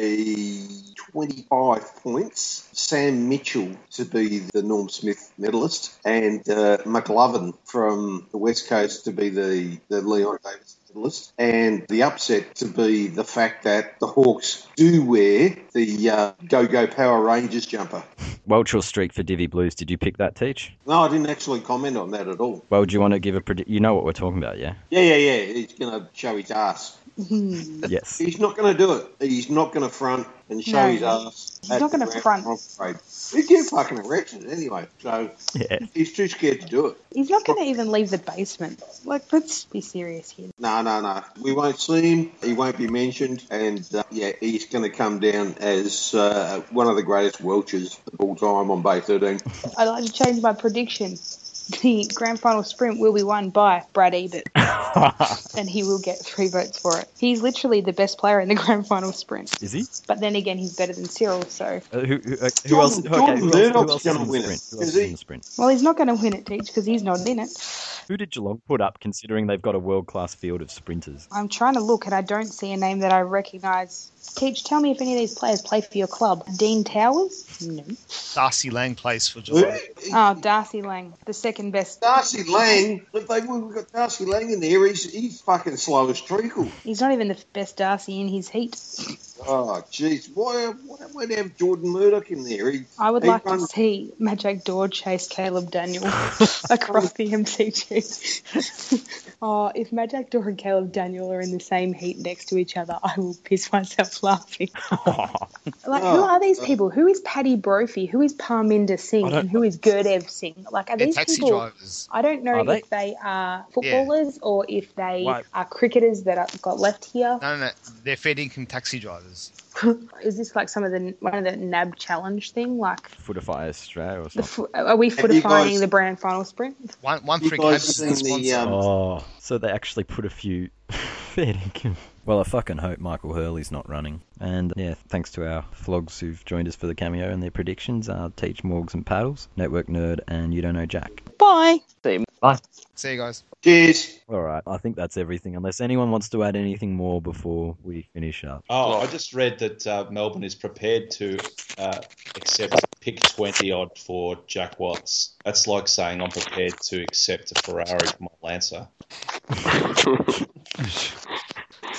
Speaker 11: 25 points. Sam Mitchell to be the Norm Smith medalist, and uh, McLovin from the West Coast to be the, the Leon Davis. the list, and the upset to be the fact that the Hawks do wear the uh, Go Go Power Rangers jumper.
Speaker 1: Welch or streak for Divi Blues? Did you pick that, Teach?
Speaker 11: No, I didn't actually comment on that at all.
Speaker 1: Well, do you want to give a predict? You know what we're talking about, yeah?
Speaker 11: Yeah, yeah, yeah. He's going to show his ass.
Speaker 1: Yes.
Speaker 11: He's not going to do it. He's not going to front and show
Speaker 8: No.
Speaker 11: his ass.
Speaker 8: He's not gonna front.
Speaker 11: He's get fucking erections anyway. So
Speaker 1: yeah.
Speaker 11: he's too scared to do it.
Speaker 8: He's not going to even leave the basement. Like, let's be serious here.
Speaker 11: No, no, no. We won't see him. He won't be mentioned. And uh, yeah, he's going to come down as uh, one of the greatest Welchers of all time on Bay 13.
Speaker 8: I'd like to change my prediction. The grand final sprint will be won by Brad Ebert, and he will get three votes for it. He's literally the best player in the grand final sprint.
Speaker 1: Is he?
Speaker 8: But then again, he's better than Cyril, so.
Speaker 1: Uh, who, who, uh, who
Speaker 11: Jordan-
Speaker 1: else? Okay,
Speaker 11: Jordan
Speaker 1: who else, who
Speaker 11: Murdoch's
Speaker 1: else is
Speaker 11: gonna
Speaker 1: in the
Speaker 11: win it.
Speaker 1: sprint? Who
Speaker 11: Is
Speaker 1: else is
Speaker 11: he?
Speaker 1: in the sprint?
Speaker 8: Well, he's not going to win it, Teach, because he's not in it.
Speaker 1: Who did Geelong put up, considering they've got a world-class field of sprinters?
Speaker 8: I'm trying to look, and I don't see a name that I recognise. Teach, tell me if any of these players play for your club. Dean Towers? No.
Speaker 12: Darcy Lang plays for Geelong.
Speaker 8: Oh, Darcy Lang, the second best.
Speaker 11: Darcy Lang, if they, we've got Darcy Lang in there, he's, he's fucking slow as treacle.
Speaker 8: He's not even the best Darcy in his heat.
Speaker 11: Oh, jeez. Why, why would they have Jordan Murdoch in there? He,
Speaker 8: I would
Speaker 11: he
Speaker 8: like to
Speaker 11: runs-
Speaker 8: see Magic Door chase Caleb Daniel across the MCG. oh, if Magic Door and Caleb Daniel are in the same heat next to each other, I will piss myself laughing. Like, who
Speaker 11: Oh,
Speaker 8: are these
Speaker 11: uh,
Speaker 8: people? Who is Paddy Brophy? Who is Parminder Singh?
Speaker 11: I don't-
Speaker 8: And who is Gurdev Singh? Like, are
Speaker 12: They're
Speaker 8: these
Speaker 12: taxi
Speaker 8: people?
Speaker 12: drivers.
Speaker 8: I don't know
Speaker 12: Are they?
Speaker 8: if they are footballers or if they
Speaker 12: Why?
Speaker 8: are cricketers that are, got left here.
Speaker 12: No, no, no. They're fed income taxi drivers.
Speaker 8: Is this like some of the one of the NAB challenge thing? Like,
Speaker 1: Footify Australia or
Speaker 8: the,
Speaker 1: something?
Speaker 8: fo- are we
Speaker 12: Oh. Have you
Speaker 8: fortifying
Speaker 12: guys-
Speaker 8: the brand final sprint?
Speaker 12: One, one
Speaker 11: You
Speaker 12: for
Speaker 11: guys
Speaker 12: Cabs
Speaker 11: seen the, um,
Speaker 12: sponsor.
Speaker 1: oh, so they actually put a few. fair dinkum. well, I fucking hope Michael Hurley's not running. And yeah, thanks to our flogs who've joined us for the cameo and their predictions are Teach Morgs and Paddles, Network Nerd, and You Don't Know Jack.
Speaker 8: Bye.
Speaker 1: Bye.
Speaker 12: See you guys.
Speaker 11: Cheers.
Speaker 1: All right, I think that's everything. Unless anyone wants to add anything more before we finish up.
Speaker 6: Oh, I just read that uh, Melbourne is prepared to uh, accept pick 20 odd for Jack Watts. That's like saying I'm prepared to accept a Ferrari for my Lancer.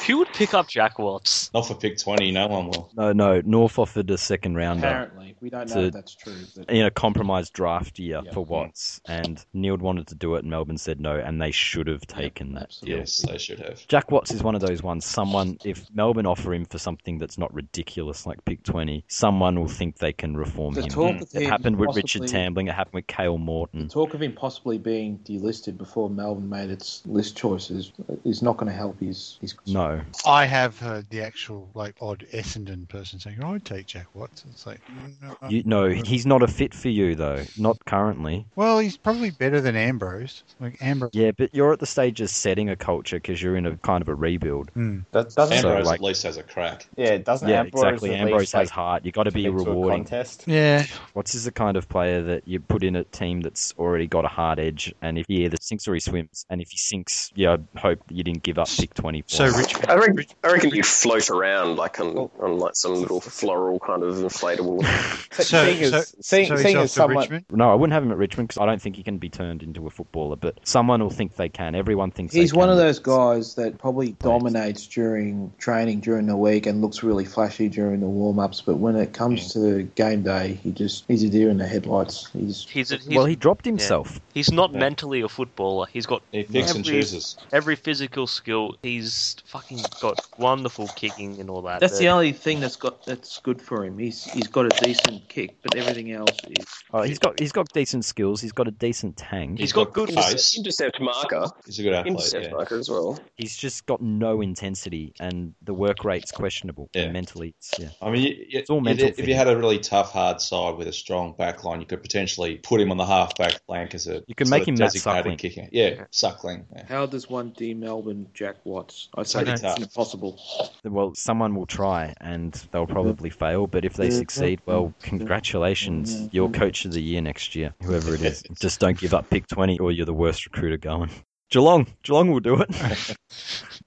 Speaker 10: Who would pick up Jack Watts?
Speaker 6: Not for pick 20, no one will.
Speaker 1: No, no, North offered a second rounder.
Speaker 4: Apparently. We don't know
Speaker 1: to-
Speaker 4: if that's true. But...
Speaker 1: in a compromised draft year for Watts, and Neild wanted to do it, and Melbourne said no, and they should have taken that deal.
Speaker 6: Yes, they should have.
Speaker 1: Jack Watts is one of those ones. Someone, if Melbourne offer him for something that's not ridiculous, like pick twenty, someone will think they can reform
Speaker 4: The
Speaker 1: him. Mm.
Speaker 4: talk of
Speaker 1: It
Speaker 4: him
Speaker 1: happened with Richard
Speaker 4: possibly-
Speaker 1: Tambling. It happened with Cale Morton.
Speaker 4: Talk of him possibly being delisted before Melbourne made its list choices is not going to help his. his...
Speaker 1: No.
Speaker 3: I have heard the actual like odd Essendon person saying, "Oh, "I would take Jack Watts." It's like, "Mm, uh, no.
Speaker 1: You, no, he's not a fit for you though. Not currently.
Speaker 3: well, he's probably better than Ambrose. Like Ambrose,
Speaker 1: Yeah, but you're at the stage of setting a culture because you're in a kind of a rebuild.
Speaker 5: That doesn't
Speaker 1: So,
Speaker 6: Ambrose
Speaker 1: like-
Speaker 6: at least has a crack.
Speaker 5: Hmm. Yeah, doesn't
Speaker 1: yeah,
Speaker 5: Ambrose
Speaker 1: exactly.
Speaker 5: at
Speaker 1: Ambrose
Speaker 5: least,
Speaker 1: has
Speaker 5: like,
Speaker 1: heart. You got to be
Speaker 5: commit to a
Speaker 1: rewarding.
Speaker 5: contest?
Speaker 3: Yeah.
Speaker 1: What's is the kind of player that you put in a team that's already got a hard edge, and if he either sinks or he swims, and if he sinks, you know, hope that you didn't give up pick twenty points.
Speaker 3: So rich.
Speaker 9: I reckon, I reckon you float around like on, on like some little floral kind of inflatable.
Speaker 3: So-
Speaker 5: seeing as,
Speaker 3: so-
Speaker 5: seeing,
Speaker 3: so he's
Speaker 5: seeing
Speaker 3: off
Speaker 5: as
Speaker 3: to
Speaker 5: someone,
Speaker 3: Richmond?
Speaker 1: No, I wouldn't have him at Richmond because I don't think he can be turned into a footballer. But someone will think they can. Everyone thinks
Speaker 4: He's
Speaker 1: they can.
Speaker 4: one of those guys that probably dominates during training during the week and looks really flashy during the warm ups, but when it comes to game day, he just he's a deer in the headlights. He's
Speaker 10: He's, a, he's
Speaker 1: well, he dropped
Speaker 10: yeah.
Speaker 1: himself.
Speaker 10: He's not
Speaker 1: Yeah.
Speaker 10: mentally a footballer. He's got
Speaker 6: He picks and
Speaker 10: every-
Speaker 6: chooses.
Speaker 10: every physical skill. He's fucking got wonderful kicking and all that.
Speaker 4: that's the only thing that's got that's good for him. He's he's got a decent kick, but everything else is.
Speaker 1: Oh, he's got he's got decent skills. He's got a decent tang.
Speaker 10: He's got good
Speaker 6: pace.
Speaker 9: intercept marker.
Speaker 6: He's a good athlete,
Speaker 9: Intercept
Speaker 6: yeah.
Speaker 9: marker as well.
Speaker 1: He's just got no intensity, and the work rate's questionable. And mentally, it's, yeah.
Speaker 6: I mean, you, you-
Speaker 1: It's all
Speaker 6: you-
Speaker 1: mental
Speaker 6: if
Speaker 1: for
Speaker 6: you
Speaker 1: him.
Speaker 6: had a really tough, hard side with a strong back line, you could potentially put him on the half back flank as a you
Speaker 1: can make him Matt Suckling.
Speaker 6: kicker. Yeah, suckling. Yeah.
Speaker 4: How does one D Melbourne Jack Watts? I say
Speaker 1: Okay.
Speaker 4: it's impossible.
Speaker 1: Well, someone will try and they'll probably fail, but if they
Speaker 4: Yeah.
Speaker 1: succeed, well, congratulations. You're coach of the year next year, whoever it is. Just don't give up pick 20 or you're the worst recruiter going. Geelong. Geelong will do it.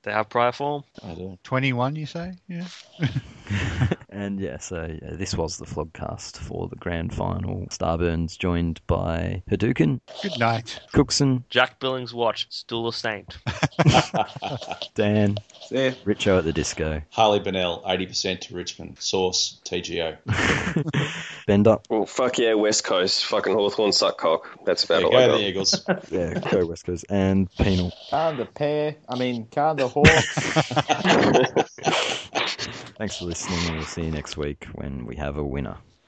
Speaker 10: They have prior form.
Speaker 6: I do.
Speaker 3: twenty-one, you say? Yeah.
Speaker 1: And yeah, so yeah, this was the flogcast for the grand final. Starburns joined by Hadouken.
Speaker 3: Good night.
Speaker 1: Cookson,
Speaker 10: Jack Billings' watch, still a saint.
Speaker 1: Dan,
Speaker 6: Yeah.
Speaker 1: Richo at the disco,
Speaker 6: Harley Bennell, 80% to Richmond. Source, TGO.
Speaker 1: Bender.
Speaker 9: Well, fuck yeah, West Coast. Fucking Hawthorn suck cock. That's about all
Speaker 6: go
Speaker 9: I got.
Speaker 6: the Eagles.
Speaker 1: Yeah, co West Coast, and Penal.
Speaker 5: Can the pair, I mean, can the hawk.
Speaker 1: Thanks for listening, and we'll see you next week when we have a winner.